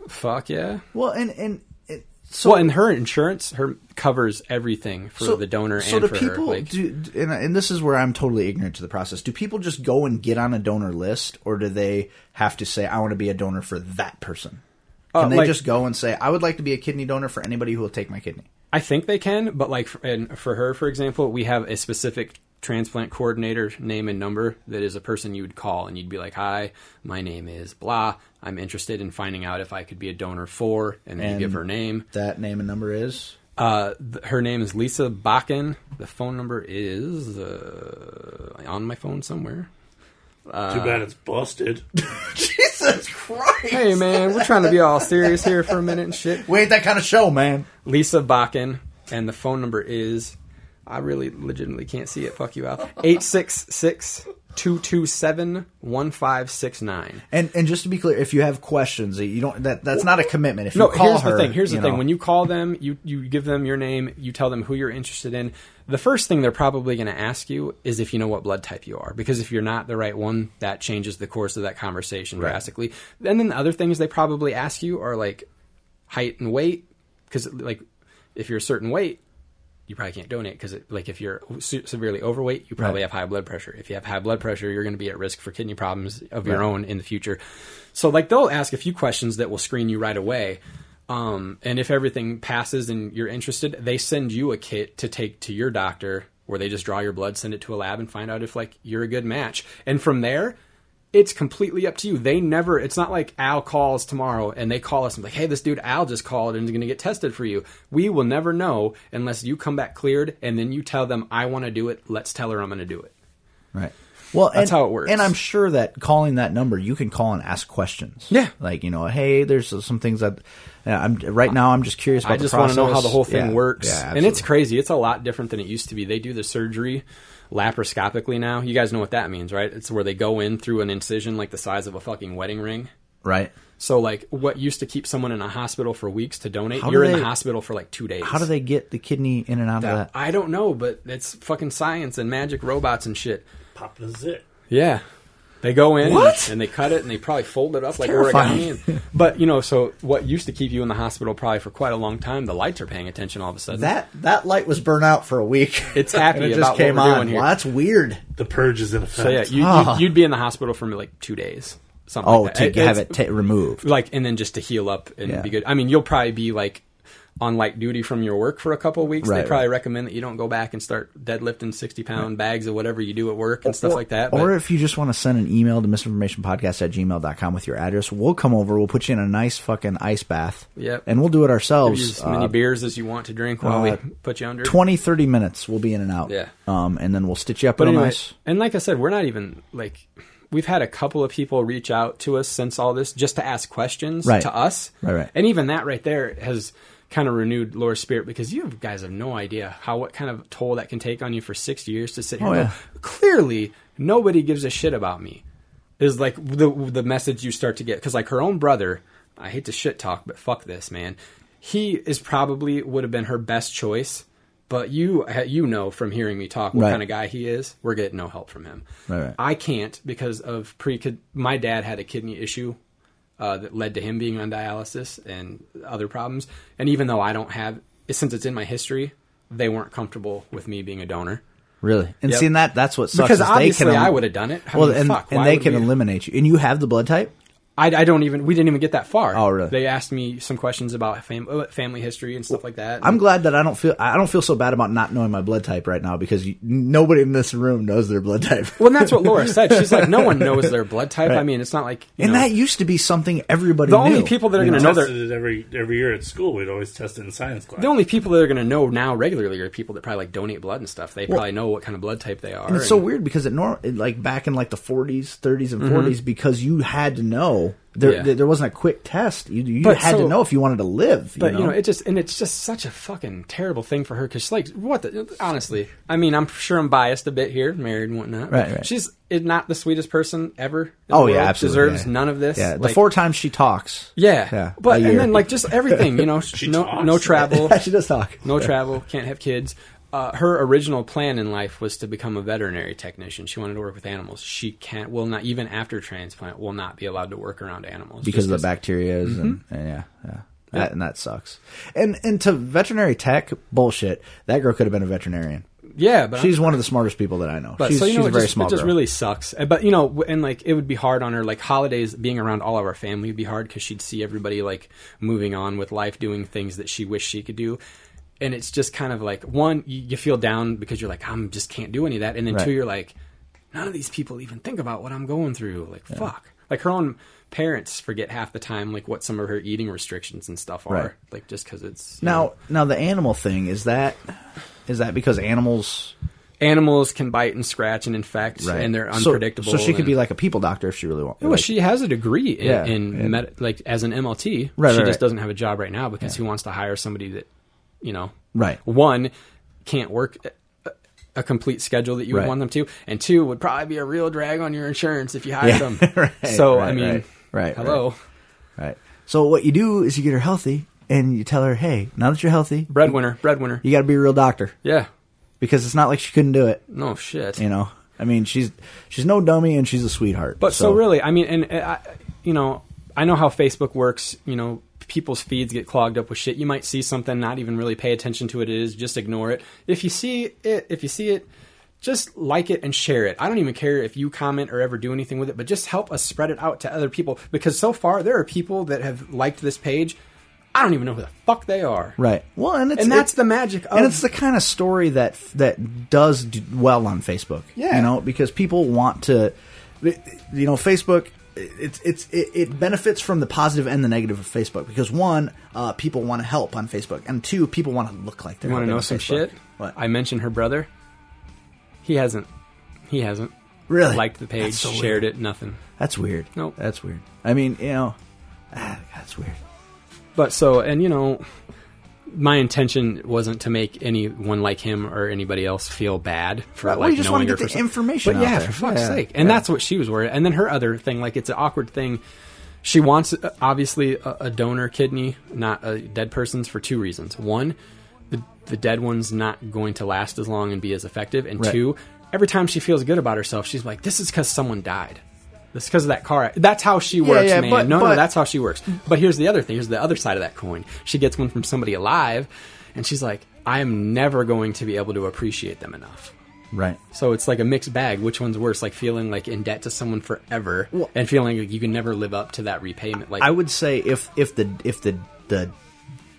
Fuck yeah. well, and and it, so Well, and her insurance her covers everything for the donor So and do for people her. Like, do, and, and this is where I'm totally ignorant to the process. Do people just go and get on a donor list, or do they have to say, "I want to be a donor for that person"? Can Uh, they like- just go and say, "I would like to be a kidney donor for anybody who will take my kidney"? I think they can, but like for, and for her, for example, we have a specific transplant coordinator name and number that is a person you would call and you'd be like, "Hi, my name is blah. I'm interested in finding out if I could be a donor for," and then And- you give her name. That name and number is Uh, th- her name is Lisa Bakken. The phone number is uh, on my phone somewhere. Uh, Too bad it's busted. Jesus Christ. Hey man, we're trying to be all serious here for a minute and shit. We ain't that kind of show, man. Lisa Bakken, and the phone number is I really legitimately can't see it. Fuck you, Al. 866 227 1569. And and just to be clear, if you have questions, you don't. That that's not a commitment. If you No, call here's her, the thing. Here's the you thing. know- When you call them, you, you give them your name, you tell them who you're interested in. The first thing they're probably going to ask you is if you know what blood type you are, because if you're not the right one, that changes the course of that conversation drastically. And then the other things they probably ask you are like height and weight, because like if you're a certain weight, you probably can't donate because like if you're se- severely overweight, you probably have high blood pressure. If you have high blood pressure, you're going to be at risk for kidney problems of your own in the future. So like they'll ask a few questions that will screen you right away. Um, and if everything passes and you're interested, they send you a kit to take to your doctor where they just draw your blood, send it to a lab and find out if like you're a good match. And from there, it's completely up to you. They never. It's not like Al calls tomorrow and they call us and be like, hey, this dude Al just called and is going to get tested for you. We will never know unless you come back cleared and then you tell them I want to do it. Let's tell her I'm going to do it. Right. Well, That's and- how it works. And I'm sure that calling that number, you can call and ask questions. Yeah. Like you know, hey, there's some things that uh, I'm right now. I'm just curious. about I just the want to know process. how the whole thing Yeah. works. Yeah, and it's absolutely. crazy. It's a lot different than it used to be. They do the surgery laparoscopically now. You guys know what that means, right? It's where they go in through an incision like the size of a fucking wedding ring. right. So like what used to keep someone in a hospital for weeks to donate, How do you're in they- the hospital for like 2 days. How do they get the kidney in and out of that? I don't know, but it's fucking science and magic robots and shit. Pop the zip. Yeah. They go in What? and they cut it and they probably fold it up like terrifying. origami. And, but you know, so what used to keep you in the hospital probably for quite a long time, the lights are paying attention all of a sudden. That that light was burnt out for a week. It's happy and it about just what came we're on. doing here. Well, that's weird. The purge is in effect. so yeah, you, Ah. you'd, you'd be in the hospital for like two days. Something Oh, like to that. have it it's- ta removed. like and then just to heal up and Yeah. be good. I mean, you'll probably be like on light duty from your work for a couple weeks. Right, they probably recommend that you don't go back and start deadlifting sixty pound bags or whatever you do at work and stuff Or- like that. Or but- if you just want to send an email to misinformationpodcast at gmail.com with your address, we'll come over. We'll put you in a nice fucking ice bath. Yep. And we'll do Give it you ourselves. as many Uh, beers as you want to drink while we uh, put you under. 20, 30 minutes, we'll be in and out. Yeah. Um, and then we'll stitch you up but real anyway, nice. and like I said, we're not even like we've had a couple of people reach out to us since all this just to ask questions Right. to us. Right, right. And even that right there has kind of renewed Laura's spirit because you guys have no idea how what kind of toll that can take on you for six years to sit here. Oh, and yeah. go, Clearly, nobody gives a shit about me. Is like the the message you start to get because like her own brother. I hate to shit talk, but fuck this man. He is probably would have been her best choice, but you you know from hearing me talk what Right. kind of guy he is. We're getting no help from him. Right, right. I can't because of pre. My dad had a kidney issue uh, that led to him being on dialysis and other problems. And even though I don't have, since it's in my history, they weren't comfortable with me being a donor Really? And Yep. seeing that, that's what sucks. because is they can obviously elim- I would have done it. I well, mean, and, fuck, and why they would can we- eliminate you. And you have the blood type? I, I don't even. We didn't even get that far. Oh, really? They asked me some questions about fam- uh, family history and stuff like that. I'm glad that I don't feel I don't feel so bad about not knowing my blood type right now because you, nobody in this room knows their blood type. well, and that's what Laura said. She's like, no one knows their blood type. I mean, it's not like you and know, that used to be something everybody. the knew, only people that are you going to know? know tested their it every every year at school. We'd always test it in science class. the only people that are going to know now regularly are people that probably like donate blood and stuff. They probably know what kind of blood type they are. And it's so weird because it norm it, like back in like the 40s, 30s, and 40s because you had to know there Mm-hmm. Yeah. there, there wasn't a quick test. You you But had so- to know if you wanted to live. But you know, it's it just and it's just such a fucking terrible thing for her because like what the honestly, I mean, I'm sure I'm biased a bit here, married and whatnot. Right, right. She's is not the sweetest person ever. in the oh yeah, world, absolutely Deserves yeah. none of this. Yeah, the Like, four times she talks. Yeah, Yeah, a But and year. then like just everything, you know, no talks. no travel, she does talk. no travel, can't have kids. Uh, her original plan in life was to become a veterinary technician. She wanted to work with animals. She can't, will not, even after transplant, will not be allowed to work around animals because just of the bacteria and, Mm-hmm. and yeah, yeah. That, and that sucks. And and to veterinary tech bullshit, that girl could have been a veterinarian. Yeah, but I'm- She's one of the smartest people that I know. But she's so you know, she's it a very just, small it just girl. really sucks. Uh, But you know, w- and like it would be hard on her. Like holidays, being around all of our family would be hard because she'd see everybody like moving on with life, doing things that she wished she could do. And it's just kind of like one, you, you feel down because you're like, I'm just can't do any of that. And then Right. two, you're like, none of these people even think about what I'm going through. Like fuck. Like her own parents forget half the time like what some of her eating restrictions and stuff are. Right. Like just because it's you know, now now the animal thing is that is that because animals animals can bite and scratch and infect and they're So- unpredictable. So, she could and- be like a people doctor if she really wanted. Well, she has a degree in, Yeah, in yeah. med- like as an MLT. Right, she right, just right. doesn't have a job right now because he wants to hire somebody that, you know, Right. One can't work a, a complete schedule that you would Right. want them to, and two would probably be a real drag on your insurance if you hired Yeah, them. right, so I right, mean, right, right, hello, right. So what you do is you get her healthy and you tell her, hey, now that you're healthy, breadwinner, breadwinner. you got to be a real doctor Yeah, because it's not like she couldn't do it. no shit. You know, I mean, she's she's no dummy and she's a sweetheart. But so, really, I mean, and uh, I, you know, I know how Facebook works. You know, people's feeds get clogged up with shit. You might see something, not even really pay attention to what it is, just ignore it. If you see it, if you see it, just like it and share it. I don't even care if you comment or ever do anything with it, but just help us spread it out to other people because so far there are people that have liked this page. I don't even know who the fuck they are. Right. Well, and it's And that's it- the magic of- and it's the kind of story that that does do well on Facebook. Yeah. You know, because people want to, you know, Facebook. It's it's it, it benefits from the positive and the negative of Facebook because one, uh, people want to help on Facebook, and two, people want to look like they're. You want to helping know on some Facebook. shit? What? I mentioned her brother. He hasn't. He hasn't really liked the page, That's so shared weird. it, nothing. That's weird. Nope. That's weird. I mean, you know, ah, that's weird. But so, and you know, my intention wasn't to make anyone like him or anybody else feel bad for Right, well, like you just knowing wanna her get the for some- information But out yeah, there. for fuck's Yeah, sake, and yeah. that's what she was worried. And then her other thing, like it's an awkward thing. She wants uh, obviously a, a donor kidney, not a dead person's, for two reasons. One, the the dead one's not going to last as long and be as effective, and Right. two, every time she feels good about herself, she's like, "This is because someone died." This because of that car. ac-" That's how she works, yeah, man. but- no, no, but- that's how she works. But here's the other thing. Here's the other side of that coin. She gets one from somebody alive, and she's like, "I am never going to be able to appreciate them enough." Right. So it's like a mixed bag. Which one's worse? Like feeling like in debt to someone forever, and feeling like you can never live up to that repayment. Like I would say if if the if the the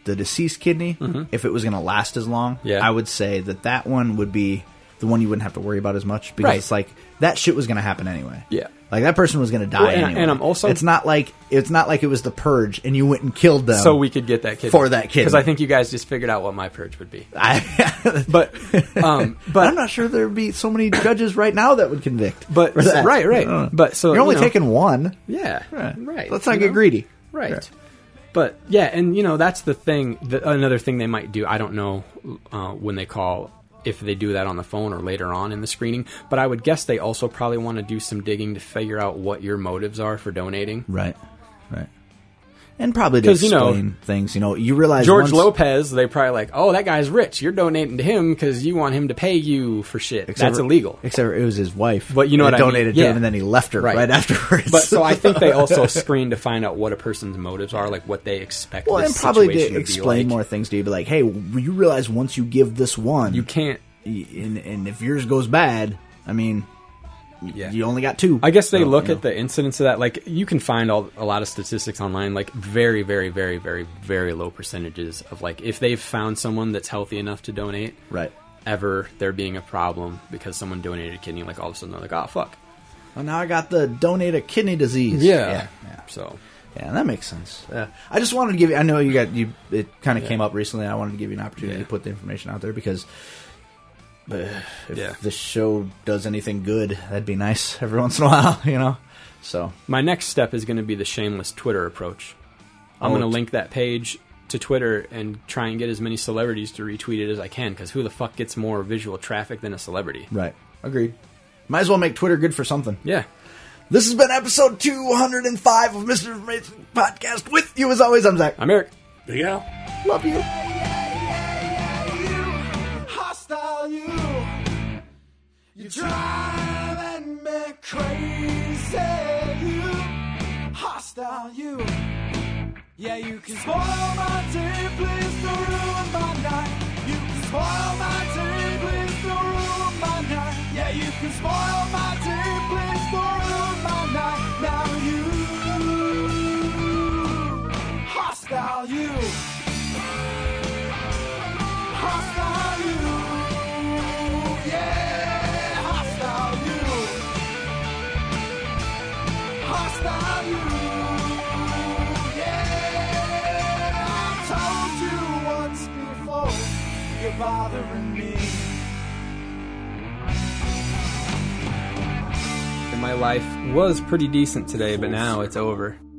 the deceased kidney, if it was going to last as long, Mm-hmm. Yeah. I would say that that one would be the one you wouldn't have to worry about as much because Right. it's like that shit was going to happen anyway. Yeah. like that person was going to die Well, and- anyway. and I'm also- it's not like it's not like it was the purge and you went and killed them. so we could get that kid for that kid because I think you guys just figured out what my purge would be. I, But um, but I'm not sure there'd be so many judges right now that would convict. But- for that. right, right. I don't know. But so, you're only you know- taking one. yeah, right. Let's not you get know? greedy. right. But yeah, and you know that's the thing. The, another thing they might do, I don't know uh, when they call if they do that on the phone or later on in the screening. But I would guess they also probably want to do some digging to figure out what your motives are for donating. Right. Right. And probably to 'Cause, you explain know, things, you know, you realize George once- Lopez, they probably like, oh, that guy's rich. You're donating to him because you want him to pay you for shit. except That's for- illegal. Except for it was his wife. But you know that what I mean. donated to Yeah. him, and then he left her Right. right, afterwards. But so I think they also screen to find out what a person's motives are, like what they expect. well, this and probably situation to be explain like. more things to you, be like, hey, you realize once you give this one, You can't and, and if yours goes bad, I mean, Yeah. you only got two. I guess they So, look you at the incidence of that. Like you can find all, a lot of statistics online, like very, very, very, very, very low percentages of like if they've found someone that's healthy enough to donate, know. right. ever there being a problem because someone donated a kidney, like all of a sudden they're like, oh fuck, Well, now I got the donate a kidney disease. yeah. yeah. So Yeah, that makes sense. Yeah. I just wanted to give you. I know you got you. It kind of came up recently. I wanted to give you an opportunity Yeah. to put the information out there because uh, if Yeah. the show does anything good, that'd be nice every once in a while, you know. So my next step is going to be the shameless Twitter approach. I'm Oh, going to t- link that page to Twitter and try and get as many celebrities to retweet it as I can because who the fuck gets more visual traffic than a celebrity? right, agreed. Might as well make Twitter good for something. Yeah. This has been episode two hundred and five of Mister Information Podcast. With you as always, I'm Zach. I'm Eric. Big Al. Love you. you, hostile you. You driving me crazy, you, hostile you. Yeah, you can spoil my day, please don't ruin my night. You can spoil my day, please don't ruin my night. Yeah, you can spoil my day, please don't ruin my night. Now you, hostile you. Hostile you, yeah, hostile you, hostile you, yeah. I told you once before, you're bothering me. And my life was pretty decent today, but now it's over.